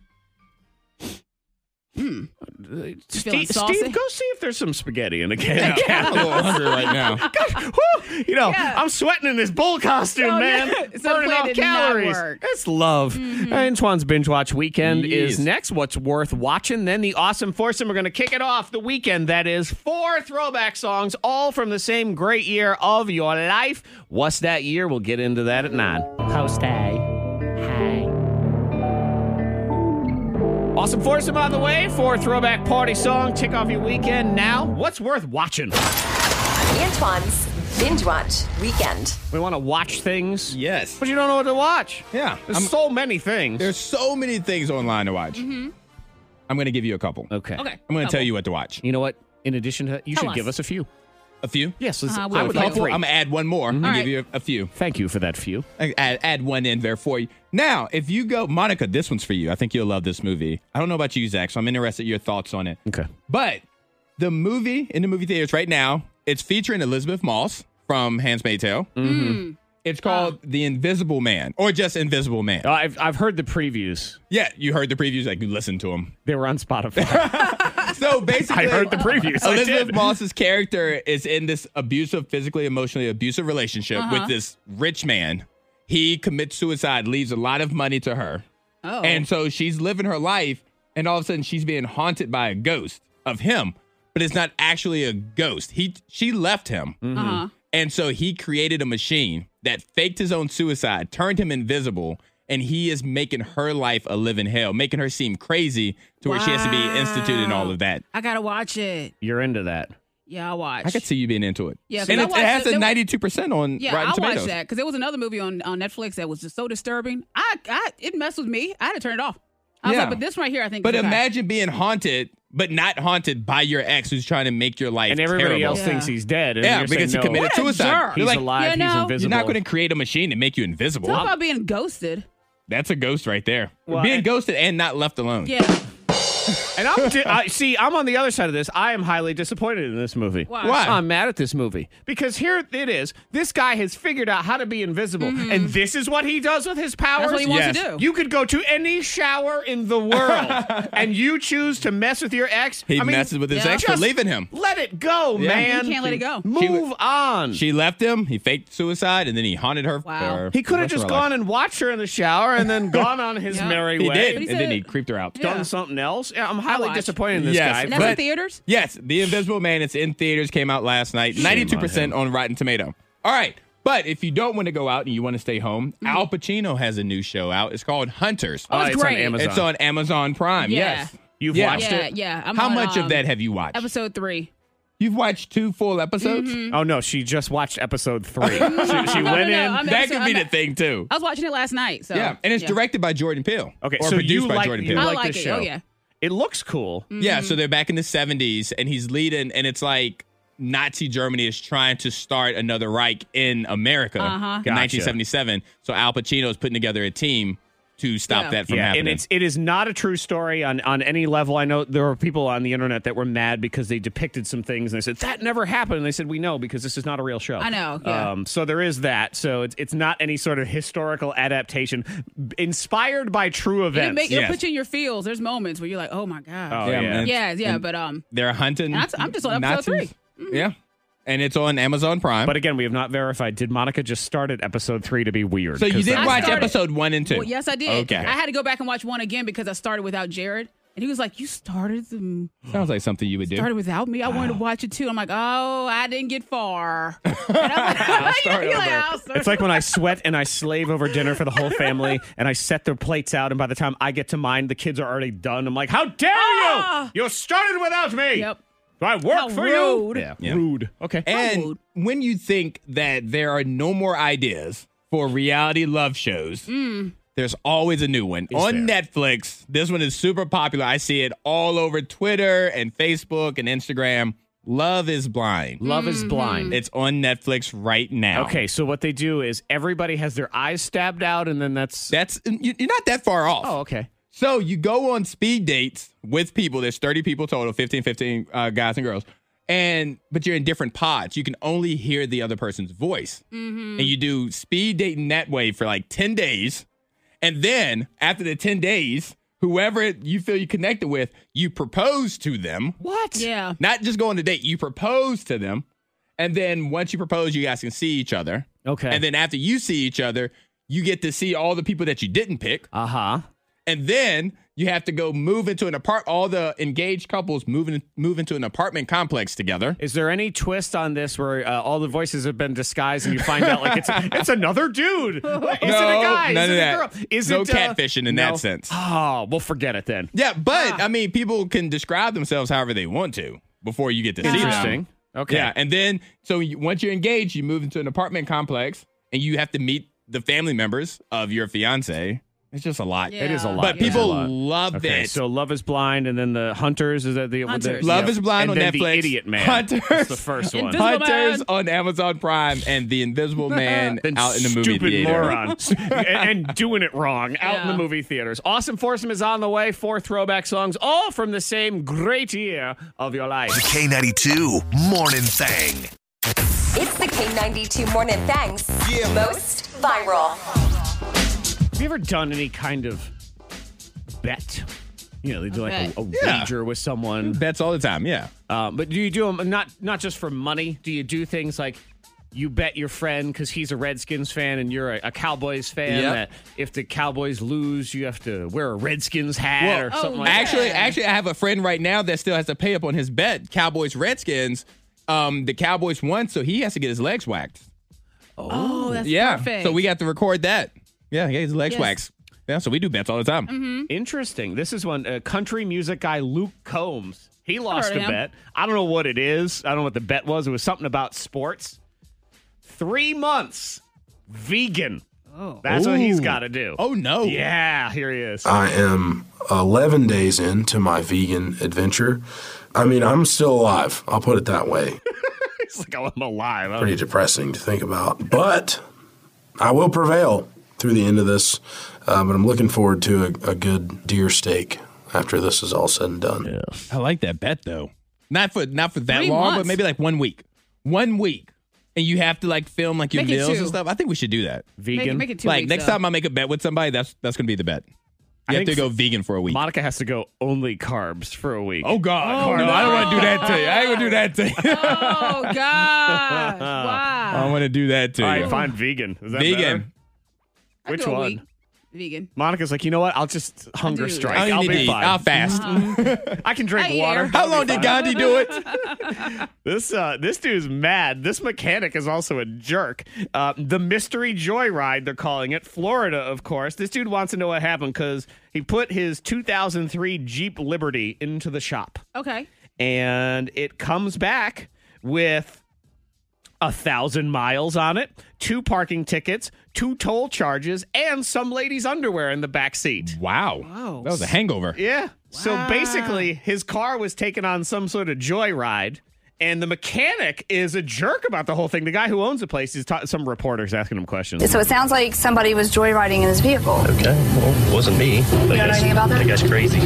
Speaker 12: "Hmm,
Speaker 4: feeling
Speaker 12: Steve,
Speaker 4: saucy?
Speaker 12: Steve,
Speaker 3: [laughs]
Speaker 12: go see if there's some spaghetti in the
Speaker 4: [laughs]
Speaker 12: can."
Speaker 1: [laughs]
Speaker 3: I'm a little hungry right now.
Speaker 12: Whew, you know,
Speaker 4: Yeah.
Speaker 12: I'm sweating in this bull
Speaker 3: Oh,
Speaker 12: costume,
Speaker 3: [laughs]
Speaker 4: So, [laughs]
Speaker 12: man.
Speaker 4: yeah, so the
Speaker 12: Burning
Speaker 4: plan
Speaker 12: off
Speaker 4: did not
Speaker 12: calories.
Speaker 4: work. Mm-hmm.
Speaker 12: That's love. Antoine's binge watch weekend is
Speaker 3: Yes.
Speaker 12: next. What's worth watching? Then the awesome foursome. We're going to kick it off the weekend. That is four throwback songs, all from the same great year of your life. What's that year? We'll get into that at nine.
Speaker 13: Post Hi.
Speaker 12: Awesome foursome on the way for throwback party song. Kick off your weekend now. What's worth watching?
Speaker 5: Antoine's Binge Watch Weekend.
Speaker 12: We want to watch things,
Speaker 3: Yes.
Speaker 12: but you don't know what to watch.
Speaker 3: Yeah.
Speaker 12: There's
Speaker 3: I'm-
Speaker 12: so many things.
Speaker 3: There's so many
Speaker 1: Mm-hmm.
Speaker 3: things online to watch. I'm going to give you a couple.
Speaker 12: okay.
Speaker 4: Okay.
Speaker 3: I'm going to tell you what to watch.
Speaker 12: You know what?
Speaker 1: in addition to you
Speaker 4: Tell
Speaker 1: should
Speaker 4: us.
Speaker 1: give us a few.
Speaker 3: A few?
Speaker 1: Yes, let's-
Speaker 4: Uh, we'll
Speaker 1: I Uh-huh, would
Speaker 4: do.
Speaker 1: like
Speaker 3: I'm
Speaker 1: three. Mm-hmm.
Speaker 3: going to add one more and
Speaker 4: All
Speaker 3: give you a, a few.
Speaker 1: Thank you for that few.
Speaker 3: I- Add, add one in there for you. Now, if you go, Monica, this one's for you. I think you'll love this movie. I don't know about you, Zach, so I'm interested in your thoughts on it.
Speaker 1: Okay.
Speaker 3: But the movie in the movie theaters right now, it's featuring Elizabeth Moss from Handmaid's Tale.
Speaker 1: Mm-hmm.
Speaker 3: It's called
Speaker 1: Ah.
Speaker 3: The Invisible Man or just Invisible Man.
Speaker 1: Uh, I've I've heard the previews.
Speaker 3: Yeah, you heard the previews, like you listened to them.
Speaker 1: They were on [laughs] Spotify.
Speaker 3: So basically,
Speaker 1: I heard the
Speaker 3: [laughs]
Speaker 1: previews. I
Speaker 3: Elizabeth
Speaker 1: Oh, did.
Speaker 3: Moss's character is in this abusive, physically, emotionally abusive relationship with this rich man. He commits suicide, leaves a lot of money to her.
Speaker 4: Oh.
Speaker 3: And so she's living her life, and all of a sudden she's being haunted by a ghost of him, but it's not actually a ghost. He she left him.
Speaker 4: uh-huh.
Speaker 3: And so he created a machine that faked his own suicide, turned him invisible, and he is making her life a living hell, making her seem crazy to where she has to be instituted and all of that.
Speaker 4: I gotta watch it.
Speaker 1: You're into that.
Speaker 4: Yeah, I'll watch.
Speaker 3: I could see you being into it.
Speaker 4: Yeah, 'cause
Speaker 3: and
Speaker 4: I
Speaker 3: it, it
Speaker 4: watched
Speaker 3: has
Speaker 4: it-
Speaker 3: a
Speaker 4: there was-
Speaker 3: ninety-two percent on
Speaker 4: yeah,
Speaker 3: Rotten
Speaker 4: I'll
Speaker 3: Tomatoes.
Speaker 4: watch that because there was another movie on, on Netflix that was just so disturbing. I, I it messed with me. I had to turn it off. I was
Speaker 3: Yeah.
Speaker 4: like, but this right here, I think.
Speaker 3: But
Speaker 4: is okay.
Speaker 3: imagine being haunted, but not haunted by your ex who's trying to make your life
Speaker 1: And everybody
Speaker 3: terrible.
Speaker 1: else
Speaker 4: Yeah.
Speaker 1: thinks he's dead. And
Speaker 3: Yeah,
Speaker 1: you're saying,
Speaker 3: because he
Speaker 1: no,
Speaker 3: committed
Speaker 4: What a
Speaker 3: suicide.
Speaker 4: jerk.
Speaker 3: You're
Speaker 1: He's
Speaker 3: like,
Speaker 1: alive.
Speaker 4: you know,
Speaker 1: he's invisible.
Speaker 3: You're not going to create a machine to make you invisible.
Speaker 4: Talk about being ghosted.
Speaker 3: That's a ghost right there.
Speaker 1: Well,
Speaker 3: being
Speaker 1: and-
Speaker 3: ghosted and not left alone.
Speaker 4: Yeah.
Speaker 1: And
Speaker 3: [laughs]
Speaker 1: I'm di- I, see, I'm on the other side of this. I am highly disappointed in this movie.
Speaker 4: Why?
Speaker 3: Why?
Speaker 1: I'm mad at this movie because here it is. This guy has figured out how to be invisible, and this is what he does with his powers.
Speaker 4: Mm-hmm. That's what he wants to Yes. do.
Speaker 1: You could go to any shower in the
Speaker 3: [laughs]
Speaker 1: world, and you choose to mess with your ex.
Speaker 3: He
Speaker 1: I mean,
Speaker 3: messes with his
Speaker 4: yeah.
Speaker 3: ex for
Speaker 1: just
Speaker 3: leaving him.
Speaker 1: Let it go,
Speaker 3: Yeah.
Speaker 1: man.
Speaker 4: He can't let it go.
Speaker 1: Move on.
Speaker 3: She left him. He faked suicide and then he haunted her.
Speaker 4: Wow.
Speaker 3: for
Speaker 1: he could
Speaker 3: the
Speaker 1: have
Speaker 3: rest of
Speaker 1: just
Speaker 3: her
Speaker 1: gone
Speaker 3: life.
Speaker 1: and watched her in the shower, and then gone on his
Speaker 4: [laughs] Yeah.
Speaker 1: merry
Speaker 3: He
Speaker 1: way.
Speaker 3: did,
Speaker 4: But
Speaker 3: and
Speaker 4: he
Speaker 3: then
Speaker 4: said-
Speaker 3: he creeped her out.
Speaker 1: Done
Speaker 4: Yeah.
Speaker 1: something else. Yeah, I'm
Speaker 4: I'll
Speaker 1: highly
Speaker 4: watch.
Speaker 1: disappointed in this
Speaker 3: Yes,
Speaker 1: guy.
Speaker 4: And that's in
Speaker 3: But-
Speaker 4: theaters.
Speaker 3: Yes, The Invisible Man. It's in theaters. Came out last night. Ninety-two percent on Rotten Tomato. All right, but if you don't want to go out and you want to stay home, Al Pacino has a new show out. It's called Hunters.
Speaker 1: Uh,
Speaker 4: it's
Speaker 1: it's on
Speaker 4: great.
Speaker 1: Amazon.
Speaker 3: It's on Amazon Prime.
Speaker 4: Yeah.
Speaker 3: Yes,
Speaker 1: You've
Speaker 3: Yeah.
Speaker 1: watched
Speaker 4: Yeah,
Speaker 1: it?
Speaker 4: yeah. I'm
Speaker 3: How
Speaker 4: on,
Speaker 3: much
Speaker 4: um,
Speaker 3: of that have you watched?
Speaker 4: Episode three.
Speaker 3: You've watched two full episodes.
Speaker 12: Mm-hmm.
Speaker 1: Oh no, she just watched episode [laughs] three. she she
Speaker 4: [laughs]
Speaker 1: went
Speaker 4: no, no,
Speaker 1: in.
Speaker 4: I'm
Speaker 3: That could
Speaker 4: episode-
Speaker 3: be
Speaker 4: I'm- Oh,
Speaker 3: the thing too.
Speaker 4: I was watching it last night. So
Speaker 3: yeah, and it's directed by Jordan Peele.
Speaker 1: Okay,
Speaker 3: or
Speaker 1: so
Speaker 3: produced
Speaker 1: you
Speaker 3: by
Speaker 1: like-
Speaker 3: Jordan
Speaker 1: you
Speaker 3: Peele.
Speaker 4: I
Speaker 1: like
Speaker 4: like it.
Speaker 1: this
Speaker 4: Oh
Speaker 1: show.
Speaker 4: yeah.
Speaker 1: It looks cool.
Speaker 3: Yeah,
Speaker 4: Mm.
Speaker 3: so they're back in the 70s and he's leading and it's like Nazi Germany is trying to start another Reich in America
Speaker 4: Uh-huh.
Speaker 3: in
Speaker 1: Gotcha.
Speaker 3: 1977. So Al Pacino is putting together a team to stop
Speaker 4: Yeah.
Speaker 3: that from
Speaker 1: Yeah,
Speaker 3: happening.
Speaker 1: and it's it is not a true story on on any level. I know there were people on the internet that were mad because they depicted some things and they said that never happened. And they said we know because this is not a real show.
Speaker 4: I know, yeah.
Speaker 1: Um, so there is that. So it's it's not any sort of historical adaptation b- inspired by true
Speaker 4: It'll,
Speaker 1: events.
Speaker 4: make, it'll
Speaker 3: Yes.
Speaker 4: put you in your feels. There's moments where you're like, oh my
Speaker 1: oh,
Speaker 4: god.
Speaker 1: yeah,
Speaker 3: man.
Speaker 4: yeah, yeah. But um,
Speaker 3: they're hunting.
Speaker 4: And I'm- I'm just on episode
Speaker 3: Nazis.
Speaker 4: Mm-hmm.
Speaker 3: Yeah. And it's on Amazon Prime.
Speaker 1: But again, we have not verified. Did Monica just start at episode three to be weird?
Speaker 3: so you
Speaker 1: 'Cause
Speaker 3: did
Speaker 1: that-
Speaker 4: I
Speaker 3: watch
Speaker 4: started-
Speaker 3: episode 1 and 2.
Speaker 4: well, yes, I did.
Speaker 3: Okay.
Speaker 4: I had to go back and watch one again because I started without Jared, and he was like, "You started the
Speaker 3: Sounds like something you would do.
Speaker 4: started without me. I wanted to watch it too." I'm like, "Oh, I didn't get far."
Speaker 3: [laughs]
Speaker 4: And I'm like, [laughs] I'll
Speaker 3: start over.
Speaker 1: It's like when I sweat and I slave over dinner for the [laughs] whole family and I set their plates out. And by the time I get to mine, the kids are already done. I'm like, how dare
Speaker 4: Ah!
Speaker 1: you? You started without me.
Speaker 4: Yep.
Speaker 1: Do I work
Speaker 4: How
Speaker 1: for
Speaker 4: rude.
Speaker 1: you?
Speaker 4: Yeah.
Speaker 3: Yeah.
Speaker 1: Rude. Okay.
Speaker 3: And when you think that there are no more ideas for reality love shows, there's always a new one on Netflix. This one is super popular. I see it all over Twitter and Facebook and Instagram. Love is blind.
Speaker 1: Love is blind.
Speaker 3: It's on Netflix right now.
Speaker 1: Okay, so what they do is everybody has their eyes stabbed out, and then that's.
Speaker 3: That's you- you're not that far off.
Speaker 1: oh, okay.
Speaker 3: So you go on speed dates with people. There's 30 people total, 15, 15 uh, guys and girls. And but you're in different pods. You can only hear the other person's voice.
Speaker 1: Mm-hmm.
Speaker 3: And you do speed dating that way for like 10 days. And then after the 10 days, whoever you feel you connected with, you propose to them.
Speaker 1: What?
Speaker 3: [laughs]
Speaker 4: yeah.
Speaker 3: Not just go on a date, you propose to them. And then once you propose, you guys can see each other.
Speaker 1: Okay.
Speaker 3: And then after you see each other, you get to see all the people that you didn't pick
Speaker 1: Uh huh.
Speaker 3: and then you have to go move into an apart. All the engaged couples move in, move into an apartment complex together.
Speaker 1: Is there any twist on this where uh, all the voices have been disguised and you find out like
Speaker 3: [laughs]
Speaker 1: it's it's another dude? Is it a guy? Is
Speaker 3: none of
Speaker 1: it a
Speaker 3: that.
Speaker 1: girl? Is
Speaker 3: No
Speaker 1: it, uh,
Speaker 3: catfishing in that sense.
Speaker 1: Oh, we'll forget it then.
Speaker 3: Yeah, but
Speaker 1: Ah.
Speaker 3: I mean, people can describe themselves however they want to before you get to see them.
Speaker 1: Interesting. Okay.
Speaker 3: Yeah, and then so you, once you're engaged, you move into an apartment complex, and you have to meet the family members of your fiance. It's just a lot.
Speaker 1: It is a lot.
Speaker 3: But
Speaker 1: It's a
Speaker 3: people
Speaker 1: lot.
Speaker 3: loved
Speaker 1: Okay,
Speaker 3: it.
Speaker 1: So Love is Blind, and then the Hunters is that the with the-
Speaker 3: Hunters. Love
Speaker 1: yeah.
Speaker 3: is Blind
Speaker 1: and
Speaker 3: on
Speaker 1: then
Speaker 3: Netflix.
Speaker 1: The Idiot Man.
Speaker 3: Hunters.
Speaker 1: That's the first
Speaker 3: [laughs]
Speaker 1: one.
Speaker 4: Invisible
Speaker 3: Hunters
Speaker 4: Man.
Speaker 3: on Amazon Prime and The Invisible Man
Speaker 1: [laughs] Then
Speaker 3: out in the movie
Speaker 1: stupid
Speaker 3: theater.
Speaker 1: moron
Speaker 3: [laughs]
Speaker 1: and, and doing it wrong out in the movie theaters. Awesome Foursome is on the way. Four throwback songs, all from the same great year of your life.
Speaker 2: The K92 Morning Thing.
Speaker 5: It's the K92 Morning Thangs most viral.
Speaker 1: Have you ever done any kind of bet? You know, they do like a, a
Speaker 3: Yeah.
Speaker 1: wager with someone.
Speaker 3: Bets all the time. Yeah.
Speaker 1: Um, but do you do them not not just for money? Do you do things like you bet your friend because he's a Redskins fan and you're a, a Cowboys fan
Speaker 3: Yep.
Speaker 1: that if the Cowboys lose, you have to wear a Redskins hat or
Speaker 4: Oh,
Speaker 3: Well,
Speaker 1: something like that?
Speaker 3: actually, actually, I have a friend right now that still has to pay up on his bet. Cowboys Redskins. Um, the Cowboys won, so he has to get his legs whacked.
Speaker 4: Oh, that's
Speaker 3: yeah.
Speaker 4: perfect.
Speaker 3: So we got to record that. Yeah, he got his legs
Speaker 4: Yes. Mm-hmm.
Speaker 3: waxed. Yeah. So we do bets all the time.
Speaker 1: Interesting. This is one uh, country music guy Luke Combs. He lost
Speaker 4: heard
Speaker 1: a
Speaker 4: of him.
Speaker 1: bet. I don't know what it is. I don't know what the bet was. It was something about sports. Three months vegan. Oh. That's what he's
Speaker 3: Ooh.
Speaker 1: got to do.
Speaker 3: Oh no.
Speaker 1: Yeah, here he [laughs] is.
Speaker 12: I am 11 days into my vegan adventure. I mean, I'm still alive. I'll put it that way.
Speaker 1: It's like, oh, I'm alive.
Speaker 12: Pretty depressing to think about, but I will prevail through the end of this. Uh, but I'm looking forward to a, a good deer steak after this is all said and done.
Speaker 3: I like that bet though. Not for not for that
Speaker 4: Three
Speaker 3: long, but
Speaker 4: months.
Speaker 3: maybe like one week. One week. And you have to like film like your
Speaker 4: Make it
Speaker 3: meals
Speaker 4: two.
Speaker 3: and stuff. I think we should do that.
Speaker 4: make
Speaker 1: vegan.
Speaker 4: it, make it two
Speaker 3: like
Speaker 4: weeks,
Speaker 3: next
Speaker 4: though.
Speaker 3: time I make a bet with somebody, that's that's gonna be the bet. You have
Speaker 1: think
Speaker 3: to go vegan for a week.
Speaker 1: Monica has to go only carbs for a week.
Speaker 3: Oh God! no, I don't want to do that to you. I ain't gonna do that to you.
Speaker 4: [laughs]
Speaker 3: [laughs]
Speaker 4: Oh gosh!
Speaker 3: I don't
Speaker 4: Wow.
Speaker 3: want to do that to
Speaker 1: All right,
Speaker 3: you.
Speaker 1: fine. Vegan. Is that better?
Speaker 3: Vegan.
Speaker 4: I'd
Speaker 1: Which
Speaker 4: do a
Speaker 1: one?
Speaker 4: week. Vegan.
Speaker 1: Monica's like, you know what? I'll just hunger
Speaker 4: do.
Speaker 1: strike.
Speaker 3: I don't
Speaker 1: I'll
Speaker 3: need to
Speaker 1: be
Speaker 3: eat.
Speaker 1: fine.
Speaker 3: I'll fast.
Speaker 1: I can drink
Speaker 4: I eat
Speaker 1: water.
Speaker 4: air.
Speaker 3: How long did Gandhi do
Speaker 4: [laughs]
Speaker 3: it?
Speaker 1: This uh, this dude's mad. This mechanic is also a jerk. Uh, the mystery joyride, they're calling it, Florida, of course. This dude wants to know what happened because he put his 2003 Jeep Liberty into the shop,
Speaker 4: Okay.
Speaker 1: and it comes back with a thousand miles on it, two parking tickets, two toll charges, and some lady's underwear in the back seat.
Speaker 3: Wow.
Speaker 4: Wow.
Speaker 3: That was a hangover.
Speaker 1: Yeah. So basically, his car was taken on some sort of joyride, and the mechanic is a jerk about the whole thing. The guy who owns the place is ta- some reporters asking him questions.
Speaker 14: So it sounds like somebody was joyriding in his vehicle.
Speaker 9: Okay, well, wasn't
Speaker 14: You
Speaker 9: me. I
Speaker 14: got an
Speaker 9: guess,
Speaker 14: idea about that?
Speaker 9: I guess crazy.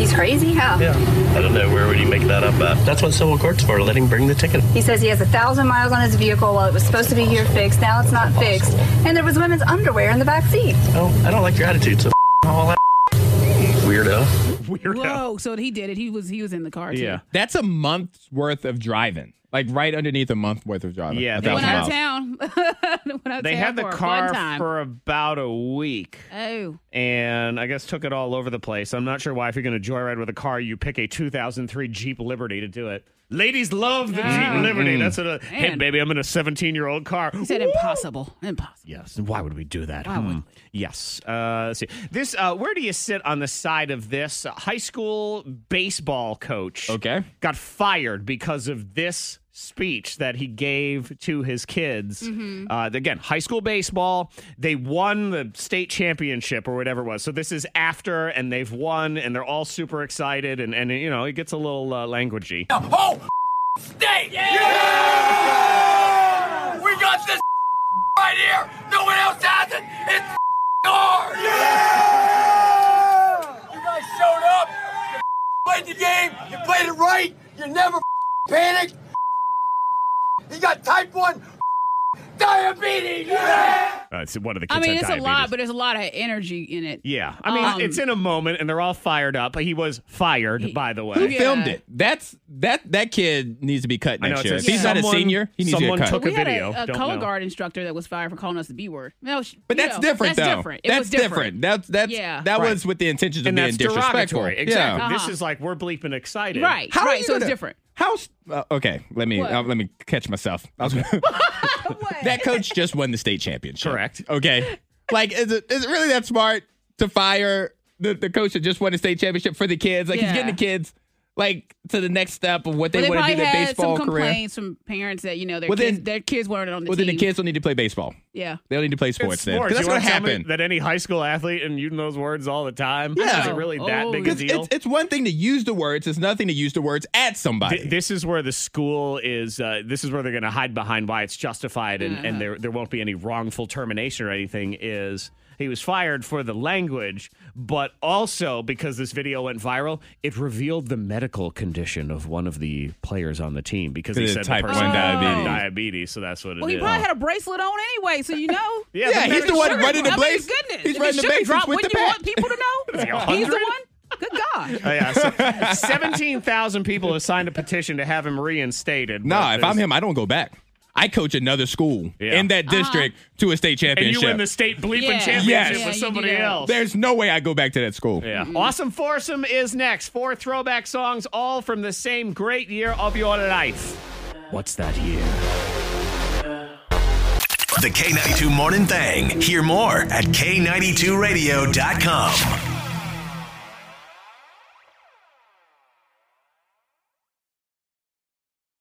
Speaker 14: He's crazy? How?
Speaker 9: Yeah. I don't know. Where would you make that up at? That's what civil court's for. Let him bring the ticket.
Speaker 14: He says he has a thousand miles on his vehicle while it was supposed to be here fixed. Now it's not fixed. And there was women's underwear in the back seat.
Speaker 9: Oh, I don't like your attitude. So all that weirdo.
Speaker 1: [laughs] Weirdo.
Speaker 4: Whoa! So he did it. He was he was in the car. Too.
Speaker 1: Yeah.
Speaker 3: That's a month's worth of driving. Like right underneath a month worth of driving.
Speaker 1: Yeah,
Speaker 3: A
Speaker 1: they
Speaker 4: Went
Speaker 3: thousand
Speaker 4: out
Speaker 1: Wow.
Speaker 4: of
Speaker 3: miles.
Speaker 4: town. Went out of
Speaker 1: They
Speaker 4: town [laughs]
Speaker 1: had the
Speaker 4: for
Speaker 1: car
Speaker 4: one time.
Speaker 1: for about a week
Speaker 4: oh.
Speaker 1: and I guess took it all over the place. I'm not sure why, if you're going to joyride with a car, you pick a 2003 Jeep Liberty to do it. Ladies love the Jeep Liberty. That's what a, hey,
Speaker 4: Mm-hmm. Man.
Speaker 1: baby, I'm in a 17 year old car.
Speaker 4: He said impossible. Impossible.
Speaker 1: Yes. And why would we do that? Hmm. Yes. Uh, let's see. This. Uh, where do you sit on the side of this? A high school baseball coach.
Speaker 3: Okay.
Speaker 1: Got fired because of this speech that he gave to his kids.
Speaker 4: Mm-hmm.
Speaker 1: Uh, again, high school baseball. They won the state championship or whatever it was. So this is after, and they've won, and they're all super excited, and and you know it gets a little uh, languagey.
Speaker 4: Oh.
Speaker 6: We got this right here. No one else has it. It's ours. You guys showed up. You played the game. You played it right. You never panicked. He got type one diabetes.
Speaker 1: Uh, it's one of the. Kids
Speaker 4: I mean,
Speaker 1: had
Speaker 4: it's a
Speaker 1: diabetes.
Speaker 4: lot, but there's a lot of energy in it.
Speaker 1: Yeah, I mean,
Speaker 4: Um,
Speaker 1: it's in a moment, and they're all fired up. He was fired, by the way.
Speaker 3: Who
Speaker 4: Yeah.
Speaker 3: filmed it? That's that that kid needs to be cut
Speaker 1: I know,
Speaker 3: next
Speaker 1: it
Speaker 3: year.
Speaker 1: says
Speaker 3: If he's not a
Speaker 1: someone-
Speaker 3: senior, he needs to
Speaker 1: someone
Speaker 3: get cut.
Speaker 1: took-
Speaker 4: we
Speaker 1: a
Speaker 4: had
Speaker 1: video.
Speaker 4: a, a
Speaker 1: Don't
Speaker 4: color
Speaker 1: know.
Speaker 4: guard instructor that was fired for calling us the B word. No, she,
Speaker 3: but
Speaker 4: you
Speaker 3: that's
Speaker 4: know,
Speaker 3: different
Speaker 4: that's
Speaker 3: though.
Speaker 4: Different. It
Speaker 3: that's
Speaker 4: was different.
Speaker 3: That's that's
Speaker 4: Yeah.
Speaker 3: that
Speaker 1: Right.
Speaker 3: was with the intention of
Speaker 1: and
Speaker 3: being
Speaker 1: that's
Speaker 3: disrespectful.
Speaker 1: derogatory.
Speaker 3: Yeah.
Speaker 1: Exactly.
Speaker 3: Uh-huh.
Speaker 1: This is like we're
Speaker 3: [laughs]
Speaker 1: bleeping excited.
Speaker 4: Right.
Speaker 3: How are
Speaker 4: right.
Speaker 3: you
Speaker 4: so it's
Speaker 3: gonna-
Speaker 4: different.
Speaker 3: How? s- Uh, okay, let me
Speaker 4: What?
Speaker 3: uh, let me catch myself. I
Speaker 4: [laughs]
Speaker 3: was gonna- that coach just won the state championship.
Speaker 1: Correct.
Speaker 3: Okay. Like, is it is it really that smart to fire the, the coach that just won the state championship for the kids? Like, he's
Speaker 4: Yeah.
Speaker 3: getting the kids like to the next step of what they
Speaker 4: Well,
Speaker 3: want to
Speaker 4: probably
Speaker 3: do their
Speaker 4: had
Speaker 3: baseball
Speaker 4: some
Speaker 3: career.
Speaker 4: complaints from parents that you know their
Speaker 3: Well, then-
Speaker 4: kids, their kids weren't on the
Speaker 3: Well,
Speaker 4: team.
Speaker 3: then the kids don't need to play baseball.
Speaker 4: yeah.
Speaker 3: They don't need to play sports. then. 'Cause
Speaker 12: Sports.
Speaker 3: That's
Speaker 12: You
Speaker 3: going
Speaker 12: wanna
Speaker 3: to
Speaker 12: tell me
Speaker 3: happen.
Speaker 12: That any high school athlete and using those words all the time.
Speaker 3: Yeah.
Speaker 12: Is it really
Speaker 4: Oh,
Speaker 12: that big a
Speaker 3: Because
Speaker 12: deal?
Speaker 3: It's, it's one thing to use the words. It's nothing to use the words at somebody.
Speaker 12: Th- this is where the school is. Uh, this is where they're going to hide behind why it's justified, and, and there there won't be any wrongful termination or anything. Is he was fired for the language, but also because this video went viral, it revealed the medical condition of one of the players on the team because he
Speaker 3: It's
Speaker 12: said the
Speaker 3: type
Speaker 12: person
Speaker 3: one
Speaker 12: had
Speaker 3: diabetes.
Speaker 12: diabetes, so that's what it
Speaker 4: Well, he
Speaker 12: is.
Speaker 4: probably had a bracelet on anyway, so you know.
Speaker 12: [laughs] Yeah, Yeah, but he's the
Speaker 4: Sure,
Speaker 12: one running the
Speaker 4: I mean,
Speaker 12: blaze-
Speaker 4: Goodness,
Speaker 12: he's
Speaker 4: If
Speaker 12: running the
Speaker 4: sugar
Speaker 12: bases
Speaker 4: drop,
Speaker 12: with
Speaker 4: wouldn't
Speaker 12: the
Speaker 4: you
Speaker 12: bat.
Speaker 4: want people to
Speaker 12: Is he a
Speaker 4: know? he's the
Speaker 12: hundred?
Speaker 4: one. Good God.
Speaker 12: Oh, yeah, so seventeen thousand people have signed a petition to have him reinstated.
Speaker 3: No,
Speaker 12: but
Speaker 3: if I'm
Speaker 12: there's-
Speaker 3: him, I don't go back. I coach another school
Speaker 12: Yeah. Uh-huh.
Speaker 3: in that district to a state
Speaker 12: and
Speaker 3: championship.
Speaker 12: you win the state bleeping
Speaker 3: Yeah.
Speaker 12: championship
Speaker 3: Yes. Yeah, you
Speaker 12: with
Speaker 3: do
Speaker 12: somebody
Speaker 3: that.
Speaker 12: else.
Speaker 3: There's no way I go back to that school.
Speaker 12: Yeah. Awesome Foursome is next. Four throwback songs, all from the same great year of your life. What's that year?
Speaker 2: The K92 Morning Thang. Hear more at K92Radio.com.